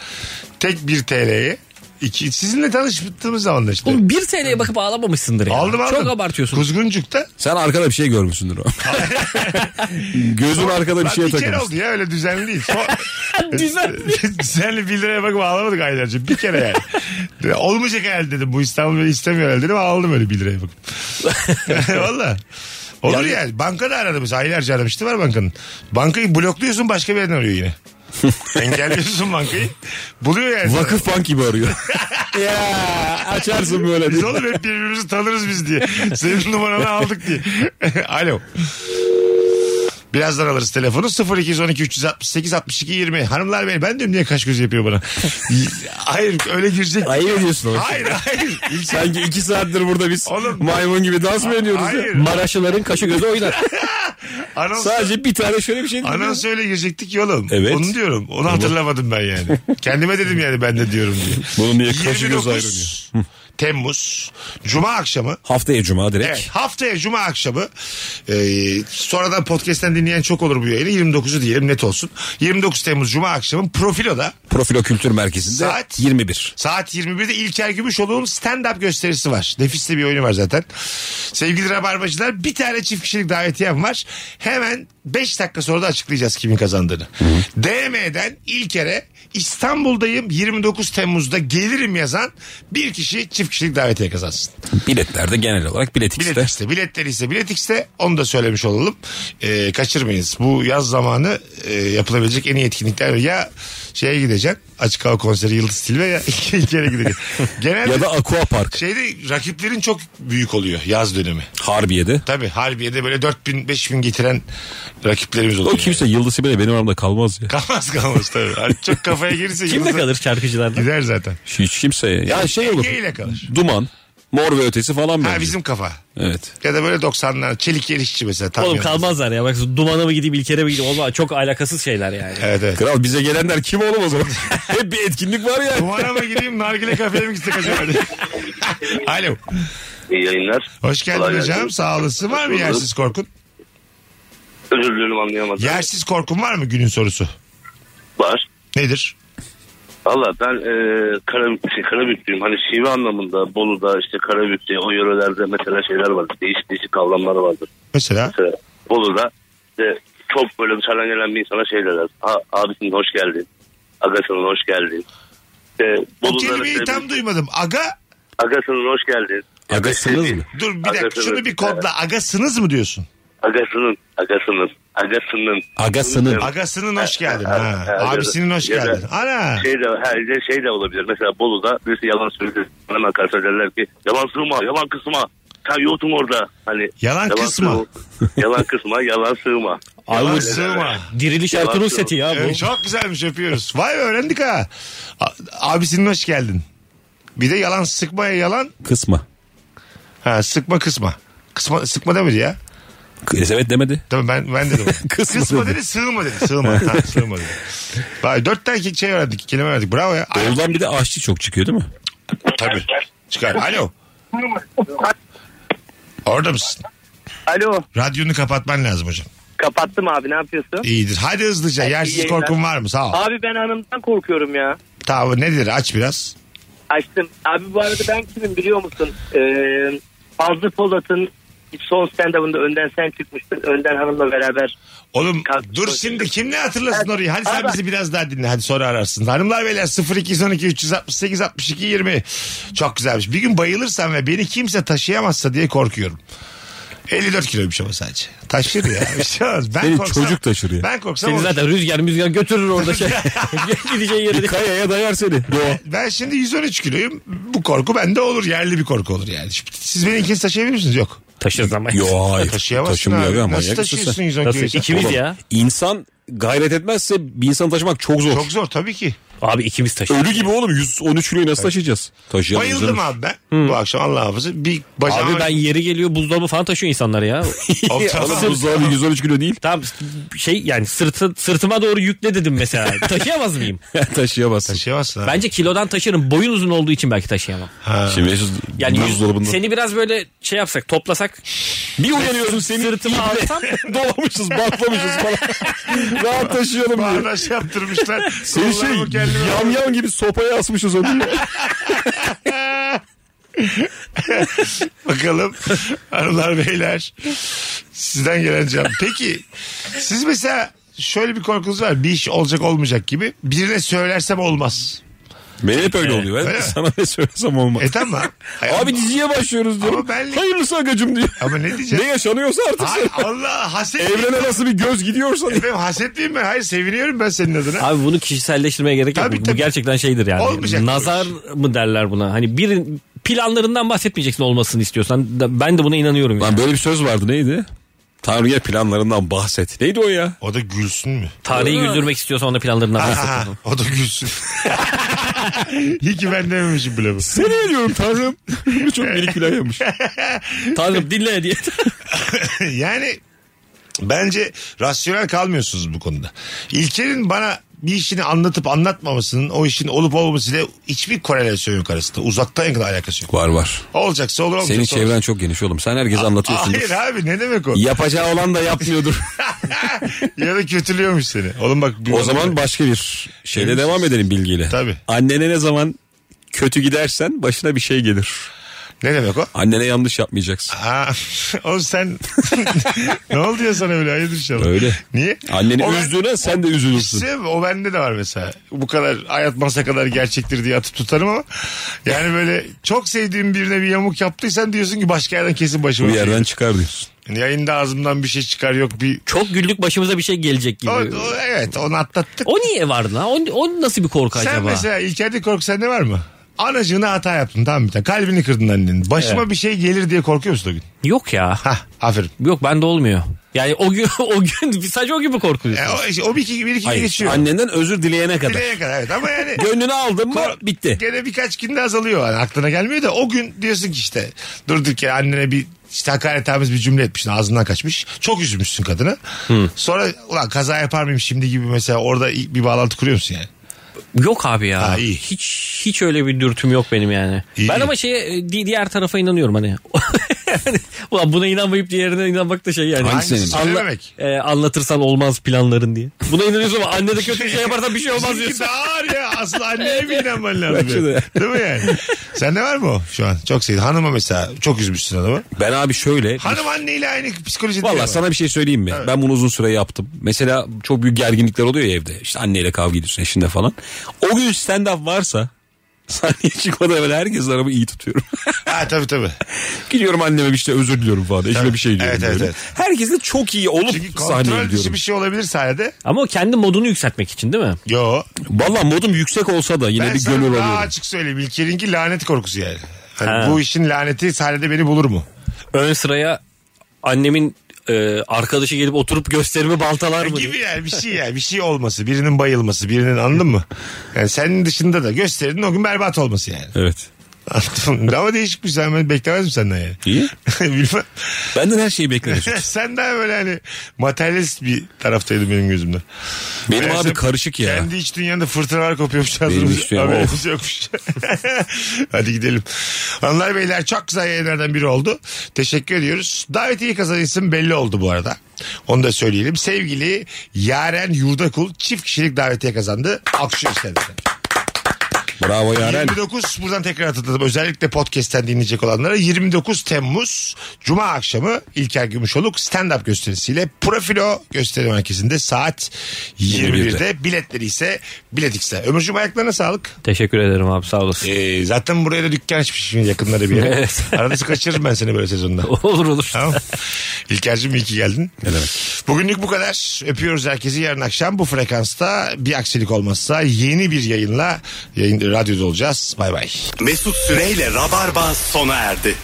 [SPEAKER 3] Tek 1 TL'ye. İki, sizinle tanıştığımız zamanlar işte.
[SPEAKER 4] Oğlum 1 TL'ye bakıp ağlamamışsındır ya.
[SPEAKER 3] aldım aldım.
[SPEAKER 4] Çok abartıyorsun.
[SPEAKER 3] Kuzguncuk'ta.
[SPEAKER 5] Sen arkada bir şey görmüşsündür o. Gözün arkada bir
[SPEAKER 3] Lan
[SPEAKER 5] şeye
[SPEAKER 3] bir kere
[SPEAKER 5] takılmış.
[SPEAKER 3] oldu ya öyle düzenli değil. Son-
[SPEAKER 4] Düzenli.
[SPEAKER 3] Düzenli 1 liraya bakıp ağlamadık Aydar'cığım. Bir kere yani. De- Olmayacak herhalde dedim. Bu İstanbul beni istemiyor herhalde dedim. Ağladım öyle 1 liraya bakıp. Valla. Olur yani, Bankada aradı mesela. Aylarca aramıştı var bankanın. Bankayı blokluyorsun başka bir yerden arıyor yine. Engelliyorsun bankayı. Buluyor yani.
[SPEAKER 5] Vakıf bank gibi arıyor. ya açarsın böyle
[SPEAKER 3] Biz
[SPEAKER 5] diye.
[SPEAKER 3] oğlum hep birbirimizi tanırız biz diye. Senin numaranı aldık diye. Alo. Birazdan alırız telefonu. 0212 368 62 20. Hanımlar beyler ben diyorum niye kaş göz yapıyor bana. hayır öyle girecek.
[SPEAKER 5] Ayıp ediyorsun ama.
[SPEAKER 3] Hayır hayır.
[SPEAKER 5] Sanki iki saattir burada biz
[SPEAKER 3] Oğlum-
[SPEAKER 5] maymun gibi dans mı ediyoruz
[SPEAKER 3] Hayır.
[SPEAKER 5] ya? Maraşlıların kaşı gözü oynar.
[SPEAKER 3] Anons,
[SPEAKER 5] Sadece bir tane şöyle bir şey dedim
[SPEAKER 3] anons öyle girecektik ya oğlum.
[SPEAKER 5] Evet.
[SPEAKER 3] Onu diyorum. Onu hatırlamadım ben yani. Kendime dedim yani ben de diyorum diye.
[SPEAKER 5] Bunu niye kaşı göz
[SPEAKER 3] 29
[SPEAKER 5] ayrılıyor?
[SPEAKER 3] Temmuz. Cuma akşamı.
[SPEAKER 5] Haftaya cuma direkt.
[SPEAKER 3] Evet, haftaya cuma akşamı e, sonradan podcast'ten dinleyen çok olur bu yayını 29'u diyelim net olsun. 29 Temmuz cuma akşamı Profilo'da
[SPEAKER 5] Profilo Kültür Merkezi'nde
[SPEAKER 3] Saat?
[SPEAKER 5] 21.
[SPEAKER 3] saat 21'de İlker Gümüşoğlu'nun stand-up gösterisi var. Nefis de bir oyunu var zaten. Sevgili Rabarbacılar bir tane çift kişilik davetiyem var. Hemen 5 dakika sonra da açıklayacağız kimin kazandığını. DM'den İlker'e İstanbul'dayım 29 Temmuz'da gelirim yazan bir kişi çift kişilik davetiye kazansın.
[SPEAKER 5] Biletler de genel olarak Bilet X'te.
[SPEAKER 3] Bilet X'te. Biletleri ise Bilet X'te. Onu da söylemiş olalım. Ee, kaçırmayınız. Bu yaz zamanı e, yapılabilecek en iyi etkinlikler. Ya şeye gideceksin. Açık hava konseri Yıldız Silve ya iki kere gideceksin. Genelde
[SPEAKER 5] Ya da Aqua Park.
[SPEAKER 3] şeyde rakiplerin çok büyük oluyor yaz dönemi.
[SPEAKER 5] Harbiye'de.
[SPEAKER 3] Tabii Harbiye'de böyle 4000 5000 getiren rakiplerimiz
[SPEAKER 5] O
[SPEAKER 3] oluyor.
[SPEAKER 5] kimse Yıldız Sibel'e benim aramda kalmaz ya.
[SPEAKER 3] Kalmaz kalmaz tabii. Hani Çok kafaya girirse
[SPEAKER 4] Kimde
[SPEAKER 3] Yıldız'a
[SPEAKER 4] kalır şarkıcılardan?
[SPEAKER 3] Gider zaten.
[SPEAKER 5] Hiç kimse ya. Ya şey olur.
[SPEAKER 3] Ege ile kalır.
[SPEAKER 5] Duman, Mor ve Ötesi falan
[SPEAKER 3] Ha
[SPEAKER 5] bence.
[SPEAKER 3] bizim kafa.
[SPEAKER 5] Evet.
[SPEAKER 3] Ya da böyle 90'lar. Çelik Yelişçi mesela. Tam
[SPEAKER 4] Oğlum
[SPEAKER 3] yanımızda.
[SPEAKER 4] kalmazlar ya. Bak dumana mı gideyim İlker'e mi gideyim? Oğlum çok alakasız şeyler yani.
[SPEAKER 3] Evet evet.
[SPEAKER 5] Kral bize gelenler kim oğlum o zaman? Hep bir etkinlik var ya.
[SPEAKER 3] Duvara mı gireyim nargile kafeye mi gitsek acaba? diye. Alo.
[SPEAKER 6] İyi yayınlar.
[SPEAKER 3] Hoş geldin
[SPEAKER 6] Kolay
[SPEAKER 3] hocam.
[SPEAKER 6] gelsin.
[SPEAKER 3] Sağ olasın. Var mı
[SPEAKER 6] Hoş bulduk.
[SPEAKER 3] yersiz korkun?
[SPEAKER 6] Özür dilerim anlayamadım.
[SPEAKER 3] Yersiz korkun var mı günün sorusu?
[SPEAKER 6] Var.
[SPEAKER 3] Nedir?
[SPEAKER 6] Valla ben e, Karabük, şey, Karabüklüyüm. Hani şive anlamında Bolu'da işte Karabük'te o yörelerde mesela şeyler vardır. Değişik değişik kavramlar vardır.
[SPEAKER 3] Mesela
[SPEAKER 6] Mesela Bolu'da işte çok böyle dışarıdan gelen bir insana şey derler. Ha, abisinin hoş geldin. Agasının hoş geldin. İşte
[SPEAKER 3] bu
[SPEAKER 6] Bolu'da
[SPEAKER 3] kelimeyi
[SPEAKER 6] mesela
[SPEAKER 3] tam
[SPEAKER 6] bir-
[SPEAKER 3] duymadım. Aga
[SPEAKER 6] Agasının hoş geldin.
[SPEAKER 5] Agasınız mı?
[SPEAKER 3] dur bir dakika
[SPEAKER 6] Agasınız.
[SPEAKER 3] şunu bir kodla. Agasınız mı diyorsun?
[SPEAKER 6] Agasının, agasının, agasının.
[SPEAKER 5] Agasının.
[SPEAKER 3] Agasının hoş geldin.
[SPEAKER 6] Ha,
[SPEAKER 3] Ha.
[SPEAKER 6] ha,
[SPEAKER 3] Abisinin hoş
[SPEAKER 6] ya da-
[SPEAKER 3] geldin. Ana.
[SPEAKER 6] Şey de, her şey de olabilir. Mesela Bolu'da birisi yalan söylüyor. Hemen karşıya derler ki yalan sığma, yalan kısma. Sen yoktun orada. Hani
[SPEAKER 3] Yalan kısma.
[SPEAKER 6] sığma- yalan kısma, yalan sığma.
[SPEAKER 3] Yalan sığma.
[SPEAKER 4] Diriliş Ertuğrul seti ya bu.
[SPEAKER 3] Evet, çok güzelmiş öpüyoruz. Vay be öğrendik ha. A- Abisinin hoş geldin. Bir de yalan sıkmaya yalan.
[SPEAKER 5] Kısma.
[SPEAKER 3] Ha sıkma kısma. Kısma sıkma demedi ya.
[SPEAKER 5] Kız evet demedi.
[SPEAKER 3] Tamam ben ben dedim.
[SPEAKER 5] Kısma
[SPEAKER 3] Kısma,
[SPEAKER 5] dedi.
[SPEAKER 3] dedi, sığma dedi. Sığma. Ha, sığma dedi. Vay, dört tane ke- şey öğrendik, kelime öğrendik. Bravo ya. Ay,
[SPEAKER 5] Oğuzdan bir de aşçı çok çıkıyor değil mi?
[SPEAKER 3] tabii. Çıkar. Alo. Orada mısın?
[SPEAKER 7] Alo
[SPEAKER 3] Radyonu kapatman lazım hocam.
[SPEAKER 7] kapattım abi ne yapıyorsun?
[SPEAKER 3] İyidir. Hadi hızlıca. Yersiz
[SPEAKER 7] yayınlar.
[SPEAKER 3] korkun var mı? Sağ ol.
[SPEAKER 7] Abi ben hanımdan korkuyorum ya.
[SPEAKER 3] Tamam nedir? Aç biraz.
[SPEAKER 7] Açtım. Abi bu arada ben kimim biliyor musun? Ee, Fazlı Polat'ın son stand-up'ında önden sen çıkmıştın. Önden hanımla beraber.
[SPEAKER 3] Oğlum
[SPEAKER 7] Kalk-
[SPEAKER 3] dur
[SPEAKER 7] koş.
[SPEAKER 3] şimdi kim ne hatırlasın
[SPEAKER 7] Evet.
[SPEAKER 3] orayı? Hadi sen
[SPEAKER 7] Abi-
[SPEAKER 3] bizi biraz daha dinle. Hadi sonra ararsın. Hanımlar beyler 0212 368 62 20. Çok güzelmiş. Bir gün bayılırsam ve beni kimse taşıyamazsa diye korkuyorum. 54 kiloymuş ama sadece. Taşır ya. Bir şey olmaz. Ben
[SPEAKER 5] Beni
[SPEAKER 3] korksam,
[SPEAKER 5] çocuk taşır ya.
[SPEAKER 3] Ben korksam
[SPEAKER 4] Seni
[SPEAKER 3] olur.
[SPEAKER 4] zaten rüzgar müzgar götürür orada şey. Gideceğin yere.
[SPEAKER 5] Kayaya dayar seni. Yo.
[SPEAKER 3] Ben şimdi 113 kiloyum. Bu korku bende olur. Yerli bir korku olur yani. Şimdi Siz beni ikiniz taşıyabilir misiniz? Yok.
[SPEAKER 4] Taşır zaman.
[SPEAKER 5] Yo hayır.
[SPEAKER 3] Taşıyamazsın
[SPEAKER 5] Taşımıyor
[SPEAKER 3] abi.
[SPEAKER 5] ya, manyak
[SPEAKER 3] Nasıl
[SPEAKER 5] mısın
[SPEAKER 3] taşıyorsun
[SPEAKER 5] sen?
[SPEAKER 3] 110
[SPEAKER 4] Nasıl?
[SPEAKER 3] kiloyu? sen?
[SPEAKER 4] İkimiz ya.
[SPEAKER 5] İnsan gayret etmezse bir insanı taşımak çok zor.
[SPEAKER 3] Çok zor tabii ki.
[SPEAKER 4] Abi ikimiz taşır.
[SPEAKER 5] Ölü gibi oğlum 113 kiloyu nasıl taşıyacağız? Taşıyalım.
[SPEAKER 3] Bayıldım abi ben. Bu akşam Allah hafızı. Bir bacağım.
[SPEAKER 4] Abi ben yeri geliyor buzdolabı falan taşıyor insanlar ya.
[SPEAKER 5] Oğlum buzdolabı 113 kilo değil.
[SPEAKER 4] Tam şey yani sırtı, sırtıma doğru yükle dedim mesela. Taşıyamaz mıyım?
[SPEAKER 5] Taşıyamazsın.
[SPEAKER 3] Taşıyamazsın abi.
[SPEAKER 4] Bence kilodan taşırım. Boyun uzun olduğu için belki taşıyamam.
[SPEAKER 5] Şimdi Mesut
[SPEAKER 4] Yani yüz-
[SPEAKER 5] buzdolabında.
[SPEAKER 4] seni biraz böyle şey yapsak toplasak.
[SPEAKER 5] Bir uyanıyorsun seni
[SPEAKER 4] Sırtıma alsam
[SPEAKER 5] dolamışız, batlamışız falan. Rahat taşıyalım diye.
[SPEAKER 3] Bağdaş yaptırmışlar.
[SPEAKER 5] Seni şey
[SPEAKER 3] Kollarımı kendime-
[SPEAKER 5] yamyam gibi sopaya asmışız onu.
[SPEAKER 3] Bakalım hanımlar beyler sizden gelen cevap. Peki siz mesela şöyle bir korkunuz var bir iş olacak olmayacak gibi birine söylersem olmaz.
[SPEAKER 5] Benim hep öyle oluyor. Ben
[SPEAKER 3] Öyle mi?
[SPEAKER 5] sana ne söylesem olmaz.
[SPEAKER 3] E tamam.
[SPEAKER 5] Abi diziye başlıyoruz diyorum.
[SPEAKER 3] Ama benlik-
[SPEAKER 5] Hayırlısı agacım diyor.
[SPEAKER 3] Ama ne diyeceğim?
[SPEAKER 5] Ne yaşanıyorsa artık.
[SPEAKER 3] Ay,
[SPEAKER 5] sen-
[SPEAKER 3] Allah haset.
[SPEAKER 5] Evrene nasıl bir göz gidiyorsa.
[SPEAKER 3] Efendim hasetliyim ben. Hayır seviniyorum ben senin adına.
[SPEAKER 4] Abi bunu kişiselleştirmeye gerek yok.
[SPEAKER 3] Tabii,
[SPEAKER 4] Bu- bu
[SPEAKER 3] tabii.
[SPEAKER 4] gerçekten şeydir yani.
[SPEAKER 3] Olmayacak bu
[SPEAKER 4] Nazar mı derler buna? Hani bir planlarından bahsetmeyeceksin olmasını istiyorsan. Da- Ben de buna inanıyorum. yani.
[SPEAKER 5] Lan böyle bir söz vardı neydi? Tanrı'ya planlarından bahset. Neydi o ya?
[SPEAKER 3] O da gülsün mü?
[SPEAKER 4] Tarihi güldürmek istiyorsan ona planlarından bahset.
[SPEAKER 3] Aha, o da gülsün. İyi ki ben dememişim bile bu.
[SPEAKER 5] Seni ediyorum Tanrım. Bunu çok minik plan yapmış.
[SPEAKER 4] Tanrım dinle diye.
[SPEAKER 3] yani bence rasyonel kalmıyorsunuz bu konuda. İlker'in bana bir işini anlatıp anlatmamasının o işin olup olmamasıyla hiçbir korelasyon yok arasında. Uzaktan yakın alakası yok.
[SPEAKER 5] Var var.
[SPEAKER 3] Olacaksa olur olmayacaksa
[SPEAKER 5] Senin
[SPEAKER 3] olur.
[SPEAKER 5] çevren çok geniş oğlum. Sen herkese anlatıyorsun.
[SPEAKER 3] Hayır abi ne demek o?
[SPEAKER 5] Yapacağı olan da yapmıyordur.
[SPEAKER 3] ya da kötülüyormuş seni. Oğlum bak. bir-
[SPEAKER 5] o zaman başka bir şeyle devam edelim bilgiyle.
[SPEAKER 3] Tabii.
[SPEAKER 5] Annene ne zaman kötü gidersen başına bir şey gelir.
[SPEAKER 3] Ne demek o?
[SPEAKER 5] Annene yanlış yapmayacaksın.
[SPEAKER 3] Aa, oğlum sen ne oldu ya sana öyle hayırdır inşallah.
[SPEAKER 5] Öyle.
[SPEAKER 3] Niye? Şey
[SPEAKER 5] Anneni
[SPEAKER 3] O ben-
[SPEAKER 5] üzdüğüne sen de üzülürsün.
[SPEAKER 3] İşte o bende de var mesela. Bu kadar hayat masa kadar gerçektir diye atıp tutarım ama yani böyle çok sevdiğim birine bir yamuk yaptıysan diyorsun ki başka yerden kesin başıma. şey
[SPEAKER 5] Bir yerden çıkar diyorsun.
[SPEAKER 3] Yani yayında ağzımdan bir şey çıkar yok bir...
[SPEAKER 4] Çok güldük başımıza bir şey gelecek gibi.
[SPEAKER 3] O,
[SPEAKER 4] O,
[SPEAKER 3] o- evet onu atlattık.
[SPEAKER 4] niye var lan? O, o nasıl bir korku
[SPEAKER 3] Sen
[SPEAKER 4] acaba?
[SPEAKER 3] mesela İlker'de korku sende var mı? Anacığına hata yaptın tamam bir tane. Kalbini kırdın annenin. Başıma bir şey gelir diye korkuyor musun o gün?
[SPEAKER 4] Yok ya.
[SPEAKER 3] Hah aferin.
[SPEAKER 4] Yok bende olmuyor. Yani o gün o gün sadece o gün mü korkuyorsun?
[SPEAKER 3] E, o, işte o bir iki, bir iki gün
[SPEAKER 5] Hayır.
[SPEAKER 3] geçiyor.
[SPEAKER 5] Annenden özür dileyene kadar.
[SPEAKER 3] Nereye kadar evet ama yani...
[SPEAKER 5] Gönlünü aldın mı
[SPEAKER 3] Ko-
[SPEAKER 5] bitti.
[SPEAKER 3] Gene birkaç günde azalıyor. Yani aklına gelmiyor da o gün diyorsun ki işte durduk ya annene bir işte hakaretamiz bir cümle etmişsin ağzından kaçmış. Çok üzülmüşsün kadını. Sonra ulan kaza yapar mıyım şimdi gibi mesela orada i- bir bağlantı kuruyor musun yani?
[SPEAKER 4] Yok abi ya.
[SPEAKER 3] Ha, iyi.
[SPEAKER 4] Hiç hiç öyle bir dürtüm yok benim yani.
[SPEAKER 3] İyi.
[SPEAKER 4] Ben ama şeye e, di- diğer tarafa inanıyorum hani. Ulan buna inanmayıp diğerine inanmak da şey yani.
[SPEAKER 5] Hangisi?
[SPEAKER 3] Hangisini
[SPEAKER 5] Anla-
[SPEAKER 3] söylememek?
[SPEAKER 4] E, anlatırsan olmaz planların diye. Buna inanıyorsun ama anne de kötü bir şey yaparsa bir şey olmaz
[SPEAKER 3] Çünkü
[SPEAKER 4] diyorsun.
[SPEAKER 3] daha ağır ya. Asıl anneye mi inanman lazım?
[SPEAKER 5] Bence
[SPEAKER 3] yani?
[SPEAKER 5] de.
[SPEAKER 3] Değil mi yani? Sende var mı o şu an? Çok sevdim. Hanıma mesela çok üzmüşsün hanımı.
[SPEAKER 5] Ben abi şöyle.
[SPEAKER 3] Hanım anneyle aynı psikolojide.
[SPEAKER 5] Valla
[SPEAKER 3] ama.
[SPEAKER 5] sana bir şey söyleyeyim mi? Ben bunu uzun süre yaptım. Mesela çok büyük gerginlikler oluyor ya evde. İşte anneyle kavga ediyorsun eşinle falan. O gün stand up varsa sahneye çıkmadan evvel herkesin arabı iyi tutuyorum.
[SPEAKER 3] Ha tabii tabii.
[SPEAKER 5] Gidiyorum anneme işte özür diliyorum falan. Eşime
[SPEAKER 3] Tabii.
[SPEAKER 5] bir şey diyorum.
[SPEAKER 3] Evet, evet,
[SPEAKER 5] böyle.
[SPEAKER 3] evet.
[SPEAKER 5] Herkes de çok iyi olup
[SPEAKER 3] Çünkü
[SPEAKER 5] sahneye
[SPEAKER 3] kontrol dışı
[SPEAKER 5] gidiyorum.
[SPEAKER 3] bir şey olabilir sahnede.
[SPEAKER 4] Ama o kendi modunu yükseltmek için değil mi?
[SPEAKER 3] Yo.
[SPEAKER 5] Valla modum yüksek olsa da yine
[SPEAKER 3] Ben
[SPEAKER 5] bir
[SPEAKER 3] sana
[SPEAKER 5] gönül
[SPEAKER 3] daha
[SPEAKER 5] alıyorum.
[SPEAKER 3] açık söyleyeyim. İlker'inki lanet korkusu yani. Hani bu işin laneti sahnede beni bulur mu?
[SPEAKER 4] Ön sıraya annemin e, arkadaşı gelip oturup gösterimi baltalar mı? diye.
[SPEAKER 3] Gibi yani bir şey yani bir şey olması birinin bayılması birinin anladın mı? Yani senin dışında da gösterinin o gün berbat olması yani.
[SPEAKER 5] Evet.
[SPEAKER 3] Anladım. Ama değişikmiş. Sen ben beklemezdim senden yani.
[SPEAKER 5] İyi.
[SPEAKER 3] Bilmem.
[SPEAKER 5] Benden her şeyi bekliyorsun.
[SPEAKER 3] Sen daha böyle hani materyalist bir taraftaydın benim gözümde.
[SPEAKER 5] Benim
[SPEAKER 3] Meğerse
[SPEAKER 5] abi karışık ya.
[SPEAKER 3] Kendi iç dünyanda fırtınalar şey kopuyormuş.
[SPEAKER 5] Benim
[SPEAKER 3] Hazırmış.
[SPEAKER 5] iç dünyam,
[SPEAKER 3] Haberimiz yokmuş. şey Hadi gidelim. Hanımlar beyler çok güzel yayınlardan biri oldu. Teşekkür ediyoruz. Davetiye kazanan isim belli oldu bu arada. Onu da söyleyelim. Sevgili Yaren Yurdakul çift kişilik davetiye kazandı. Alkışlıyoruz kendisine.
[SPEAKER 5] Bravo Yaren.
[SPEAKER 3] 29 buradan tekrar hatırladım. Özellikle podcast'ten dinleyecek olanlara 29 Temmuz Cuma akşamı İlker Gümüşoluk stand-up gösterisiyle Profilo gösteri merkezinde saat 21'de.
[SPEAKER 5] 21'de.
[SPEAKER 3] Biletleri ise biletikse. Ömürcüğüm ayaklarına sağlık.
[SPEAKER 4] Teşekkür ederim abi sağ olasın.
[SPEAKER 3] Ee, zaten buraya da dükkan açmış şimdi yakınlarda bir yere.
[SPEAKER 4] Evet.
[SPEAKER 3] Arada kaçırırım ben seni böyle sezonda.
[SPEAKER 4] olur olur.
[SPEAKER 3] Tamam. İlker'cim iyi ki geldin. Bugünlük bu kadar. Öpüyoruz herkesi. Yarın akşam bu frekansta bir aksilik olmazsa yeni bir yayınla yayın, radyoda olacağız. Bay bay.
[SPEAKER 2] Mesut Süreyle Rabarba sona erdi.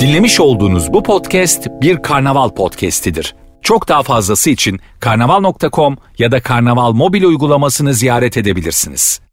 [SPEAKER 1] Dinlemiş olduğunuz bu podcast bir karnaval podcastidir. Çok daha fazlası için karnaval.com ya da karnaval mobil uygulamasını ziyaret edebilirsiniz.